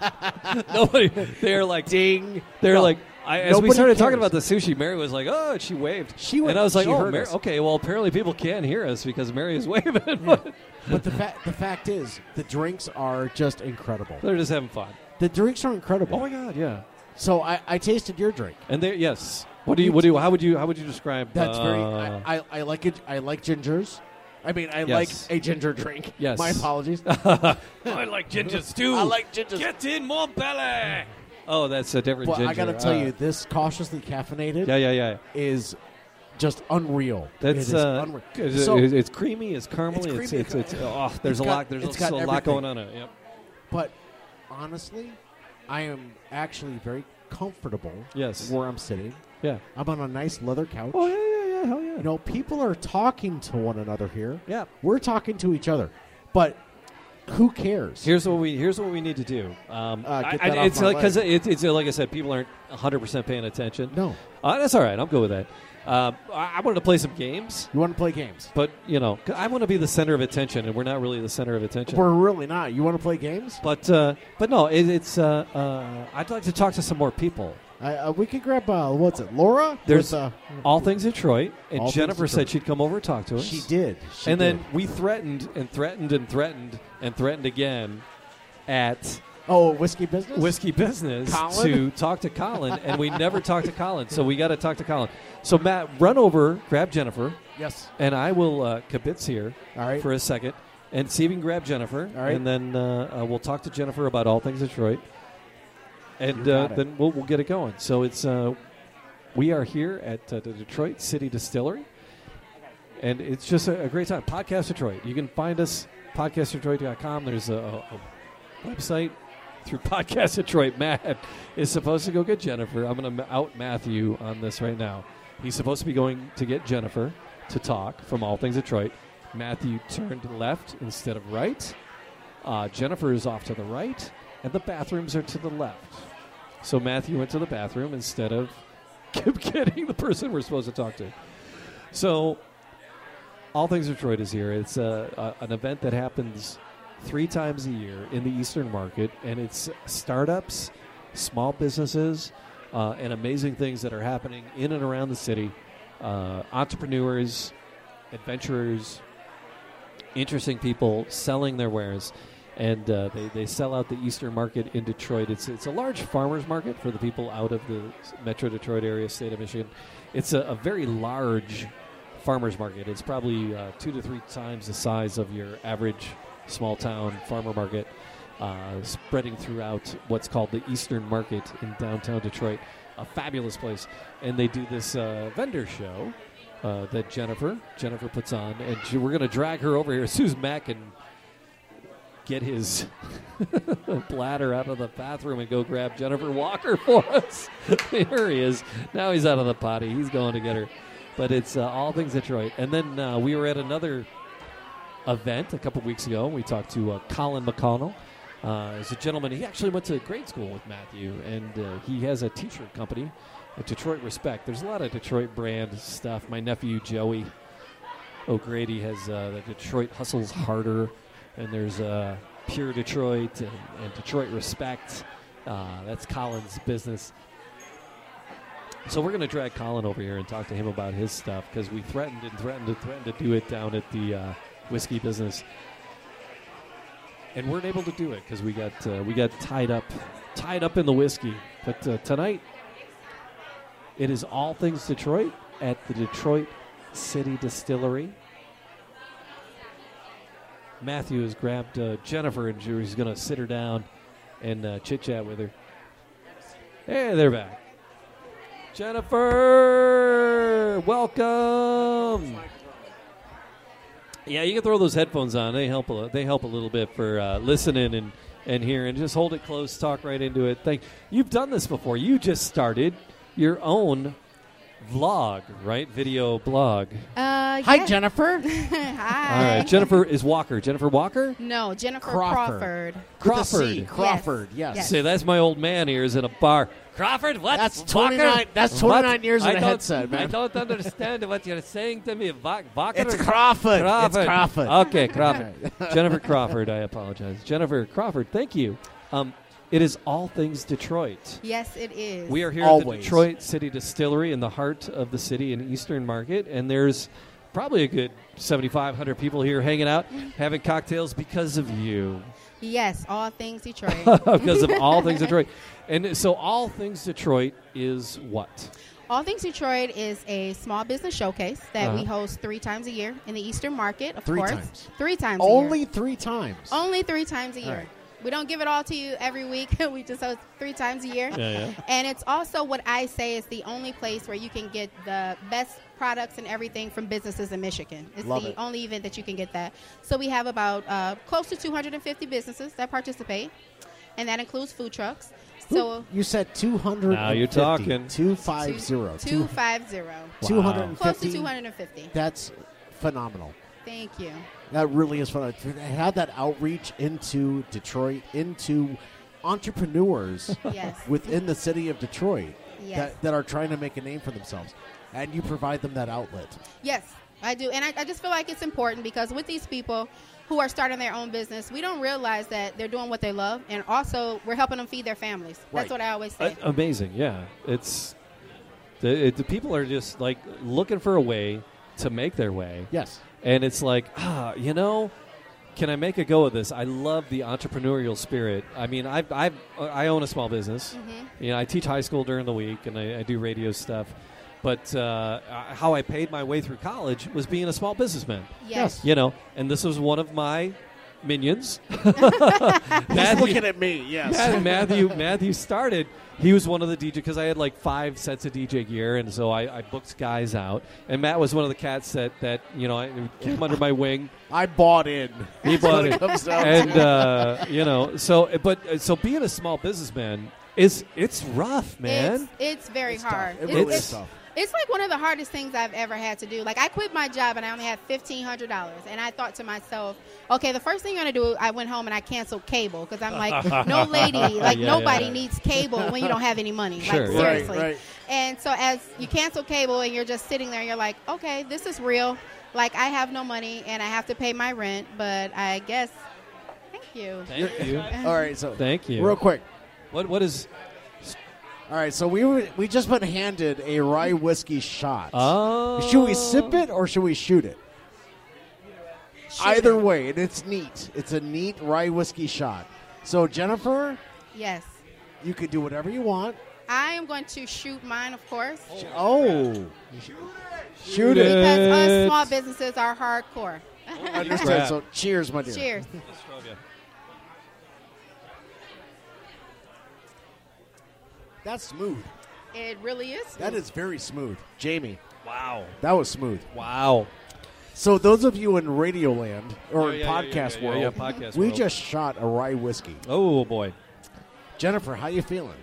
Speaker 2: Nobody. They're like ding. They're
Speaker 3: No.
Speaker 2: like. I, as we
Speaker 3: Nobody
Speaker 2: started talking
Speaker 3: cares.
Speaker 2: about the sushi, Mary was like, "Oh," and she waved.
Speaker 3: She wa-
Speaker 2: and I was like,
Speaker 3: she
Speaker 2: "Oh,
Speaker 3: heard
Speaker 2: Mary,
Speaker 3: us.
Speaker 2: okay. Well, apparently people can't hear us because Mary is *laughs* waving.
Speaker 3: But
Speaker 2: *laughs*
Speaker 3: the, fa- the fact is, the drinks are just incredible.
Speaker 2: They're just having fun.
Speaker 3: The drinks are incredible.
Speaker 2: Oh my god, yeah.
Speaker 3: So I, I tasted your drink.
Speaker 2: And they yes. What do you? What do? you- How would you? How would you describe?
Speaker 3: That's very.
Speaker 2: uh,
Speaker 3: I, I, I like it. I like gingers. I mean, I
Speaker 2: Yes.
Speaker 3: like a ginger drink. *laughs*
Speaker 2: Yes. *laughs*
Speaker 3: My apologies.
Speaker 5: *laughs* I like ginger stew.
Speaker 3: I like ginger.
Speaker 5: Get in more belly.
Speaker 2: Oh, that's a different
Speaker 3: But
Speaker 2: ginger.
Speaker 3: I got to tell
Speaker 2: Uh,
Speaker 3: you, this cautiously caffeinated
Speaker 2: Yeah, yeah, yeah.
Speaker 3: is just unreal. It
Speaker 2: That's
Speaker 3: is
Speaker 2: uh,
Speaker 3: unreal.
Speaker 2: it's,
Speaker 3: So-
Speaker 2: it's creamy, it's caramely, it's,
Speaker 3: creamy,
Speaker 2: it's, it's, oh, there's
Speaker 3: It's
Speaker 2: a
Speaker 3: got-
Speaker 2: lot, there's
Speaker 3: it's got
Speaker 2: also a lot
Speaker 3: everything.
Speaker 2: going on it. Yep.
Speaker 3: But honestly, I am actually very comfortable.
Speaker 2: Yes.
Speaker 3: Where I'm sitting,
Speaker 2: Yeah.
Speaker 3: I'm on a nice leather couch.
Speaker 2: Oh yeah, yeah, yeah, hell yeah.
Speaker 3: You know, people are talking to one another here.
Speaker 2: Yeah.
Speaker 3: We're talking to each other, but who cares?
Speaker 2: Here's what we here's what we need to do. Um,
Speaker 3: Uh, get
Speaker 2: I- I-
Speaker 3: that off
Speaker 2: it's
Speaker 3: my
Speaker 2: like because
Speaker 3: leg.
Speaker 2: it, it's uh, like I said, people aren't 100 percent paying attention.
Speaker 3: No.
Speaker 2: uh, that's all right. I'm good with that. Um, I, I wanted to play some games,
Speaker 3: You want to play games?
Speaker 2: but you know, 'cause I want to be the center of attention, and we're not really the center of attention.
Speaker 3: We're really not. You want to play games?
Speaker 2: but uh, but no, it, it's uh, uh, I'd like to talk to some more people.
Speaker 3: I, uh, we could grab uh, what's it? Laura.
Speaker 2: There's
Speaker 3: With, uh,
Speaker 2: all things Detroit, and
Speaker 3: All Things
Speaker 2: Jennifer said
Speaker 3: Detroit.
Speaker 2: she'd come over and talk to us.
Speaker 3: she did. She
Speaker 2: and then
Speaker 3: did.
Speaker 2: we threatened and threatened and threatened and threatened again at
Speaker 3: oh, whiskey business.
Speaker 2: whiskey business to
Speaker 3: Colin?
Speaker 2: *laughs* talk to Colin, and we never talked to Colin. So we got to talk to Colin. So Matt, run over, grab Jennifer,
Speaker 3: Yes.
Speaker 2: and I will uh, kibitz here
Speaker 3: All right.
Speaker 2: for a second and see if we can grab Jennifer,
Speaker 3: All right.
Speaker 2: and then uh, uh, we'll talk to Jennifer about all things Detroit, and
Speaker 3: You
Speaker 2: uh,
Speaker 3: got it.
Speaker 2: then we'll, we'll get it going. So it's uh, we are here at uh, the Detroit City Distillery, and it's just a, a great time. Podcast Detroit. You can find us podcastdetroit.com. There's a, a, a website through *laughs* Podcast Detroit. Matt is supposed to go get Jennifer. I'm going to out Matthew on this right now. He's supposed to be going to get Jennifer to talk from All Things Detroit. Matthew turned left instead of right. Uh, Jennifer is off to the right, and the bathrooms are to the left. So Matthew went to the bathroom instead of *laughs* getting the person we're supposed to talk to. So, All Things Detroit is here. It's uh, a, a, an event that happens three times a year in the Eastern Market, and it's startups, small businesses, uh, and amazing things that are happening in and around the city. Uh, entrepreneurs, adventurers, interesting people selling their wares. And uh, they, they sell out the Eastern Market in Detroit. It's it's a large farmers market for the people out of the s- Metro Detroit area, state of Michigan. It's a, a very large farmers market. It's probably uh, two to three times the size of your average small town farmer market, uh, spreading throughout what's called the Eastern Market in downtown Detroit. A fabulous place, and they do this uh, vendor show uh, that Jennifer Jennifer puts on, and she, we're going to drag her over here *laughs* as soon as Matt can get his *laughs* bladder out of the bathroom and go grab Jennifer Walker for us. *laughs* there he is. Now he's out of the potty. He's going to get her. But it's uh, all things Detroit. And then uh, we were at another event a couple weeks ago. We talked to uh, Colin McConnell. Uh, is a gentleman. He actually went to grade school with Matthew, and uh, he has a T-shirt company, at Detroit Respect. There's a lot of Detroit brand stuff. My nephew Joey O'Grady has uh, the Detroit Hustles Harder, and there's uh, Pure Detroit and, and Detroit Respect. Uh, that's Colin's business. So we're going to drag Colin over here and talk to him about his stuff because we threatened and threatened and threatened to do it down at the uh, whiskey business, and weren't able to do it because we got uh, we got tied up, tied up in the whiskey. But uh, tonight, it is all things Detroit at the Detroit City Distillery. Matthew has grabbed uh, Jennifer and he's going to sit her down and uh, chit chat with her. Hey, they're back. Jennifer, welcome. Yeah, you can throw those headphones on. They help. A, they help a little bit for uh, listening and and hearing. Just hold it close. Talk right into it. Thank. You've done this before. You just started your own vlog, right? Video blog.
Speaker 6: Uh,
Speaker 3: Hi,
Speaker 6: yeah.
Speaker 3: Jennifer.
Speaker 6: *laughs* Hi.
Speaker 2: All right, Jennifer is Walker. Jennifer Walker.
Speaker 6: No, Jennifer
Speaker 3: Crawford.
Speaker 6: Crawford.
Speaker 3: With a C.
Speaker 2: Crawford.
Speaker 3: Crawford. Yes.
Speaker 6: Yes.
Speaker 2: Say that's my old man here is in a bar. Crawford, what?
Speaker 3: That's
Speaker 2: Walker?
Speaker 3: 29 that's 29
Speaker 2: What?
Speaker 3: years in
Speaker 2: I
Speaker 3: a
Speaker 2: don't-
Speaker 3: headset, man.
Speaker 2: I don't understand what you're saying to me. Va- Walker?
Speaker 3: It's Crawford. It's Crawford.
Speaker 2: Okay, Crawford. Jennifer Crawford, I apologize. Jennifer Crawford, thank you. Um, it is All Things Detroit.
Speaker 6: Yes, it is.
Speaker 2: We are here at the
Speaker 3: Always.
Speaker 2: Detroit City Distillery in the heart of the city in Eastern Market, and there's probably a good 7,500 people here hanging out, having cocktails because of you,
Speaker 6: Yes, all
Speaker 2: *laughs*
Speaker 3: *laughs*
Speaker 6: things Detroit.
Speaker 2: because of All Things Detroit. And so, All Things Detroit is what?
Speaker 6: All Things Detroit is a small business showcase that we
Speaker 2: Uh-huh.
Speaker 6: host three times a year in the Eastern Market, of
Speaker 3: Three
Speaker 6: course.
Speaker 3: times.
Speaker 6: Three times. a year.
Speaker 3: Only three times.
Speaker 6: Only three times a year.
Speaker 3: right.
Speaker 6: We don't give it all to you every week. *laughs* we just host three times a year.
Speaker 2: Yeah, yeah.
Speaker 6: And it's also what I say is the only place where you can get the best products and everything from businesses in Michigan. It's
Speaker 3: Love
Speaker 6: the
Speaker 3: it.
Speaker 6: only event that you can get that. So we have about uh, close to 250 businesses that participate, and that includes food trucks. So
Speaker 3: you said 200.
Speaker 2: Now you're talking.
Speaker 3: 250.
Speaker 6: two five zero,
Speaker 2: Wow.
Speaker 3: 250.
Speaker 6: close to 250.
Speaker 3: That's phenomenal.
Speaker 6: Thank you.
Speaker 3: That really is fun. To have that outreach into Detroit, into entrepreneurs
Speaker 6: *laughs* Yes.
Speaker 3: within the city of Detroit
Speaker 6: Yes.
Speaker 3: that, that are trying to make a name for themselves. And you provide them that outlet.
Speaker 6: Yes, I do. And I, I just feel like it's important because with these people who are starting their own business, we don't realize that they're doing what they love. And also, we're helping them feed their families.
Speaker 3: Right.
Speaker 6: That's what I always
Speaker 2: A-
Speaker 6: say.
Speaker 2: amazing. Yeah, it's the, it, the people are just like looking for a way to make their way,
Speaker 3: Yes.
Speaker 2: and it's like ah, you know, can I make a go of this? I love the entrepreneurial spirit. I mean, I I I own a small business. You know, I teach high school during the week, and I, I do radio stuff. But uh, I- how I paid my way through college was being a small businessman.
Speaker 6: yes.
Speaker 2: You know, and this was one of my minions. *laughs*
Speaker 3: He's
Speaker 2: Matthew-
Speaker 3: looking at me,
Speaker 2: *laughs*
Speaker 3: yes.
Speaker 2: Matt- Matthew Matthew started. He was one of the DJ because I had like five sets of DJ gear, and so I, I booked guys out. And Matt was one of the cats that that you know I came under my
Speaker 3: *laughs*
Speaker 2: wing.
Speaker 3: I bought in.
Speaker 2: He bought it,
Speaker 3: Comes out
Speaker 2: and uh, you know so. But uh, so being a small businessman is it's rough, man.
Speaker 6: It's, it's very
Speaker 3: It's tough.
Speaker 6: hard.
Speaker 3: It really
Speaker 2: is
Speaker 6: it's,
Speaker 3: tough.
Speaker 6: it's like one of the hardest things I've ever had to do. Like I quit my job and I only had fifteen hundred dollars, and I thought to myself, okay, the first thing you're gonna do. I went home and I canceled cable because
Speaker 2: *laughs*
Speaker 6: I'm like, no lady, like
Speaker 2: Yeah,
Speaker 6: nobody
Speaker 2: yeah.
Speaker 6: needs cable when you don't have any money.
Speaker 2: Sure.
Speaker 6: Like
Speaker 2: Right,
Speaker 6: seriously.
Speaker 3: right.
Speaker 6: And so as you cancel cable and you're just sitting there, and you're like, okay, this is real. Like I have no money and I have to pay my rent, but I guess. Thank you.
Speaker 2: Thank you,
Speaker 3: All right, so
Speaker 2: thank you.
Speaker 3: real quick.
Speaker 2: What what is?
Speaker 3: All right, so we were, we just been handed a rye whiskey shot.
Speaker 2: Oh,
Speaker 3: Should we sip it or should we shoot it? Either way, and it's neat. It's a neat rye whiskey shot. So Jennifer,
Speaker 6: Yes.
Speaker 3: you could do whatever you want.
Speaker 6: I am going to shoot mine, of course.
Speaker 3: Oh, shoot
Speaker 2: it.
Speaker 3: it!
Speaker 6: because
Speaker 2: It's-
Speaker 6: us small businesses are hardcore.
Speaker 3: Understood. So cheers, my dear.
Speaker 6: Cheers.
Speaker 3: That's smooth.
Speaker 6: It really is.
Speaker 3: That is very smooth, Jamie.
Speaker 2: Wow,
Speaker 3: That was smooth.
Speaker 2: wow.
Speaker 3: So those of you in Radioland
Speaker 2: Yeah,
Speaker 3: or in
Speaker 2: yeah, yeah,
Speaker 3: podcast
Speaker 2: yeah, yeah,
Speaker 3: world,
Speaker 2: yeah, podcast
Speaker 3: we
Speaker 2: world.
Speaker 3: just shot a rye whiskey.
Speaker 2: Oh boy.
Speaker 3: Jennifer, how you feeling?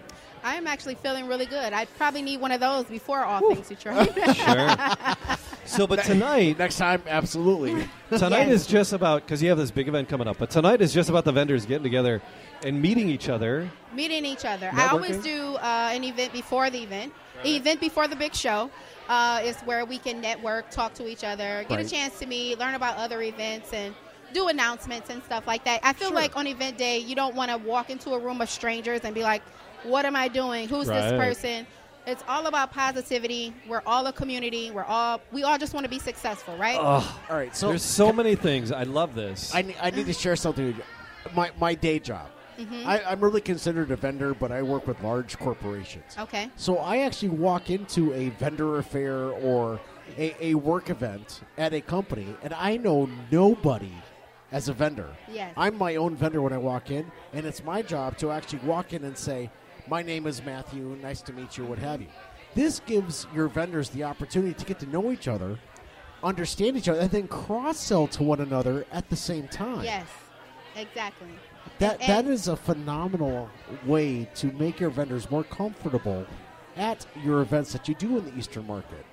Speaker 6: I am actually feeling really good. I probably need one of those before all things *laughs* Detroit.
Speaker 2: Sure. so, but tonight,
Speaker 3: Next time, *laughs* absolutely.
Speaker 2: Tonight
Speaker 6: Yes.
Speaker 2: is just about because you have this big event coming up, but tonight is just about the vendors getting together and meeting each other.
Speaker 6: Meeting each other. I always
Speaker 2: Networking?
Speaker 6: do uh, an event before the event. The event before the big show uh, is where we can network, talk to each other, get
Speaker 3: Right.
Speaker 6: a chance to meet, learn about other events, and do announcements and stuff like that. I feel like on event day, you don't want to walk into a room of strangers and be like, "What am I doing? Who's this
Speaker 2: Right.
Speaker 6: person?" It's all about positivity. We're all a community. We're all we all just want to be successful, right?
Speaker 3: All right, so
Speaker 2: There's so many things. I love this.
Speaker 3: I, ne- I need to share something with you. My, my day job.
Speaker 6: Mm-hmm.
Speaker 3: I, I'm really considered a vendor, but I work with large corporations.
Speaker 6: okay.
Speaker 3: So I actually walk into a vendor affair or a, a work event at a company, and I know nobody as a vendor.
Speaker 6: Yes.
Speaker 3: I'm my own vendor when I walk in, and it's my job to actually walk in and say, My name is Matthew, nice to meet you, what have you. This gives your vendors the opportunity to get to know each other, understand each other, and then cross sell to one another at the same time.
Speaker 6: Yes. Exactly.
Speaker 3: That
Speaker 6: And-
Speaker 3: that is a phenomenal way to make your vendors more comfortable at your events that you do in the Eastern Market.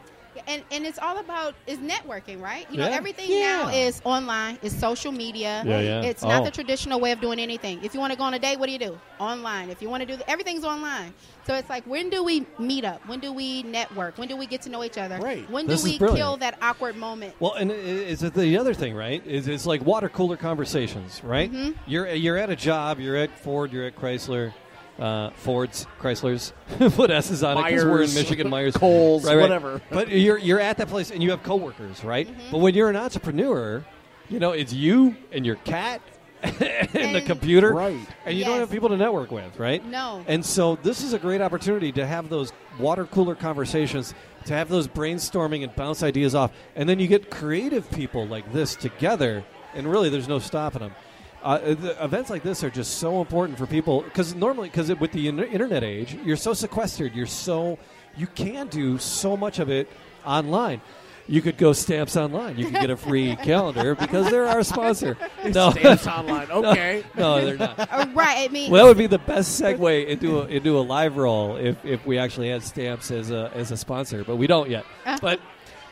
Speaker 6: and and it's all about is networking, right? You know,
Speaker 2: Yeah.
Speaker 6: everything
Speaker 3: Yeah.
Speaker 6: now is online, is social media.
Speaker 2: Yeah, yeah.
Speaker 6: It's not
Speaker 2: Oh.
Speaker 6: the traditional way of doing anything. If you want to go on a date, what do you do? Online. If you want to do th- everything's online. So it's like when do we meet up? When do we network? When do we get to know each other?
Speaker 3: Right.
Speaker 6: When
Speaker 2: This is
Speaker 6: do we
Speaker 2: brilliant.
Speaker 6: kill that awkward moment?
Speaker 2: well, and i- is it the other thing, right? Is it's like water cooler conversations, right?
Speaker 6: Mm-hmm.
Speaker 2: You're you're at a job. You're at Ford. You're at Chrysler. Uh, Ford's, Chrysler's, *laughs* put S's on it because we're in
Speaker 3: Myers,
Speaker 2: Michigan, Myers,
Speaker 3: Kohl's, whatever.
Speaker 2: But you're you're at that place and
Speaker 6: Mm-hmm.
Speaker 2: you have coworkers, right? But when you're an entrepreneur, you know it's you and your cat *laughs* in the
Speaker 6: And-
Speaker 2: computer.
Speaker 3: Right.
Speaker 2: And you don't
Speaker 6: Yes.
Speaker 2: have people to network with, right?
Speaker 6: No.
Speaker 2: And so this is a great opportunity to have those water cooler conversations, to have those brainstorming and bounce ideas off. And then you get creative people like this together, and really there's no stopping them. Uh, the events like this are just so important for people because normally, because with the in- internet age, you're so sequestered. You're so, you can do so much of it online. You could go stamps online. You could get a free calendar because they're our sponsor. No, *laughs*
Speaker 3: Stamps online. Okay.
Speaker 2: no, they're not.
Speaker 6: Uh, right. I mean,
Speaker 2: *laughs* Well, that would be the best segue into a, into a live roll if, if we actually had stamps as a as a sponsor, but we don't yet.
Speaker 6: Uh.
Speaker 2: But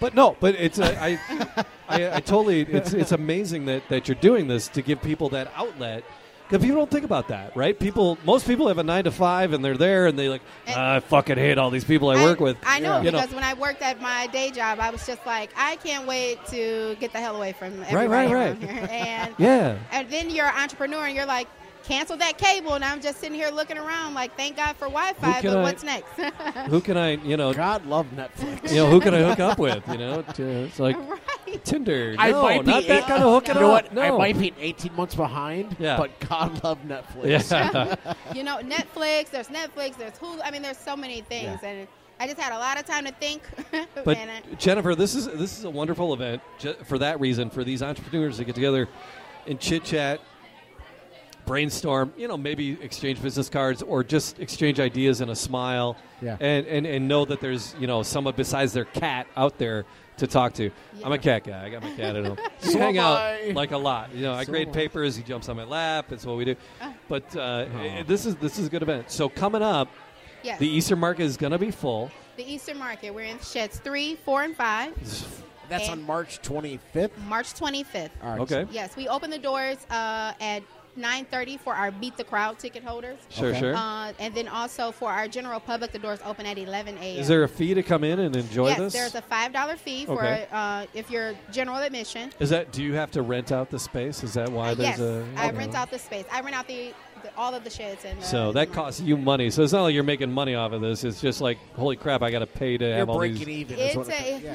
Speaker 2: but no, but it's a, I, I I totally it's it's amazing that that you're doing this to give people that outlet. Because people don't think about that, right? People, most people have a nine to five, and they're there, and they like, "Ah, I fucking hate all these people I, work with.
Speaker 6: I know
Speaker 2: You
Speaker 6: because when I worked at my day job, I was just like, I can't wait to get the hell away from
Speaker 2: right, right.
Speaker 6: everybody around here. And
Speaker 2: yeah,
Speaker 6: and then you're an entrepreneur, and you're like, cancel that cable, and I'm just sitting here looking around, like, thank God for Wi-Fi,
Speaker 2: can
Speaker 6: but
Speaker 2: I-
Speaker 6: what's next? *laughs*
Speaker 2: who can I, you know,
Speaker 3: God love Netflix. *laughs*
Speaker 2: you know, who can I hook up with? You know, to- it's
Speaker 6: *laughs*
Speaker 2: like Tinder. no, not that kind of hooking
Speaker 3: You know
Speaker 2: up.
Speaker 3: what? I
Speaker 2: No.
Speaker 3: might be 18 months behind,
Speaker 2: Yeah.
Speaker 3: but God love Netflix. *laughs*
Speaker 2: Yeah.
Speaker 6: you know, Netflix. There's Netflix. There's Hulu. I mean, there's so many things, and I just had a lot of time to think. *laughs*
Speaker 2: But
Speaker 6: and uh, I-
Speaker 2: Jennifer, this is this is a wonderful event ju- for that reason. For these entrepreneurs to get together and chit chat, brainstorm. You know, maybe exchange business cards or just exchange ideas and a smile.
Speaker 3: Yeah.
Speaker 2: And and and know that there's you know someone besides their cat out there to talk to. I'm a cat guy. I got my cat
Speaker 3: *laughs*
Speaker 2: at home. We
Speaker 3: So
Speaker 2: hang
Speaker 3: am
Speaker 2: out
Speaker 3: I.
Speaker 2: like a lot. You know, I
Speaker 3: So
Speaker 2: grade
Speaker 3: am I.
Speaker 2: papers. He jumps on my lap. It's what we do.
Speaker 3: Ah.
Speaker 2: But uh, eh, this is this is a good event. So coming up,
Speaker 6: yes,
Speaker 2: the
Speaker 6: the,
Speaker 2: Easter market is going to be full.
Speaker 6: Easter Market. We're in sheds three, four, and five.
Speaker 3: That's on March 25th.
Speaker 6: March 25th.
Speaker 3: All right.
Speaker 2: Okay.
Speaker 6: Yes, we open the doors uh, at 9:30 for our Beat the Crowd ticket holders.
Speaker 2: Sure,
Speaker 3: Okay.
Speaker 2: sure.
Speaker 6: Uh, and then also for our general public, the doors open at 11 a.m.
Speaker 2: Is there a fee to come in and enjoy
Speaker 6: yes,
Speaker 2: this?
Speaker 6: there's a five dollar fee for
Speaker 2: Okay.
Speaker 6: uh, if you're general admission.
Speaker 2: Is that do you have to rent out the space? Is that why there's
Speaker 6: yes,
Speaker 2: a?
Speaker 6: I rent out the space. I rent out the, the all of the sheds and.
Speaker 2: So that costs you money. So it's not like you're making money off of this. It's just like, holy crap, I got to pay to
Speaker 3: You're
Speaker 2: have all these.
Speaker 3: breaking even. is
Speaker 6: It's
Speaker 3: what *laughs*
Speaker 6: a
Speaker 3: it- yeah.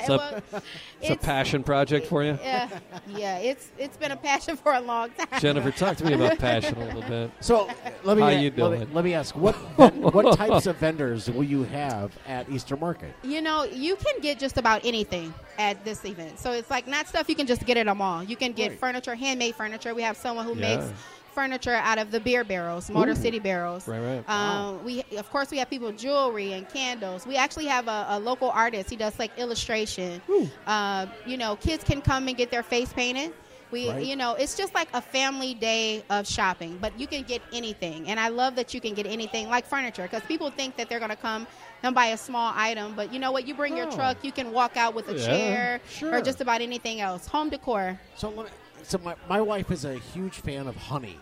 Speaker 2: *laughs* It's a-
Speaker 6: well,
Speaker 2: It's a passion project for
Speaker 6: *laughs*
Speaker 2: you,
Speaker 6: Yeah, uh, yeah, it's it's been a passion for a long time.
Speaker 2: Jennifer. Talk to me about passion a little
Speaker 6: *laughs*
Speaker 2: bit.
Speaker 3: So let me,
Speaker 2: How you
Speaker 3: let, me
Speaker 2: doing?
Speaker 3: let me ask what ven-
Speaker 2: *laughs*
Speaker 3: what types of vendors will you have at Easter Market?
Speaker 6: You know, you can get just about anything at this event. So it's like not stuff you can just get at a mall. You can get
Speaker 3: Right.
Speaker 6: furniture, handmade furniture. We have someone who
Speaker 2: Yeah.
Speaker 6: makes furniture out of the beer barrels, Motor City barrels.
Speaker 2: Right, right.
Speaker 6: Um, We of course we have people jewelry and candles. We actually have a, a local artist. He does like illustration. Uh, you know, kids can come and get their face painted. We,
Speaker 3: Right.
Speaker 6: you know, it's just like a family day of shopping, but you can get anything. And I love that you can get anything like furniture because people think that they're going to come and buy a small item, but you know what? You bring your
Speaker 2: Oh.
Speaker 6: truck, you can walk out with a
Speaker 2: Yeah,
Speaker 6: chair
Speaker 2: sure.
Speaker 6: or just about anything else. Home decor,
Speaker 3: So let me, so my, my wife is a huge fan of honey.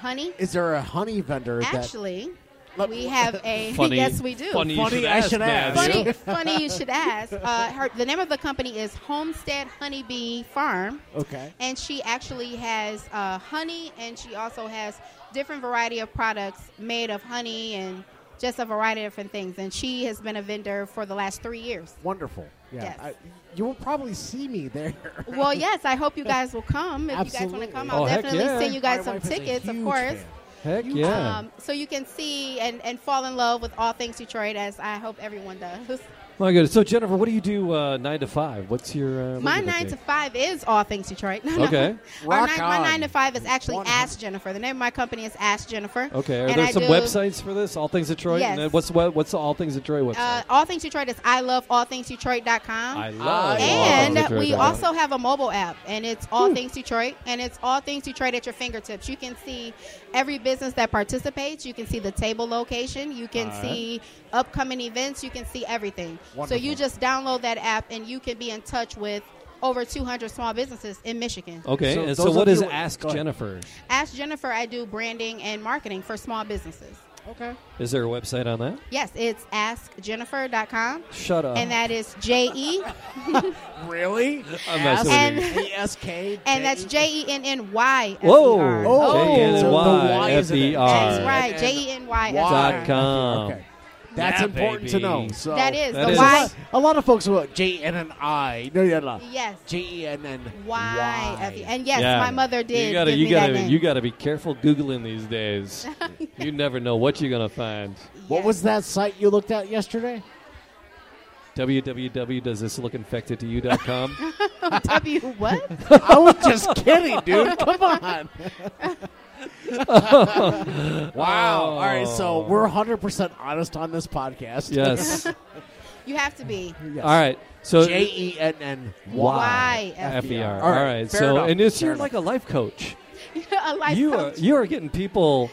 Speaker 6: honey.
Speaker 3: Is there a honey vendor
Speaker 6: Actually,
Speaker 3: Let-
Speaker 6: we have
Speaker 2: *laughs*
Speaker 6: a
Speaker 2: Funny.
Speaker 6: *laughs* yes, we do.
Speaker 2: Funny, you
Speaker 3: Funny,
Speaker 2: should
Speaker 3: I
Speaker 2: ask,
Speaker 3: should
Speaker 2: man.
Speaker 3: ask.
Speaker 6: funny, *laughs* funny you should ask. Uh, her, the name of the company is Homestead Honeybee Farm,
Speaker 3: that okay?
Speaker 6: and she actually has uh, honey, and she also has different variety of products made of honey and just a variety of different things. And she has been a vendor for the last three years.
Speaker 3: Wonderful. Yeah.
Speaker 6: Yes.
Speaker 3: I, you will probably see me there. *laughs*
Speaker 6: Well, yes, I hope you guys will come. If you guys want
Speaker 3: Absolutely.
Speaker 6: to come,
Speaker 2: Oh,
Speaker 6: I'll
Speaker 2: heck
Speaker 6: definitely
Speaker 2: yeah.
Speaker 6: send you
Speaker 3: *laughs* My
Speaker 6: guys some
Speaker 3: wife is a
Speaker 6: tickets, of
Speaker 3: huge
Speaker 6: course.
Speaker 3: fan.
Speaker 2: Heck yeah.
Speaker 6: Um, so you can see and, and fall in love with all things Detroit, as I hope everyone does.
Speaker 2: My goodness. So Jennifer, what do you do uh, nine to five? What's your uh,
Speaker 6: My
Speaker 2: what do you
Speaker 6: nine
Speaker 2: do?
Speaker 6: to five is all things Detroit. *laughs* No, no.
Speaker 2: Okay.
Speaker 6: Our
Speaker 3: Rock
Speaker 6: nine, my
Speaker 3: on.
Speaker 6: nine to five is actually
Speaker 3: One
Speaker 6: Ask Jennifer. The name of my company is Ask Jennifer.
Speaker 2: Okay. Are
Speaker 6: And
Speaker 2: there
Speaker 6: I
Speaker 2: some
Speaker 6: do-
Speaker 2: websites for this? All Things Detroit.
Speaker 6: Yes.
Speaker 2: And then what's what, what's the All Things Detroit
Speaker 6: Uh,
Speaker 2: website?
Speaker 6: all things Detroit is I love allthingsdetroit.com.
Speaker 2: I love.
Speaker 6: Uh, and
Speaker 2: All Things
Speaker 6: we
Speaker 2: Detroit.
Speaker 6: also have a mobile app, and
Speaker 2: Hmm.
Speaker 6: it's All Things Detroit, and it's All Things Detroit at your fingertips. You can see every business that participates. You can see the table location. You can see upcoming events. You can see everything. So you
Speaker 3: Wonderful.
Speaker 6: just download that app, and you can be in touch with over 200 small businesses in Michigan.
Speaker 2: Okay.
Speaker 3: So
Speaker 2: and so
Speaker 3: those
Speaker 2: what
Speaker 3: of
Speaker 2: is
Speaker 3: you-
Speaker 2: Ask
Speaker 3: go ahead.
Speaker 2: Jennifer?
Speaker 6: Ask Jennifer. I do branding and marketing for small businesses.
Speaker 3: Okay.
Speaker 2: Is there a website on that?
Speaker 6: Yes, it's askjennifer.com.
Speaker 2: Shut up.
Speaker 6: And that is J E,
Speaker 3: Really?
Speaker 2: I'm messing
Speaker 6: with you.
Speaker 3: A S K.
Speaker 6: *laughs* and that's J E Oh, N N Y.
Speaker 2: Whoa. E
Speaker 3: Oh,
Speaker 2: J-E-N-N-Y
Speaker 3: so the Y is in it.
Speaker 2: F-E-R.
Speaker 6: That's right, J E N Y.
Speaker 3: Why?
Speaker 2: Dot com.
Speaker 3: Okay. That's
Speaker 5: Yeah,
Speaker 3: important to
Speaker 5: baby.
Speaker 3: know. So
Speaker 6: That is
Speaker 2: That
Speaker 6: the
Speaker 2: is.
Speaker 3: There's a
Speaker 6: why.
Speaker 3: lot- A lot of folks about J N N I. No, no, no.
Speaker 6: Yes. E
Speaker 3: J E N N.
Speaker 6: Why? Effie. And yes,
Speaker 2: Yeah.
Speaker 6: my mother did.
Speaker 2: You gotta,
Speaker 6: give
Speaker 2: you
Speaker 6: me
Speaker 2: gotta,
Speaker 6: that name.
Speaker 2: you gotta be careful googling these days. you never know what you're gonna find.
Speaker 3: What
Speaker 6: Yes.
Speaker 3: was that site you looked at yesterday?
Speaker 2: www.doesthislookinfectedtoyou.com.
Speaker 6: W what?
Speaker 3: I was
Speaker 2: *laughs*
Speaker 3: just kidding, dude. Come on. wow. All right. So we're 100% honest on this podcast.
Speaker 2: Oh. yes.
Speaker 6: You have to be.
Speaker 2: All right. So
Speaker 3: J E N N
Speaker 6: Why?
Speaker 2: F E R.
Speaker 3: All
Speaker 2: All
Speaker 3: right,
Speaker 2: right.
Speaker 3: fair
Speaker 2: So,
Speaker 3: enough,
Speaker 2: and it's
Speaker 3: fair
Speaker 2: you're
Speaker 3: enough.
Speaker 2: like a life coach.
Speaker 6: a life
Speaker 2: *laughs* you are
Speaker 6: coach.
Speaker 2: you are getting people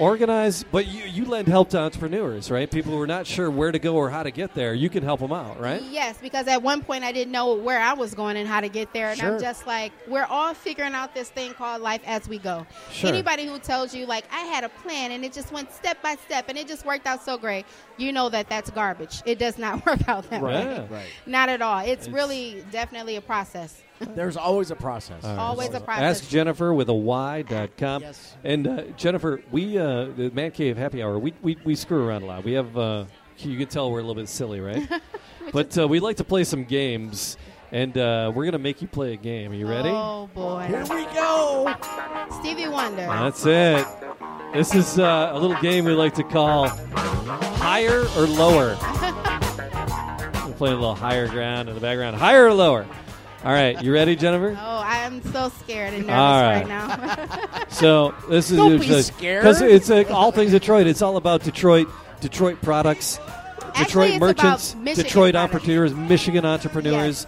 Speaker 2: organized, but you you lend help to entrepreneurs, right? People who are not sure where to go or how to get there. You can help them out, right?
Speaker 6: Yes, because at one point I didn't know where I was going and how to get there. And
Speaker 3: Sure.
Speaker 6: I'm just like, we're all figuring out this thing called life as we go.
Speaker 2: Sure.
Speaker 6: Anybody who tells you, like, I had a plan and it just went step by step and it just worked out so great, you know that that's garbage. It does not *laughs* work out that
Speaker 2: Right.
Speaker 6: way.
Speaker 2: Yeah.
Speaker 3: Right.
Speaker 6: Not at all. It's, really definitely a process.
Speaker 3: There's always a process.
Speaker 6: Always a process.
Speaker 2: Ask Jennifer with a Y dot com.
Speaker 3: Yes.
Speaker 2: And uh, Jennifer, we uh, the Man Cave Happy Hour. We, we we screw around a lot. We have uh, you can tell we're a little bit silly,
Speaker 6: *laughs*
Speaker 2: right? but uh, we like to play some games, and uh, we're gonna make you play a game. Are you ready?
Speaker 6: Oh, boy.
Speaker 3: Here we go.
Speaker 6: Stevie Wonder.
Speaker 2: That's it. This is uh, a little game we like to call higher or lower. We're playing a little higher ground in the background. Higher or lower? All right, you ready, Jennifer?
Speaker 6: Oh, I am so scared and nervous
Speaker 2: All right.
Speaker 6: right now.
Speaker 2: So this is
Speaker 3: Don't be scared.
Speaker 2: because it's like all things Detroit. It's all about Detroit, Detroit products, Detroit
Speaker 6: it's
Speaker 2: merchants,
Speaker 6: about Michigan
Speaker 2: Detroit
Speaker 6: products.
Speaker 2: entrepreneurs, Michigan entrepreneurs.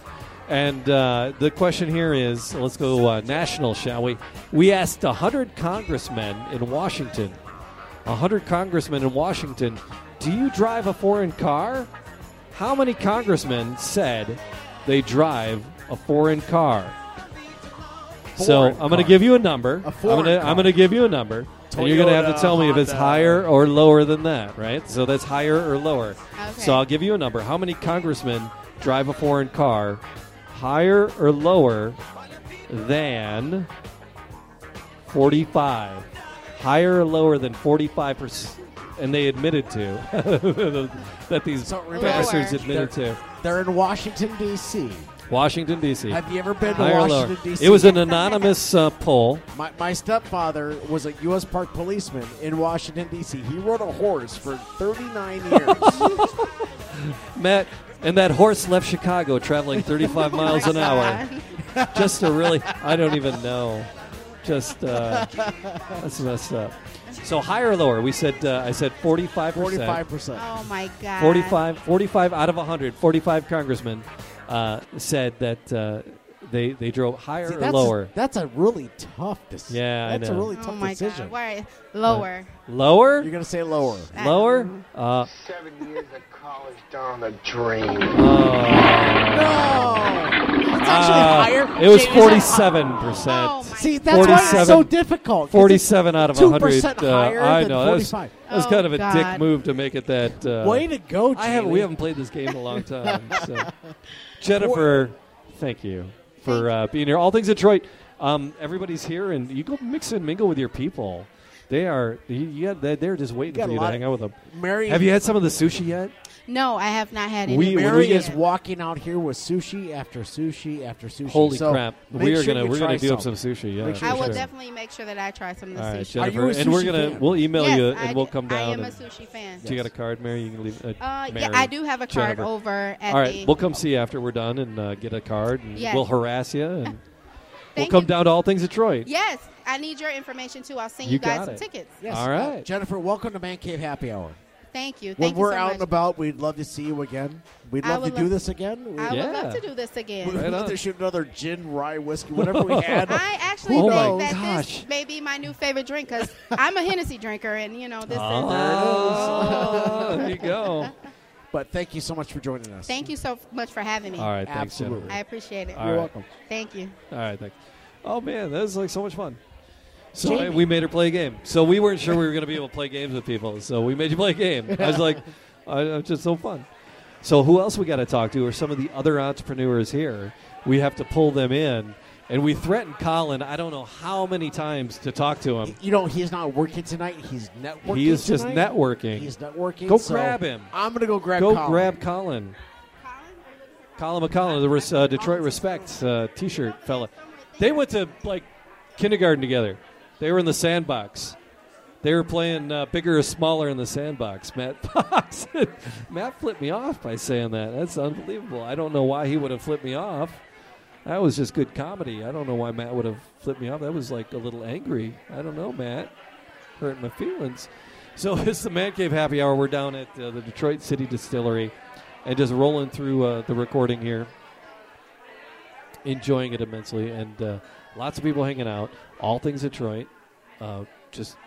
Speaker 2: And uh, the question here is, let's go uh, national, shall we? We asked 100 congressmen in Washington, 100 congressmen in Washington, do you drive a foreign car? How many congressmen said they drive a foreign car? so
Speaker 3: Foreign
Speaker 2: I'm going
Speaker 3: car.
Speaker 2: to give you a number.
Speaker 3: A foreign
Speaker 2: I'm gonna- I'm
Speaker 3: car.
Speaker 2: going to give you a number, and you're going to have to
Speaker 3: Toyota,
Speaker 2: tell me if it's
Speaker 3: Honda.
Speaker 2: higher or lower than that, right? So that's higher or lower.
Speaker 6: Okay.
Speaker 2: So I'll give you a number. How many congressmen drive a foreign car, higher or lower than 45? Higher or lower than 45 percent? And they admitted to *laughs* that these
Speaker 3: So remember-
Speaker 2: bastards
Speaker 6: Lower.
Speaker 2: admitted to
Speaker 3: They're in Washington, D.C.
Speaker 2: Washington D.C.
Speaker 3: Have you ever been to
Speaker 2: Higher or lower?
Speaker 3: Washington, D.C.?
Speaker 2: It was an anonymous uh, poll.
Speaker 3: My, my stepfather was a U.S. Park policeman in Washington, D.C. He rode a horse for
Speaker 2: *laughs*
Speaker 3: 39 years.
Speaker 2: Matt, and that horse left Chicago traveling
Speaker 3: *laughs*
Speaker 2: 35 *laughs* miles an hour just to really, I don't even know. Just, uh, that's messed up. So higher or lower? We said, uh, I said 45%.
Speaker 3: 45%.
Speaker 6: *laughs* Oh my god.
Speaker 2: 45, 45 out of 100, 45 congressmen uh, said that uh, they, they drove higher
Speaker 3: See,
Speaker 2: or
Speaker 3: that's,
Speaker 2: lower.
Speaker 3: that's a really tough decision.
Speaker 2: Yeah, I
Speaker 3: That's
Speaker 2: know.
Speaker 3: a really
Speaker 6: Oh
Speaker 3: tough
Speaker 6: my
Speaker 3: decision.
Speaker 6: god. Why? Lower.
Speaker 2: Lower?
Speaker 3: You're going to say lower.
Speaker 6: Uh,
Speaker 2: lower?
Speaker 3: Mm-hmm.
Speaker 2: Uh,
Speaker 7: Seven years of college down the drain.
Speaker 2: oh.
Speaker 3: It's
Speaker 2: Uh,
Speaker 3: actually *laughs* higher.
Speaker 2: It was
Speaker 3: James.
Speaker 2: 47%.
Speaker 6: Oh my
Speaker 3: See, that's why it's so
Speaker 2: 47
Speaker 3: difficult. 'cause it's-
Speaker 2: 47 out of 100.
Speaker 3: 2%
Speaker 2: uh,
Speaker 3: higher
Speaker 2: I
Speaker 3: than
Speaker 2: know. that was-
Speaker 3: 45.
Speaker 2: That was
Speaker 6: Oh,
Speaker 2: kind of a dick
Speaker 6: God.
Speaker 2: move to make it that. Uh,
Speaker 3: Way to go, Jamie.
Speaker 2: *laughs* I haven't, we haven't played this game in a long time. so. Jennifer, thank you for uh, being here. All things Detroit. Um, everybody's here, and you go mix and mingle with your people. They are, you, you got, they're- they're just waiting
Speaker 3: got
Speaker 2: for
Speaker 3: a
Speaker 2: you to
Speaker 3: lot
Speaker 2: hang
Speaker 3: of-
Speaker 2: out with them.
Speaker 3: Mary,
Speaker 2: Have you had some of the sushi yet?
Speaker 6: No, I have not had any.
Speaker 2: We- when
Speaker 3: Mary
Speaker 2: we
Speaker 3: is
Speaker 2: get-
Speaker 3: walking out here with sushi after sushi after sushi.
Speaker 2: Holy
Speaker 3: So
Speaker 2: crap!
Speaker 3: make
Speaker 2: We are
Speaker 3: sure
Speaker 2: gonna
Speaker 3: you
Speaker 2: we're gonna
Speaker 3: try
Speaker 2: do up some sushi. Yeah,
Speaker 3: Make sure
Speaker 6: I
Speaker 3: you
Speaker 6: will
Speaker 3: sure.
Speaker 6: definitely make sure that I try some of the
Speaker 2: All right,
Speaker 6: sushi.
Speaker 3: Are you
Speaker 2: Jennifer,
Speaker 3: a
Speaker 2: and we're
Speaker 3: sushi
Speaker 2: gonna
Speaker 3: fan?
Speaker 2: we'll email
Speaker 6: yes,
Speaker 2: you,
Speaker 6: I
Speaker 2: and
Speaker 6: d-
Speaker 2: we'll come down.
Speaker 6: I am
Speaker 2: and
Speaker 6: a sushi fan.
Speaker 2: Do you got a card, Mary? You can leave. Uh,
Speaker 6: Uh, yeah,
Speaker 2: Mary,
Speaker 6: I do have a card
Speaker 2: Jennifer.
Speaker 6: over at
Speaker 2: All right,
Speaker 6: the.
Speaker 2: we'll come see you after we're done and uh, get a card, and
Speaker 6: Yes.
Speaker 2: we'll harass you, and we'll
Speaker 6: Thank
Speaker 2: come
Speaker 6: you.
Speaker 2: down to all things Detroit.
Speaker 6: Yes, I need your information too. I'll send
Speaker 2: You
Speaker 6: you, guys
Speaker 2: got
Speaker 6: some
Speaker 2: it.
Speaker 6: tickets.
Speaker 3: Yes.
Speaker 2: All right.
Speaker 3: Uh, Jennifer, welcome to Man Cave Happy Hour.
Speaker 6: Thank you.
Speaker 3: When
Speaker 6: Thank
Speaker 3: we're
Speaker 6: you so
Speaker 3: out
Speaker 6: much.
Speaker 3: and about, we'd love to see you again. We'd
Speaker 6: I
Speaker 3: love to
Speaker 6: would
Speaker 3: do
Speaker 6: love-
Speaker 3: this again. We'd,
Speaker 6: I would
Speaker 2: Yeah.
Speaker 6: love to do this
Speaker 3: *laughs*
Speaker 6: again.
Speaker 3: we'd
Speaker 2: Right
Speaker 3: love
Speaker 2: on.
Speaker 3: to shoot another gin, rye, whiskey, whatever
Speaker 6: *laughs*
Speaker 3: we had.
Speaker 6: I actually
Speaker 2: Oh
Speaker 6: think
Speaker 2: my
Speaker 6: that
Speaker 2: gosh.
Speaker 6: this may be my new favorite
Speaker 2: *laughs*
Speaker 6: drink because I'm a Hennessy drinker, and you know this
Speaker 2: Uh-huh. Oh, there you
Speaker 6: *laughs*
Speaker 2: go.
Speaker 3: But thank you so much for joining
Speaker 6: is.
Speaker 3: us.
Speaker 6: Thank you so much for having me.
Speaker 2: All right, thanks,
Speaker 3: Absolutely.
Speaker 2: Jennifer.
Speaker 6: I appreciate it.
Speaker 2: All right.
Speaker 6: Thank you.
Speaker 2: All right, thanks. Oh man, that was like so much fun. So
Speaker 6: Jamie.
Speaker 2: uh, we made her play a game. So we weren't sure we were going to be able to play games with people. So we made you play a game. I was
Speaker 6: *laughs*
Speaker 2: like, I, it's just so fun. So who else we got to talk to? Are some of the other entrepreneurs here? We have to pull them in And we threatened Colin, I don't know how many times to talk to him.
Speaker 3: You know, he's not working tonight. He's networking.
Speaker 2: He is just
Speaker 3: tonight.
Speaker 2: networking.
Speaker 3: He's networking.
Speaker 2: Go
Speaker 3: so
Speaker 2: grab him.
Speaker 3: I'm gonna go grab.
Speaker 2: Go
Speaker 3: Colin.
Speaker 2: grab Colin. Colin McCollum, the res- uh, Detroit Respect uh, t shirt fella. They went to like kindergarten together. They were in the sandbox. They were playing uh, bigger or smaller in the sandbox. Matt *laughs* Fox. Matt flipped me off by saying that. That's unbelievable. I don't know why he would have flipped me off. That was just good comedy. I don't know why Matt would have flipped me off. That was like a little angry. I don't know, Matt. Hurt my feelings. So *laughs* it's the Man Cave Happy Hour. We're down at uh, the Detroit City Distillery and just rolling through uh, the recording here, enjoying it immensely, and uh, lots of people hanging out. All things Detroit, uh, just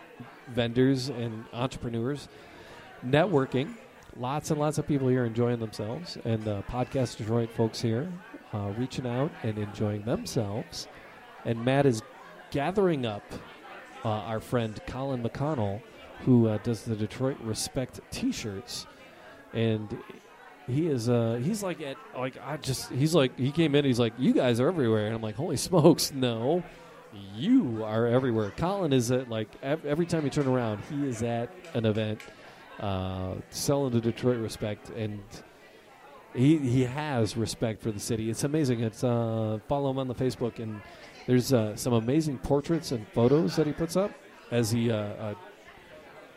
Speaker 2: vendors and entrepreneurs, networking. Lots and lots of people here enjoying themselves, and uh, podcast Detroit folks here uh, reaching out and enjoying themselves. And Matt is gathering up uh, our friend Colin McConnell, who uh, does the Detroit Respect T-shirts, and he is uh he's like at like I just he's like he came in he's like you guys are everywhere and I'm like holy smokes no you are everywhere Colin is at like ev- every time you turn around he is at an event uh selling to Detroit respect and he he has respect for the city it's amazing it's uh follow him on the Facebook and there's uh, some amazing portraits and photos that he puts up as he uh, uh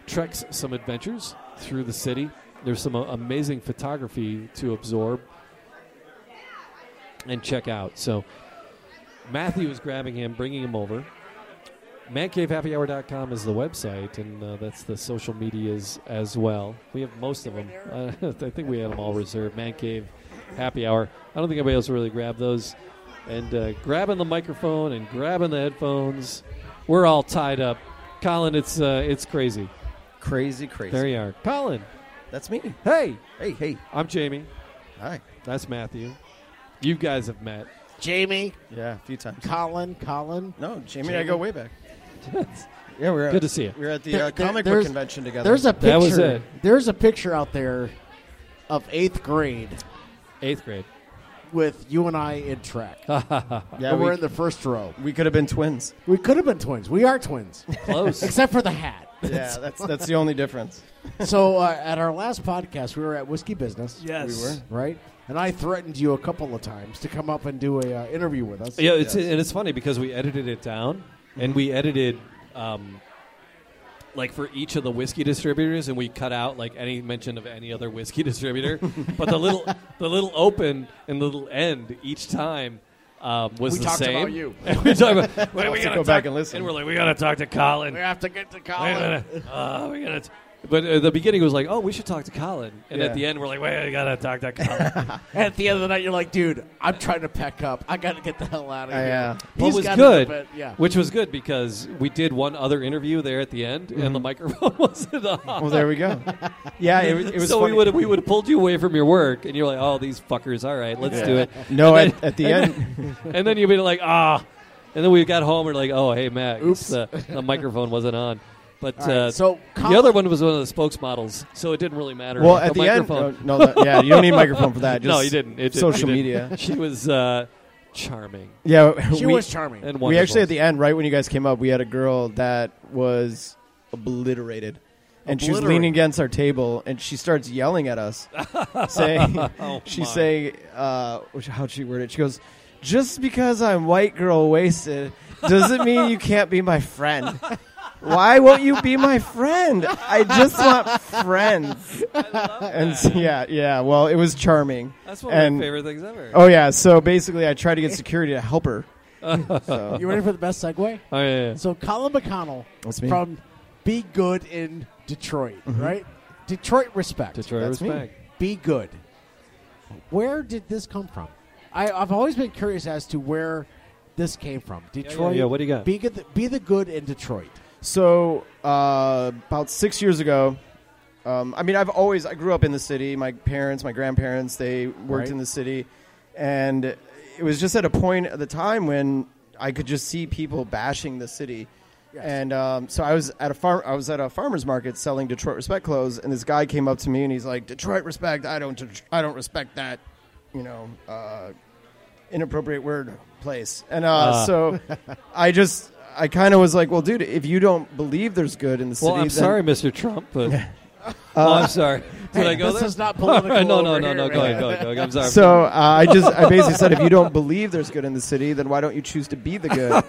Speaker 2: treks some adventures through the city. There's some uh, amazing photography to absorb and check out. So Matthew is grabbing him, bringing him over. MancaveHappyHour.com is the website, and uh, that's the social medias as well. We have most of them. Uh, *laughs* I think we had them all reserved. Man Cave Happy Hour. I don't think anybody else really grabbed those. And uh, grabbing the microphone and grabbing the headphones. We're all tied up. Colin, it's uh, it's crazy.
Speaker 8: Crazy, crazy.
Speaker 2: There you are. Colin.
Speaker 8: That's me.
Speaker 2: Hey.
Speaker 8: Hey, hey.
Speaker 2: I'm Jamie.
Speaker 8: Hi.
Speaker 2: That's Matthew. You guys have met.
Speaker 3: Jamie,
Speaker 8: Yeah, a few times.
Speaker 3: Colin, Colin.
Speaker 8: No, Jamie, and I go way back. *laughs* yeah, we're
Speaker 2: Good to see you.
Speaker 8: We're at the
Speaker 3: There-
Speaker 8: uh,
Speaker 3: there-
Speaker 8: comic book
Speaker 3: there's-
Speaker 8: convention together.
Speaker 3: There's a picture.
Speaker 2: That was it.
Speaker 3: There's a picture out there of eighth grade
Speaker 2: Eighth grade.
Speaker 3: with you and I in track.
Speaker 2: Uh,
Speaker 8: yeah.
Speaker 3: and
Speaker 8: We,
Speaker 3: we're in the first row.
Speaker 8: we could have been twins.
Speaker 3: We could have been twins. We are twins,
Speaker 2: Close.
Speaker 3: except for the hat.
Speaker 8: *laughs* Yeah, that's *laughs* that's the only difference.
Speaker 3: so uh, at our last podcast, we were at Whiskey Business.
Speaker 5: Yes.
Speaker 8: We were.
Speaker 3: Right, and I threatened you a couple of times to come up and do a uh, interview with
Speaker 2: *laughs*
Speaker 3: us.
Speaker 2: yeah, it's, and it's funny because we edited it down, and we edited, um, like, for each of the whiskey distributors, and we cut out, like, any mention of any other whiskey *laughs* distributor. but the little the little open and the little end each time um, was
Speaker 3: We
Speaker 2: the
Speaker 3: talked
Speaker 2: same.
Speaker 3: about you.
Speaker 2: And *laughs* we talked about,
Speaker 5: Wait, we gotta
Speaker 8: go
Speaker 5: talk-
Speaker 8: back and listen.
Speaker 5: And we're like, we gotta talk to Colin.
Speaker 3: We
Speaker 5: Wait
Speaker 3: have to get to
Speaker 5: a
Speaker 3: Colin.
Speaker 5: minute. Uh, we gotta. T-
Speaker 2: but at the beginning, it was like, oh, we should talk to Colin. And
Speaker 8: Yeah.
Speaker 2: at the end, we're like, wait, we gotta talk to Colin.
Speaker 3: And at the end of the night, you're like, dude, I'm trying to pack up. I got to get the hell out of
Speaker 8: I,
Speaker 3: here.
Speaker 8: uh,
Speaker 2: what
Speaker 3: He's
Speaker 2: was
Speaker 3: got
Speaker 2: good,
Speaker 3: it, but yeah.
Speaker 2: which was good because we did one other interview there at the end, and the microphone *laughs* wasn't on.
Speaker 8: Well, there we go. yeah, it, was- it was.
Speaker 2: so
Speaker 8: funny.
Speaker 2: we would we would have pulled you away from your work, and you're like, "Oh, these fuckers! All right, let's do it."
Speaker 8: *laughs* No,
Speaker 2: And
Speaker 8: at, at the end.
Speaker 2: then, and then you'd be like, "Ah," and then we got home. We're like, "Oh, hey, Max, The, the microphone wasn't on." But
Speaker 3: All right,
Speaker 2: uh,
Speaker 3: so
Speaker 2: the
Speaker 3: Colin-
Speaker 2: other one was one of the spokesmodels, so it didn't really matter.
Speaker 8: Well, at the, end.
Speaker 2: microphone-
Speaker 8: No, no, yeah, you don't need a microphone for *laughs* that. Uh, Just
Speaker 2: no, you didn't. It didn't.
Speaker 8: social
Speaker 2: You didn't.
Speaker 8: *laughs*
Speaker 2: *laughs*
Speaker 8: media.
Speaker 2: She was uh, charming
Speaker 8: Yeah,
Speaker 3: She
Speaker 8: we,
Speaker 3: was charming.
Speaker 2: and wonderful.
Speaker 8: we actually at the end, right when you guys came up, we had a girl that was obliterated. And she was leaning against our table, and she starts yelling
Speaker 2: *laughs*
Speaker 8: at us, saying, *laughs* "She
Speaker 2: Oh, my.
Speaker 8: saying, uh, which- how'd she word it? She goes, just because I'm white girl wasted doesn't mean you can't be my friend. *laughs* Why won't you be my friend? I just want
Speaker 2: *laughs*
Speaker 8: friends." and s- yeah, yeah. Well, it was charming.
Speaker 2: That's one of
Speaker 8: and,
Speaker 2: my favorite things ever.
Speaker 8: Oh yeah. So basically, I tried to get security to help her. So,
Speaker 3: You ready for the best segue?
Speaker 2: Oh, yeah, yeah.
Speaker 3: So Colin McConnell
Speaker 8: That's me.
Speaker 3: from Be Good in Detroit, right? Detroit respect.
Speaker 2: Detroit
Speaker 8: That's me.
Speaker 2: respect.
Speaker 3: Be good. Where did this come from? I, I've always been curious as to where this came from. Detroit.
Speaker 2: yeah, what do you got?
Speaker 3: Be good. Be the good in Detroit.
Speaker 8: So uh, about six years ago, um, I mean, I've always I grew up in the city. My parents, my grandparents, they worked
Speaker 3: Right.
Speaker 8: in the city, and it was just at a point at the time when I could just see people bashing the city.
Speaker 3: Yes.
Speaker 8: And um, so I was at a farm. I was at a farmer's market selling Detroit Respect clothes, and this guy came up to me and he's like, "Detroit Respect, I don't, I don't respect that, you know, uh, inappropriate word place. And
Speaker 3: *laughs*
Speaker 8: uh, so I just, I kind of was like, well, dude, if you don't believe there's good in the city,
Speaker 2: Well, I'm
Speaker 8: then- Uh,
Speaker 2: sorry, Mr. Trump,
Speaker 8: *laughs*
Speaker 2: but oh, I'm sorry. Did I go
Speaker 3: this
Speaker 2: there?
Speaker 3: is not
Speaker 2: All right, *laughs*
Speaker 3: political
Speaker 2: no, no,
Speaker 3: over
Speaker 2: no,
Speaker 3: here,
Speaker 2: no. Go
Speaker 3: man.
Speaker 2: ahead, go ahead, go ahead. I'm sorry.
Speaker 8: So uh, I just I basically said if you don't believe there's good in the city, then why don't you choose to be the good?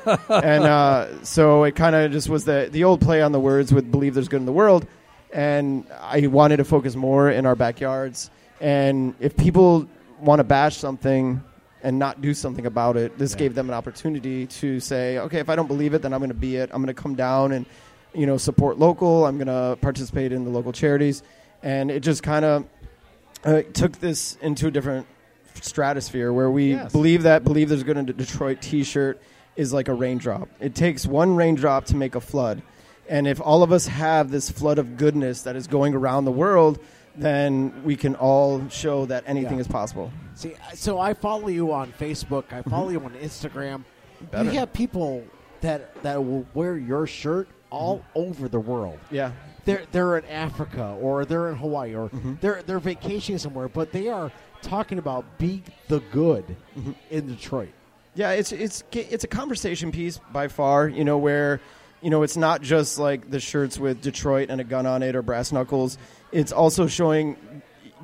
Speaker 8: and uh, so it kind of just was the the old play on the words with believe there's good in the world, and I wanted to focus more in our backyards. And if people want to bash something and not do something about it, this gave them an opportunity to say, okay, if I don't believe it, then I'm going to be it. I'm going to come down and you know support local. I'm going to participate in the local charities, and it just kind of uh, took this into a different stratosphere where we
Speaker 3: Yes.
Speaker 8: believe that believe there's good in De- Detroit T-shirt is like a raindrop. It takes one raindrop to make a flood, and if all of us have this flood of goodness that is going around the world, then we can all show that anything
Speaker 3: Yeah.
Speaker 8: is possible.
Speaker 3: See, I- so I follow you on Facebook. I follow you on
Speaker 2: Mm-hmm.
Speaker 3: Instagram.
Speaker 8: Better.
Speaker 3: You have people that that will wear your shirt all
Speaker 2: Mm-hmm.
Speaker 3: over the world.
Speaker 8: Yeah,
Speaker 3: They're they're in Africa or they're in Hawaii or they're they're vacationing somewhere, but they are talking about be the good in Detroit.
Speaker 8: Yeah, it's it's it's a conversation piece by far. You know where, you know, it's not just like the shirts with Detroit and a gun on it or brass knuckles. It's also showing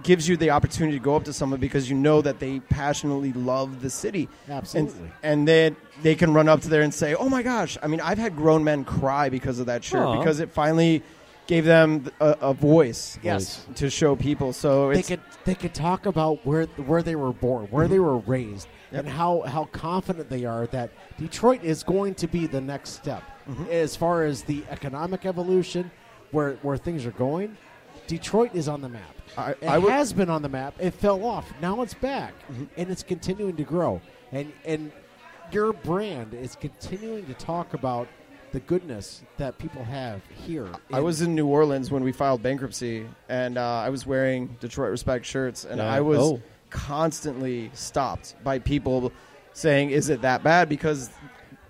Speaker 8: gives you the opportunity to go up to someone because you know that they passionately love the city.
Speaker 3: Absolutely.
Speaker 8: And, and then they can run up to there and say, "Oh my gosh!" I mean, I've had grown men cry because of that shirt
Speaker 2: Aw.
Speaker 8: because it finally gave them a, a voice.
Speaker 3: Yes.
Speaker 8: To show people, so
Speaker 3: They
Speaker 8: it's Mm-hmm.
Speaker 3: could they could talk about where where they were born, where they were raised, and how how confident they are that Detroit is going to be the next step
Speaker 8: Mm-hmm.
Speaker 3: as far as the economic evolution, where where things are going. Detroit is on the map.
Speaker 8: I-
Speaker 3: it
Speaker 8: I would- Mm-hmm.
Speaker 3: has been on the map. It fell off. Now it's back, and it's continuing to grow. And and your brand is continuing to talk about the goodness that people have here.
Speaker 8: I
Speaker 3: in-
Speaker 8: was in New Orleans when we filed bankruptcy, and uh, I was wearing Detroit Respect shirts, and
Speaker 2: Yeah.
Speaker 8: I was
Speaker 2: Oh.
Speaker 8: constantly stopped by people saying, "Is it that bad?" Because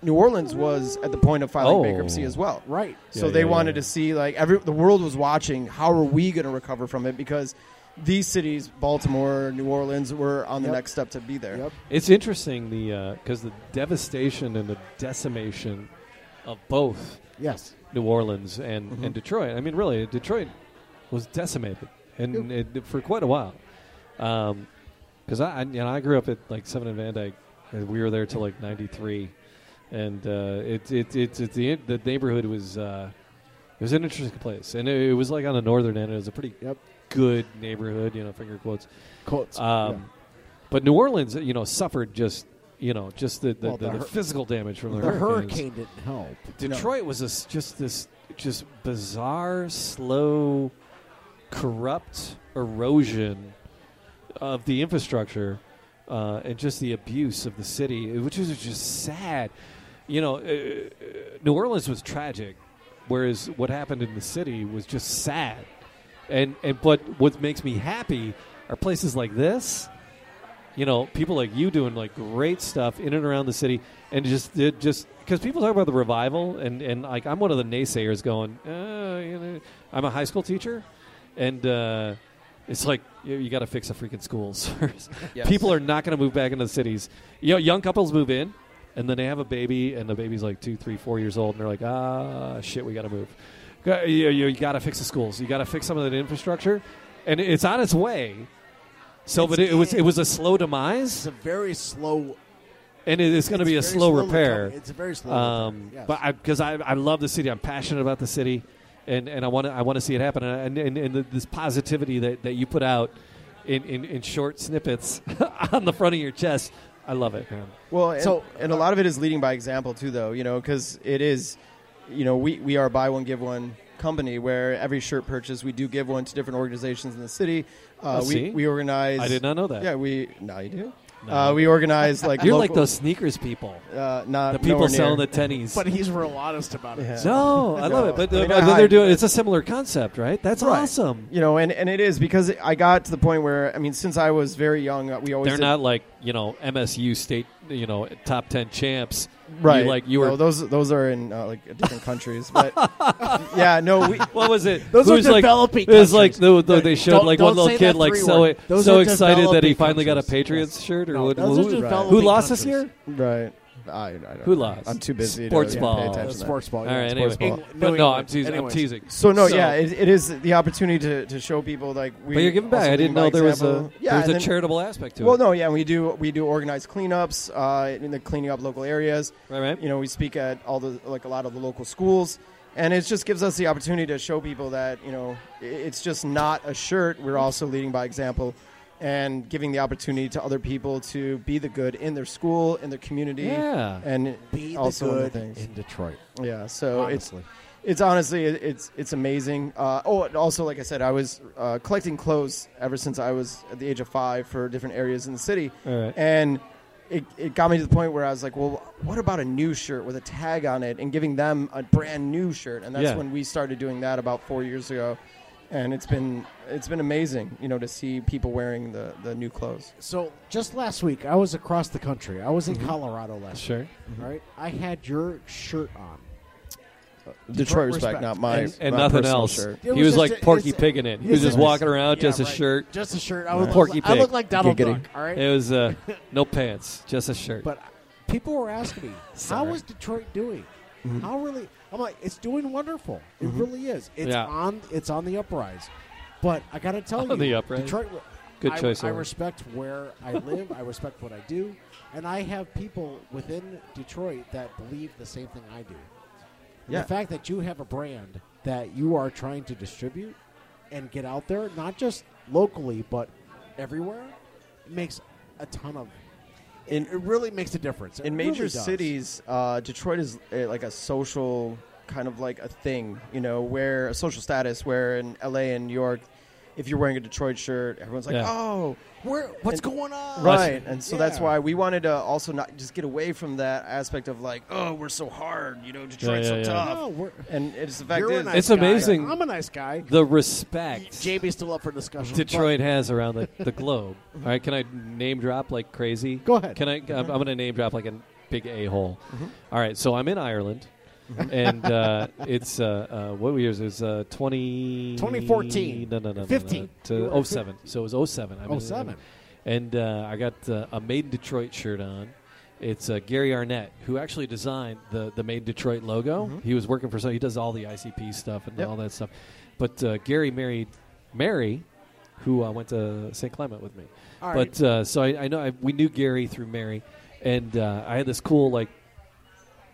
Speaker 8: New Orleans was at the point of filing
Speaker 2: Oh.
Speaker 8: bankruptcy as well,
Speaker 3: right.
Speaker 8: so
Speaker 2: Yeah,
Speaker 8: they
Speaker 2: yeah,
Speaker 8: wanted
Speaker 2: yeah.
Speaker 8: to see like every the world was watching. How are we going to recover from it? Because these cities, Baltimore, New Orleans, were on the
Speaker 3: Yep.
Speaker 8: next step to be there.
Speaker 3: Yep.
Speaker 2: It's interesting the because the devastation and the decimation of both
Speaker 3: Yes.
Speaker 2: New Orleans and,
Speaker 3: Mm-hmm.
Speaker 2: and Detroit. I mean, really, Detroit was decimated and it, for quite a while. Because I, I, you know, I grew up at like Seven and Van Dyke, and we were there till like '93, and uh, it, it, it, it the the neighborhood was uh, it was an interesting place, and it, it was like on the northern end. It was a pretty
Speaker 3: Yep.
Speaker 2: good neighborhood, you know, finger quotes.
Speaker 3: Quotes.
Speaker 2: Um,
Speaker 3: Yeah.
Speaker 2: But New Orleans, you know, suffered just you know just the the,
Speaker 3: Well,
Speaker 2: the,
Speaker 3: the
Speaker 2: the
Speaker 3: hur-
Speaker 2: physical damage from the,
Speaker 3: The
Speaker 2: hurricanes.
Speaker 3: hurricane didn't help.
Speaker 2: Detroit was this, just this just bizarre, slow, corrupt erosion of the infrastructure uh, and just the abuse of the city, which is just sad. You know, uh, New Orleans was tragic, whereas what happened in the city was just sad. And and but what makes me happy are places like this you know, people like you doing like great stuff in and around the city, and just it just because people talk about the revival, and and like I'm one of the naysayers going, uh, you know, I'm a high school teacher, and uh, it's like you, you got to fix the freaking schools. *laughs*
Speaker 8: Yes.
Speaker 2: People are not going to move back into the cities. You know, young couples move in. And then they have a baby, and the baby's like two, three, four years old, and they're like, ah, shit, we got to move. Go- You, you, you got to fix the schools. You got to fix some of that infrastructure. And it's on its way. So, but it, it was it was a slow demise,
Speaker 3: It's a very slow.
Speaker 2: and it, it's going to be a
Speaker 3: very
Speaker 2: slow
Speaker 3: slowly
Speaker 2: repair.
Speaker 3: coming. It's a very slow.
Speaker 2: um,
Speaker 3: repair, yes.
Speaker 2: But because I, I love the city, I'm passionate about the city, and, and I want to I want to see it happen. And and, and the, this positivity that, that you put out in, in, in short snippets *laughs* on the front of your chest, I love it. man.
Speaker 8: Well, and,
Speaker 3: So-
Speaker 8: and a lot of it is leading by example too, though. You know, because it is, you know, we we are buy one give one company where every shirt purchase we do give one to different organizations in the city.
Speaker 2: Oh,
Speaker 8: Uh, we
Speaker 2: see?
Speaker 8: we organize.
Speaker 2: I did not know that.
Speaker 8: Yeah, we. No, you do.
Speaker 2: No.
Speaker 8: Uh, we
Speaker 2: *laughs*
Speaker 8: organize like
Speaker 2: You're
Speaker 8: local,
Speaker 2: like those sneakers people,
Speaker 8: uh, not
Speaker 2: the people
Speaker 8: nowhere
Speaker 2: selling
Speaker 8: near.
Speaker 2: the tennies.
Speaker 3: *laughs* but he's real honest about it.
Speaker 8: Yeah.
Speaker 2: *laughs* no, I love it. But, uh,
Speaker 8: I mean,
Speaker 2: but
Speaker 8: I-
Speaker 2: they're doing it's a similar concept, right? That's
Speaker 8: Right.
Speaker 2: awesome.
Speaker 8: You know, and, and it is because I got to the point where I mean, since I was very young, uh, we always
Speaker 2: They're
Speaker 8: did-
Speaker 2: not like you know MSU state you know top ten champs
Speaker 8: right.
Speaker 2: You, like you were.
Speaker 8: No, those those are in uh, like different countries,
Speaker 2: *laughs*
Speaker 8: but yeah, no, we
Speaker 2: what was it?
Speaker 3: *laughs* Those
Speaker 2: It
Speaker 3: are
Speaker 2: was like,
Speaker 3: developing
Speaker 2: It was like
Speaker 3: countries.
Speaker 2: the, the, they showed
Speaker 3: Don't-
Speaker 2: like
Speaker 3: don't
Speaker 2: one little
Speaker 3: say
Speaker 2: kid
Speaker 3: that
Speaker 2: like
Speaker 3: three
Speaker 2: so
Speaker 3: word. Those
Speaker 2: so
Speaker 3: are
Speaker 2: excited that he
Speaker 3: developing
Speaker 2: finally got a
Speaker 3: countries.
Speaker 2: Patriots shirt or
Speaker 3: No,
Speaker 2: what,
Speaker 3: those are
Speaker 2: who,
Speaker 3: developing
Speaker 2: who lost this
Speaker 3: countries.
Speaker 2: year?
Speaker 8: right. I, I don't
Speaker 2: Who
Speaker 8: know.
Speaker 2: lost?
Speaker 8: I'm too busy.
Speaker 2: Sports
Speaker 8: to,
Speaker 2: ball.
Speaker 8: Pay
Speaker 3: Uh,
Speaker 8: attention to that.
Speaker 3: sports ball.
Speaker 2: All
Speaker 3: yeah.
Speaker 2: right,
Speaker 8: sports
Speaker 2: anyway.
Speaker 3: ball. Engl-
Speaker 2: But
Speaker 3: New
Speaker 2: *laughs* no, I'm
Speaker 3: England.
Speaker 2: teasing. I'm
Speaker 3: Anyways.
Speaker 2: teasing.
Speaker 8: So no,
Speaker 3: So-
Speaker 8: yeah, it, it is the opportunity to, to show people like we.
Speaker 2: But you're giving back.
Speaker 8: also
Speaker 2: I
Speaker 8: lead
Speaker 2: didn't
Speaker 8: by
Speaker 2: know there was a
Speaker 8: example. yeah,
Speaker 2: there's
Speaker 8: and
Speaker 2: a
Speaker 8: then-
Speaker 2: charitable aspect to
Speaker 8: Well,
Speaker 2: it.
Speaker 8: no, yeah, we do we do organize cleanups uh, in the cleaning up local areas.
Speaker 2: Right, right.
Speaker 8: You know, we speak at all the like a lot of the local schools, and it just gives us the opportunity to show people that you know i- it's just not a shirt. We're also leading by example, and giving the opportunity to other people to be the good in their school, in their community,
Speaker 2: Yeah.
Speaker 8: and
Speaker 3: Be
Speaker 8: also
Speaker 3: the
Speaker 8: in the
Speaker 3: good
Speaker 8: things.
Speaker 3: in Detroit.
Speaker 8: Yeah, so
Speaker 3: Honestly.
Speaker 8: it's it's honestly it- it's it's amazing. Uh, oh, and also like I said, I was uh, collecting clothes ever since I was at the age of five for different areas in the city,
Speaker 2: All right.
Speaker 8: and it, it got me to the point where I was like, well, what about a new shirt with a tag on it and giving them a brand new shirt? And that's
Speaker 2: Yeah.
Speaker 8: when we started doing that about four years ago, and it's been it's been amazing, you know, to see people wearing the the new clothes.
Speaker 3: So just last week, I was across the country. I was in Colorado last week.
Speaker 2: Mm-hmm. Sure.
Speaker 3: All right, I had your shirt on.
Speaker 8: Detroit,
Speaker 3: Detroit
Speaker 8: respect,
Speaker 3: respect.
Speaker 8: not my
Speaker 3: And-
Speaker 2: And
Speaker 8: my
Speaker 2: nothing
Speaker 8: personal
Speaker 2: else.
Speaker 8: Shirt.
Speaker 2: He
Speaker 3: It
Speaker 2: was,
Speaker 3: was just
Speaker 2: like
Speaker 3: a-
Speaker 2: Porky
Speaker 3: it's a-
Speaker 2: Pig in it. He was just walking around,
Speaker 3: Yeah,
Speaker 2: just a
Speaker 3: right.
Speaker 2: shirt.
Speaker 3: just a shirt. I, look
Speaker 2: Porky
Speaker 3: like, I
Speaker 2: Pig.
Speaker 3: look like Donald
Speaker 8: Giggity.
Speaker 3: Duck. All right,
Speaker 2: It was
Speaker 3: *laughs*
Speaker 2: uh, no pants, just a shirt.
Speaker 3: but people were
Speaker 2: *laughs*
Speaker 3: asking me, how
Speaker 8: Sorry.
Speaker 3: is Detroit doing?
Speaker 2: Mm-hmm.
Speaker 3: How really? I'm like, it's doing wonderful. It really is. It's
Speaker 2: Yeah.
Speaker 3: on. It's on the uprise. But I gotta
Speaker 2: *laughs*
Speaker 3: tell
Speaker 2: On
Speaker 3: you,
Speaker 2: the uprise.
Speaker 3: Detroit.
Speaker 2: Good
Speaker 3: I,
Speaker 2: choice,
Speaker 3: I
Speaker 2: Owen.
Speaker 3: respect where
Speaker 2: *laughs*
Speaker 3: I live. I respect what I do, and I have people within Detroit that believe the same thing I do. And
Speaker 8: Yeah.
Speaker 3: The fact that you have a brand that you are trying to distribute and get out there, not just locally but everywhere, makes a ton of. It, it really makes a difference It
Speaker 8: in
Speaker 3: really
Speaker 8: major
Speaker 3: does.
Speaker 8: cities, uh, Detroit is uh, like a social kind of like a thing, you know, where a social status. Where in LA and New York, if you're wearing a Detroit shirt, everyone's like,
Speaker 2: Yeah.
Speaker 8: "Oh,
Speaker 3: Where what's
Speaker 8: And-
Speaker 3: going on?
Speaker 8: right." And so that's
Speaker 3: Yeah.
Speaker 8: why we wanted to also not just get away from that aspect of like, "Oh, we're so hard," you know, Detroit's
Speaker 2: yeah, yeah.
Speaker 8: so tough.
Speaker 3: No, Oh, we're,
Speaker 8: And it's the fact
Speaker 3: you're a
Speaker 8: is,
Speaker 3: nice
Speaker 2: It's
Speaker 3: guy.
Speaker 2: amazing.
Speaker 3: I'm a nice guy.
Speaker 2: the respect
Speaker 3: JB's still up for discussion.
Speaker 2: Detroit has around the,
Speaker 3: *laughs*
Speaker 2: the globe. All right, can I name drop like crazy?
Speaker 3: Go ahead. Mm-hmm.
Speaker 2: Can I? I'm, I'm going to name drop like a big a hole. right, so I'm in Ireland,
Speaker 3: Mm-hmm.
Speaker 2: and
Speaker 3: *laughs*
Speaker 2: uh, it's uh, uh, what year is it? It's, uh, 20
Speaker 3: 2014.
Speaker 2: No, no, no, no, no,
Speaker 3: 15. You
Speaker 2: no,
Speaker 3: were Oh,
Speaker 2: to 07. So it was 07. I'm in-
Speaker 3: 07.
Speaker 2: and uh, I got uh, a Made in Detroit shirt on. It's uh, Gary Arnett who actually designed the the Made in Detroit logo.
Speaker 3: Mm-hmm.
Speaker 2: He was working for so he does all the ICP stuff and
Speaker 8: Yep.
Speaker 2: all that stuff. But uh, Gary married Mary, who uh, went to St. Clement with me.
Speaker 3: All
Speaker 2: but uh, so I, I know I, we knew Gary through Mary, and uh, I had this cool like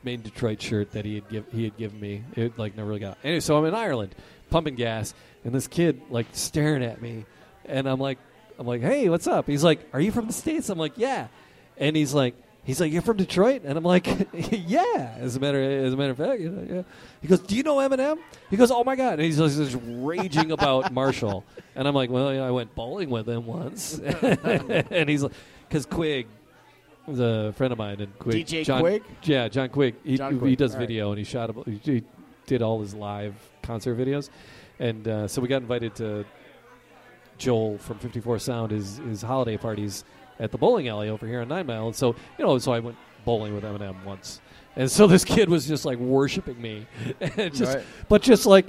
Speaker 2: Made in Detroit shirt that he had give, he had given me. It like never really got. Anyway, so I'm in Ireland, pumping gas, and this kid like staring at me, and I'm like, I'm like, hey, what's up? He's like, are you from the states? I'm like, yeah, and he's like, he's like, you're from Detroit, and I'm like, *laughs* yeah. As a matter as a matter of fact, you know, yeah. He goes, do you know Eminem? He goes, oh my god, and he's like, just raging about Marshall, and I'm like, well, you know, I went bowling with him once, *laughs* and he's like, because Quig. was a friend of mine and Quig,
Speaker 3: DJ
Speaker 2: John,
Speaker 3: Quig?
Speaker 2: yeah, John Quick. He,
Speaker 3: John
Speaker 2: he
Speaker 3: Quick,
Speaker 2: does
Speaker 3: all right.
Speaker 2: video and he shot. A, he, he did all his live concert videos, and uh, so we got invited to Joel from 54 Sound his his holiday parties at the bowling alley over here on Nine Mile. And so you know, so I went bowling with Eminem once, and so this kid was just like worshiping me, *laughs* And just
Speaker 8: Right.
Speaker 2: but just like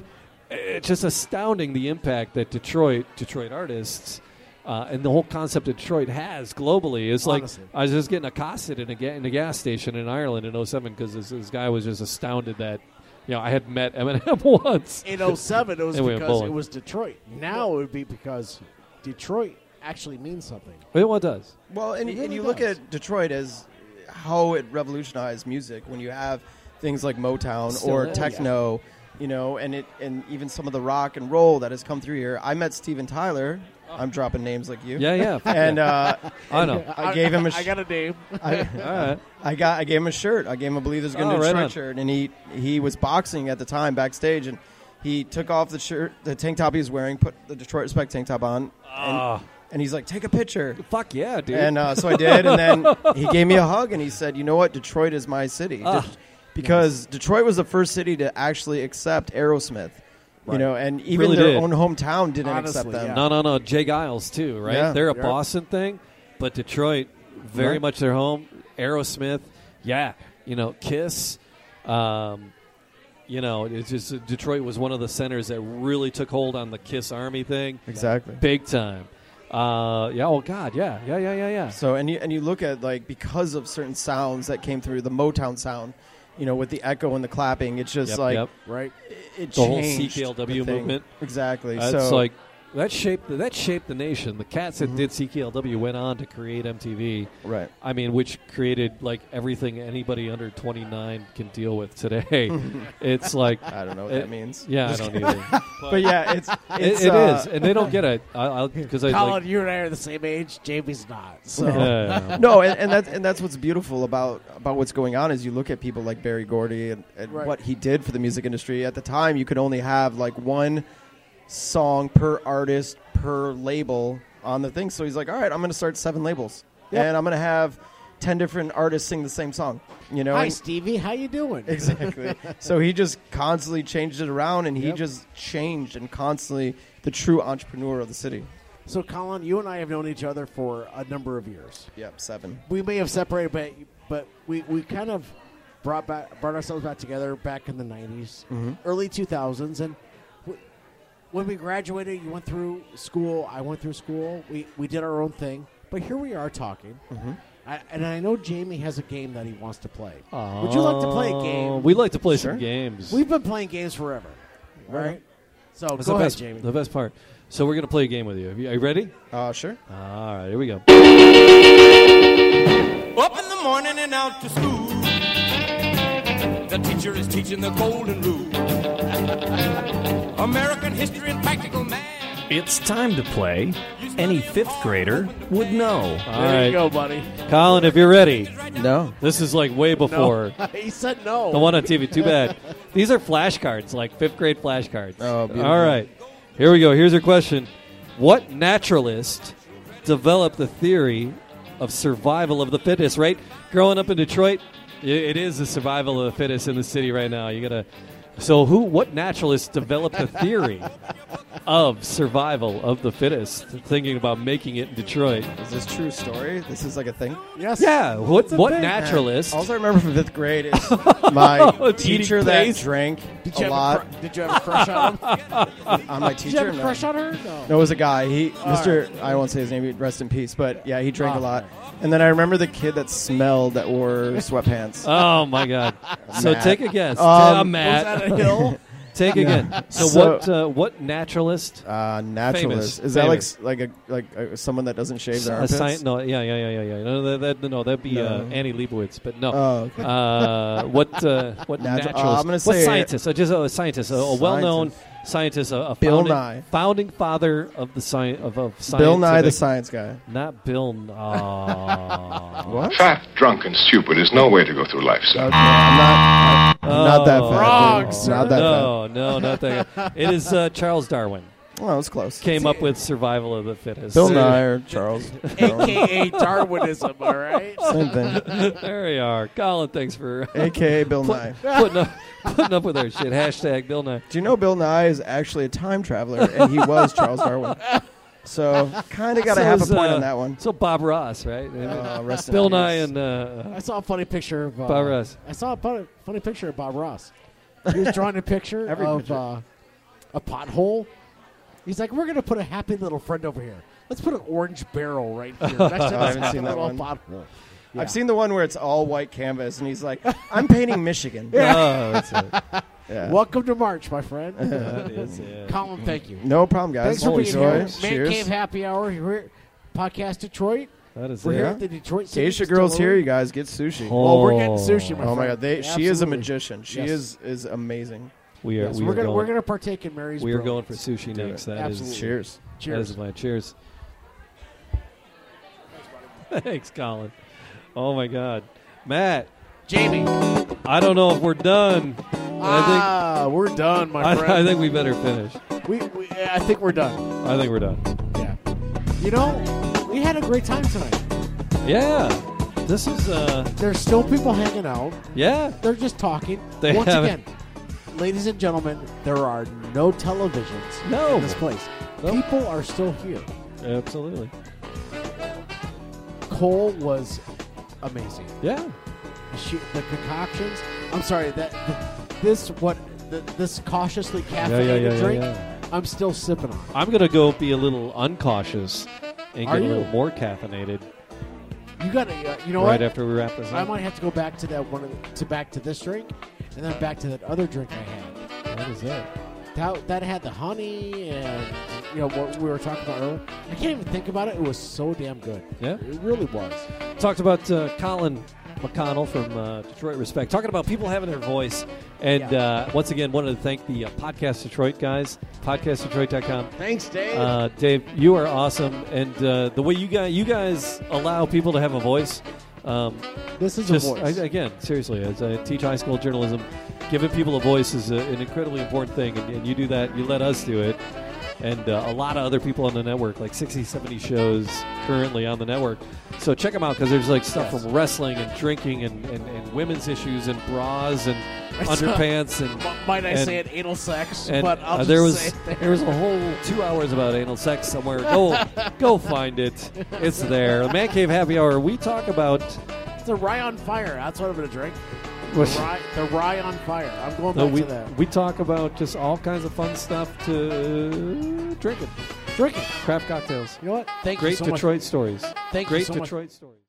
Speaker 2: it's just astounding the impact that Detroit Detroit artists. Uh, and the whole concept of Detroit has globally is like
Speaker 3: Honestly.
Speaker 2: I was just getting accosted in a, ga- in a gas station in Ireland in 07 because this, this guy was just astounded that you know I had met Eminem *laughs* once.
Speaker 3: in 07, it was
Speaker 2: And we went
Speaker 3: because it
Speaker 2: bowling.
Speaker 3: was Detroit. Now it would be because Detroit actually means something.
Speaker 2: It well, it does.
Speaker 8: Well, and,
Speaker 3: It
Speaker 8: and
Speaker 3: really
Speaker 8: you look
Speaker 3: does.
Speaker 8: at Detroit as how it revolutionized music when you have things like Motown
Speaker 2: Still
Speaker 8: or
Speaker 2: is.
Speaker 8: techno, you know, and it and even some of the rock and roll that has come through here. I met Steven Tyler. I'm dropping names like you.
Speaker 2: Yeah, yeah.
Speaker 8: *laughs* And uh,
Speaker 2: *laughs* I
Speaker 8: *laughs*
Speaker 2: know.
Speaker 8: I gave him a sh-
Speaker 3: I got a name.
Speaker 2: All right.
Speaker 8: I got I gave him a shirt. I gave him a believe there's
Speaker 2: Oh,
Speaker 8: gonna be a
Speaker 2: right
Speaker 8: Detroit
Speaker 2: on.
Speaker 8: shirt, and he he was boxing at the time backstage, and he took off the shirt, the tank top he was wearing, put the Detroit Respect tank top on,
Speaker 2: Ah.
Speaker 8: and, and he's like, take a picture.
Speaker 2: Fuck yeah, dude.
Speaker 8: And uh, so I did, and then he gave me a hug, and he said, "You know what? Detroit is my city,
Speaker 2: Ah.
Speaker 8: Det- because Detroit was the first city to actually accept Aerosmith, you know, and even
Speaker 2: Really
Speaker 8: their
Speaker 2: did.
Speaker 8: own hometown didn't
Speaker 3: Honestly,
Speaker 8: accept them.
Speaker 3: yeah.
Speaker 2: no, no, no. Jay Giles too, right?
Speaker 8: Yeah.
Speaker 2: They're a
Speaker 3: Yeah.
Speaker 2: Boston thing, but Detroit very
Speaker 8: Right.
Speaker 2: much their home. Aerosmith, yeah. you know, Kiss. Um, you know, it's just Detroit was one of the centers that really took hold on the Kiss Army thing,
Speaker 8: Exactly.
Speaker 2: big time. Uh, yeah. Oh God. Yeah. Yeah. Yeah. Yeah. Yeah.
Speaker 8: So and you and you look at like because of certain sounds that came through the Motown sound, you know, with the echo and the clapping, it's just
Speaker 2: Yep,
Speaker 8: like
Speaker 2: yep.
Speaker 3: right?
Speaker 8: it
Speaker 2: The whole
Speaker 8: changed
Speaker 2: CKLW
Speaker 8: the thing.
Speaker 2: movement.
Speaker 8: Exactly.
Speaker 2: That's
Speaker 8: so
Speaker 2: like Mm-hmm. that shaped the, that shaped the nation. The cats that did CKLW went on to create MTV.
Speaker 8: right.
Speaker 2: I mean, which created like everything anybody under 29 can deal with
Speaker 3: *laughs*
Speaker 2: today. it's like,
Speaker 8: I don't know what
Speaker 2: It-
Speaker 8: that means.
Speaker 2: yeah, I don't either.
Speaker 8: But yeah, it's,
Speaker 2: It,
Speaker 8: it's
Speaker 2: it is,
Speaker 8: uh,
Speaker 2: and they don't get it. I- I'll
Speaker 3: *laughs*
Speaker 2: because I
Speaker 3: Colin,
Speaker 2: like,
Speaker 3: you and I are the same age. Jamie's not.
Speaker 2: *laughs*
Speaker 3: So
Speaker 2: yeah, yeah, yeah.
Speaker 8: no, and, and that's and that's what's beautiful about about what's going on is you look at people like Barry Gordy and, and
Speaker 3: Right.
Speaker 8: what he did for the music industry. At the time, you could only have like one song per artist per label on the thing. So he's like, all right, I'm going to start seven labels,
Speaker 3: Yep.
Speaker 8: and I'm going to have ten different artists sing the same song. You know,
Speaker 3: hi,
Speaker 8: And-
Speaker 3: Stevie. How you doing?
Speaker 8: Exactly. so he just constantly changed it around, and he
Speaker 3: Yep.
Speaker 8: just changed and constantly the true entrepreneur of the city.
Speaker 3: So, Colin, you and I have known each other for a number of years.
Speaker 8: Yep, seven.
Speaker 3: We may have separated, but but we, we kind of brought back brought ourselves back together back in the 90s
Speaker 2: Mm-hmm.
Speaker 3: early two thousands, and w- when we graduated, you went through school. I went through school. We we did our own thing, but here we are talking.
Speaker 2: Mm-hmm.
Speaker 3: I, and I know Jamie has a game that he wants to play. *laughs* Would you like to play a game?
Speaker 2: Uh, We'd like to play
Speaker 8: Sure.
Speaker 2: some games.
Speaker 3: We've been playing games forever, right? So
Speaker 2: That's the
Speaker 3: go ahead,
Speaker 2: best,
Speaker 3: Jamie.
Speaker 2: the best part. So we're gonna play a game with you. Are you, are you ready?
Speaker 8: Uh, sure.
Speaker 2: All right, here we go.
Speaker 9: Up in the morning and out to school. The teacher is teaching the golden rule. American history and practical math.
Speaker 5: It's time to play. Any fifth grader would know.
Speaker 2: All
Speaker 3: there you
Speaker 2: right, *laughs*
Speaker 3: go, buddy.
Speaker 2: Colin, if you're ready.
Speaker 8: No.
Speaker 2: This is like way before
Speaker 8: *laughs*
Speaker 3: *laughs* he said no.
Speaker 2: the one on TV. Too bad. These are flashcards, like fifth grade flashcards.
Speaker 8: Oh, beautiful.
Speaker 2: All right. Here we go. Here's your question. What naturalist developed the theory of survival of the fittest, right? Growing up in Detroit, i- it is the survival of the fittest in the city right now. You got to So who what naturalist developed the
Speaker 8: *laughs*
Speaker 2: theory of survival of the fittest thinking about making it in Detroit?
Speaker 8: Is this true story? This is like a thing.
Speaker 3: Yes.
Speaker 2: Yeah, what what naturalist?
Speaker 8: All I remember from fifth
Speaker 3: *laughs*
Speaker 8: grade is my
Speaker 3: Oh,
Speaker 2: Eating
Speaker 8: teacher that
Speaker 2: plays.
Speaker 8: drank
Speaker 3: Did you,
Speaker 8: a
Speaker 3: have
Speaker 8: lot
Speaker 3: A cr- did you have a crush *laughs* on him?
Speaker 8: on my
Speaker 3: Did you
Speaker 8: teacher.
Speaker 3: have a
Speaker 8: no.
Speaker 3: crush on her? No. *laughs*
Speaker 8: No, it was a guy. He, Mr. I won't say his name. Rest in peace. But yeah, he drank
Speaker 3: Oh,
Speaker 8: a lot. And then I remember the kid that smelled
Speaker 3: *laughs*
Speaker 8: that wore sweatpants.
Speaker 3: Uh,
Speaker 2: Oh my
Speaker 8: *laughs*
Speaker 2: god. So
Speaker 8: Matt.
Speaker 2: take a guess.
Speaker 8: Um,
Speaker 2: Tell
Speaker 8: was
Speaker 2: Matt.
Speaker 3: a hill?
Speaker 2: *laughs* Take again. So,
Speaker 8: So-
Speaker 2: what? Uh, what naturalist?
Speaker 8: Uh,
Speaker 2: Famous.
Speaker 8: naturalist. Is that like s- like a like uh, someone that doesn't shave their
Speaker 2: A
Speaker 8: armpits?
Speaker 2: sci- no, yeah, yeah, yeah, yeah, yeah. No, that, that, no, that'd be Uh,
Speaker 8: No.
Speaker 2: Annie Leibovitz, but no.
Speaker 8: Oh, okay.
Speaker 2: Uh, what?
Speaker 8: *laughs*
Speaker 2: Uh, what
Speaker 8: Natu-
Speaker 2: naturalist?
Speaker 8: uh, I'm gonna
Speaker 2: what
Speaker 8: say-
Speaker 2: scientist? Uh, just a scientist, a, a well-known scientist, a, a
Speaker 8: Bill
Speaker 2: founding,
Speaker 8: Nye.
Speaker 2: founding father of the science of, of science.
Speaker 8: Bill Nye the Science Guy.
Speaker 2: Not Bill. oh, Aw.
Speaker 8: What?
Speaker 10: Fat, drunk, and stupid is no way to go through life,
Speaker 8: Okay,
Speaker 10: son.
Speaker 8: I'm not, I'm not that
Speaker 2: Oh.
Speaker 8: fat.
Speaker 3: Wrong,
Speaker 8: dude.
Speaker 3: sir.
Speaker 8: *laughs* Not that
Speaker 2: no, no, not that. guy. It is uh, Charles Darwin
Speaker 8: fat. Well, it was close.
Speaker 2: came
Speaker 8: *laughs*
Speaker 2: up with survival of the fittest.
Speaker 8: Bill Nye or
Speaker 3: *laughs*
Speaker 8: Charles. Darwin.
Speaker 3: AKA Darwinism, all right?
Speaker 8: Same thing.
Speaker 2: *laughs* there we are, Colin. Thanks for
Speaker 8: AKA Bill Nye.
Speaker 2: *laughs* putting up putting up with our shit. Hashtag Bill Nye.
Speaker 8: Do you know Bill Nye is actually a time traveler, and he was Charles Darwin. So kind of got a
Speaker 2: So
Speaker 8: half a
Speaker 2: is,
Speaker 8: point
Speaker 2: uh,
Speaker 8: on that one.
Speaker 2: So Bob Ross, right?
Speaker 3: Oh,
Speaker 8: Uh, rest in
Speaker 2: Bill
Speaker 8: peace.
Speaker 2: Nye
Speaker 3: *laughs*
Speaker 2: and uh,
Speaker 3: I saw a funny picture of uh,
Speaker 2: Bob Ross.
Speaker 3: I saw a funny, funny picture of Bob Ross. He was drawing a *laughs* picture
Speaker 8: Every
Speaker 3: of
Speaker 8: picture.
Speaker 3: Uh, a pothole. He's like, we're going to put a happy little friend over here. Let's put an orange barrel right
Speaker 8: *laughs*
Speaker 3: here. Next to
Speaker 8: I
Speaker 3: this
Speaker 8: haven't seen that
Speaker 3: little
Speaker 8: one.
Speaker 3: pothole. Yeah.
Speaker 8: I've seen the one where it's all white canvas, and he's like, "I'm
Speaker 2: *laughs*
Speaker 8: painting Michigan."
Speaker 2: oh, that's it.
Speaker 8: Yeah.
Speaker 3: Welcome to March, my
Speaker 8: *laughs*
Speaker 3: friend.
Speaker 2: That is it.
Speaker 3: Colin, thank you.
Speaker 8: No problem, guys.
Speaker 3: Thanks for
Speaker 8: Holy
Speaker 3: being
Speaker 8: joy.
Speaker 3: here. Man Cave
Speaker 8: Cheers.
Speaker 3: Happy Hour here, at Podcast Detroit.
Speaker 2: That is
Speaker 3: We're here
Speaker 2: it.
Speaker 3: at the Detroit City
Speaker 8: Geisha girls
Speaker 3: Distillery.
Speaker 8: here, you guys get sushi.
Speaker 2: Oh.
Speaker 3: Well, we're getting sushi, my
Speaker 8: Oh my
Speaker 3: friend.
Speaker 8: god, they, she is a
Speaker 3: Absolutely.
Speaker 8: magician. She
Speaker 3: Yes.
Speaker 8: is is amazing.
Speaker 2: We are.
Speaker 3: Yes,
Speaker 2: we
Speaker 3: we're
Speaker 2: are
Speaker 3: gonna
Speaker 2: going,
Speaker 3: we're gonna partake in Mary's.
Speaker 2: we are going for
Speaker 3: brilliance.
Speaker 2: sushi next. That is
Speaker 3: Absolutely.
Speaker 8: Cheers.
Speaker 2: That
Speaker 3: Cheers.
Speaker 2: is my cheers. *laughs* Thanks, Colin. Oh my God, Matt.
Speaker 3: Jamie.
Speaker 2: I don't know if we're done. I think.
Speaker 3: Ah, we're done, my friend.
Speaker 2: I, I think we better finish.
Speaker 3: we, we, I think we're done.
Speaker 2: I think we're done.
Speaker 3: Yeah. You know, we had a great time tonight.
Speaker 2: Yeah. This is. Uh,
Speaker 3: There's still people hanging out.
Speaker 2: yeah.
Speaker 3: They're just talking.
Speaker 2: They
Speaker 3: Once
Speaker 2: haven't-
Speaker 3: again, ladies and gentlemen, there are no televisions
Speaker 2: No.
Speaker 3: in this place.
Speaker 2: Nope.
Speaker 3: People are still here.
Speaker 2: Absolutely.
Speaker 3: Cole was amazing.
Speaker 2: Yeah.
Speaker 3: she, the concoctions. I'm sorry that th- this what th- this cautiously caffeinated
Speaker 2: yeah, yeah,
Speaker 3: drink.
Speaker 2: yeah.
Speaker 3: I'm still sipping on.
Speaker 2: I'm gonna go be a little uncautious and
Speaker 3: Are
Speaker 2: get a
Speaker 3: you?
Speaker 2: little more caffeinated.
Speaker 3: You gotta, uh, you know,
Speaker 2: Right
Speaker 3: what?
Speaker 2: after we wrap this
Speaker 3: I
Speaker 2: up.
Speaker 3: might have to go back to that one, of the, to back to this drink, and then back to that other drink I had. What is that? That that had the honey and you know what we were talking about earlier. I can't even think about it. It was so damn good.
Speaker 2: Yeah?
Speaker 3: it really was.
Speaker 2: Talked about uh, Colin McConnell from uh, Detroit Respect, talking about people having their voice. And uh, once again, wanted to thank the uh, Podcast Detroit guys, podcastdetroit.com.
Speaker 3: Thanks, Dave.
Speaker 2: Uh, Dave, you are awesome, and uh, the way you guys you guys allow people to have a voice. Um,
Speaker 3: This is a
Speaker 2: just,
Speaker 3: voice.
Speaker 2: I, again, seriously, as I teach high school journalism, giving people a voice is a, an incredibly important thing, and, and you do that. You let us do it, and uh, a lot of other people on the network, like 60, 70 shows currently on the network. So check them out because there's like stuff
Speaker 3: Yes.
Speaker 2: from wrestling and drinking and, and, and women's issues and bras
Speaker 3: *laughs*
Speaker 2: and
Speaker 3: I saw-
Speaker 2: underpants and
Speaker 3: M- might I
Speaker 2: and-
Speaker 3: say it anal sex?
Speaker 2: and
Speaker 3: but I'll
Speaker 2: uh,
Speaker 3: just
Speaker 2: there was
Speaker 3: say *laughs* it there.
Speaker 2: was a whole two hours about anal sex somewhere.
Speaker 3: *laughs*
Speaker 2: Go go find it. It's there. The Man Cave Happy Hour. We talk about
Speaker 3: It's the rye on fire. That's what I'm gonna drink. The
Speaker 2: What's-
Speaker 3: rye, the rye on fire. I'm going
Speaker 2: no,
Speaker 3: back
Speaker 2: we
Speaker 3: to that.
Speaker 2: we talk about just all kinds of fun stuff to drinking,
Speaker 3: Drink it.
Speaker 2: craft cocktails,
Speaker 3: You know what? Thank you
Speaker 2: great
Speaker 3: so much.
Speaker 2: Detroit stories,
Speaker 3: Thank you
Speaker 2: great
Speaker 3: so much.
Speaker 2: Detroit stories.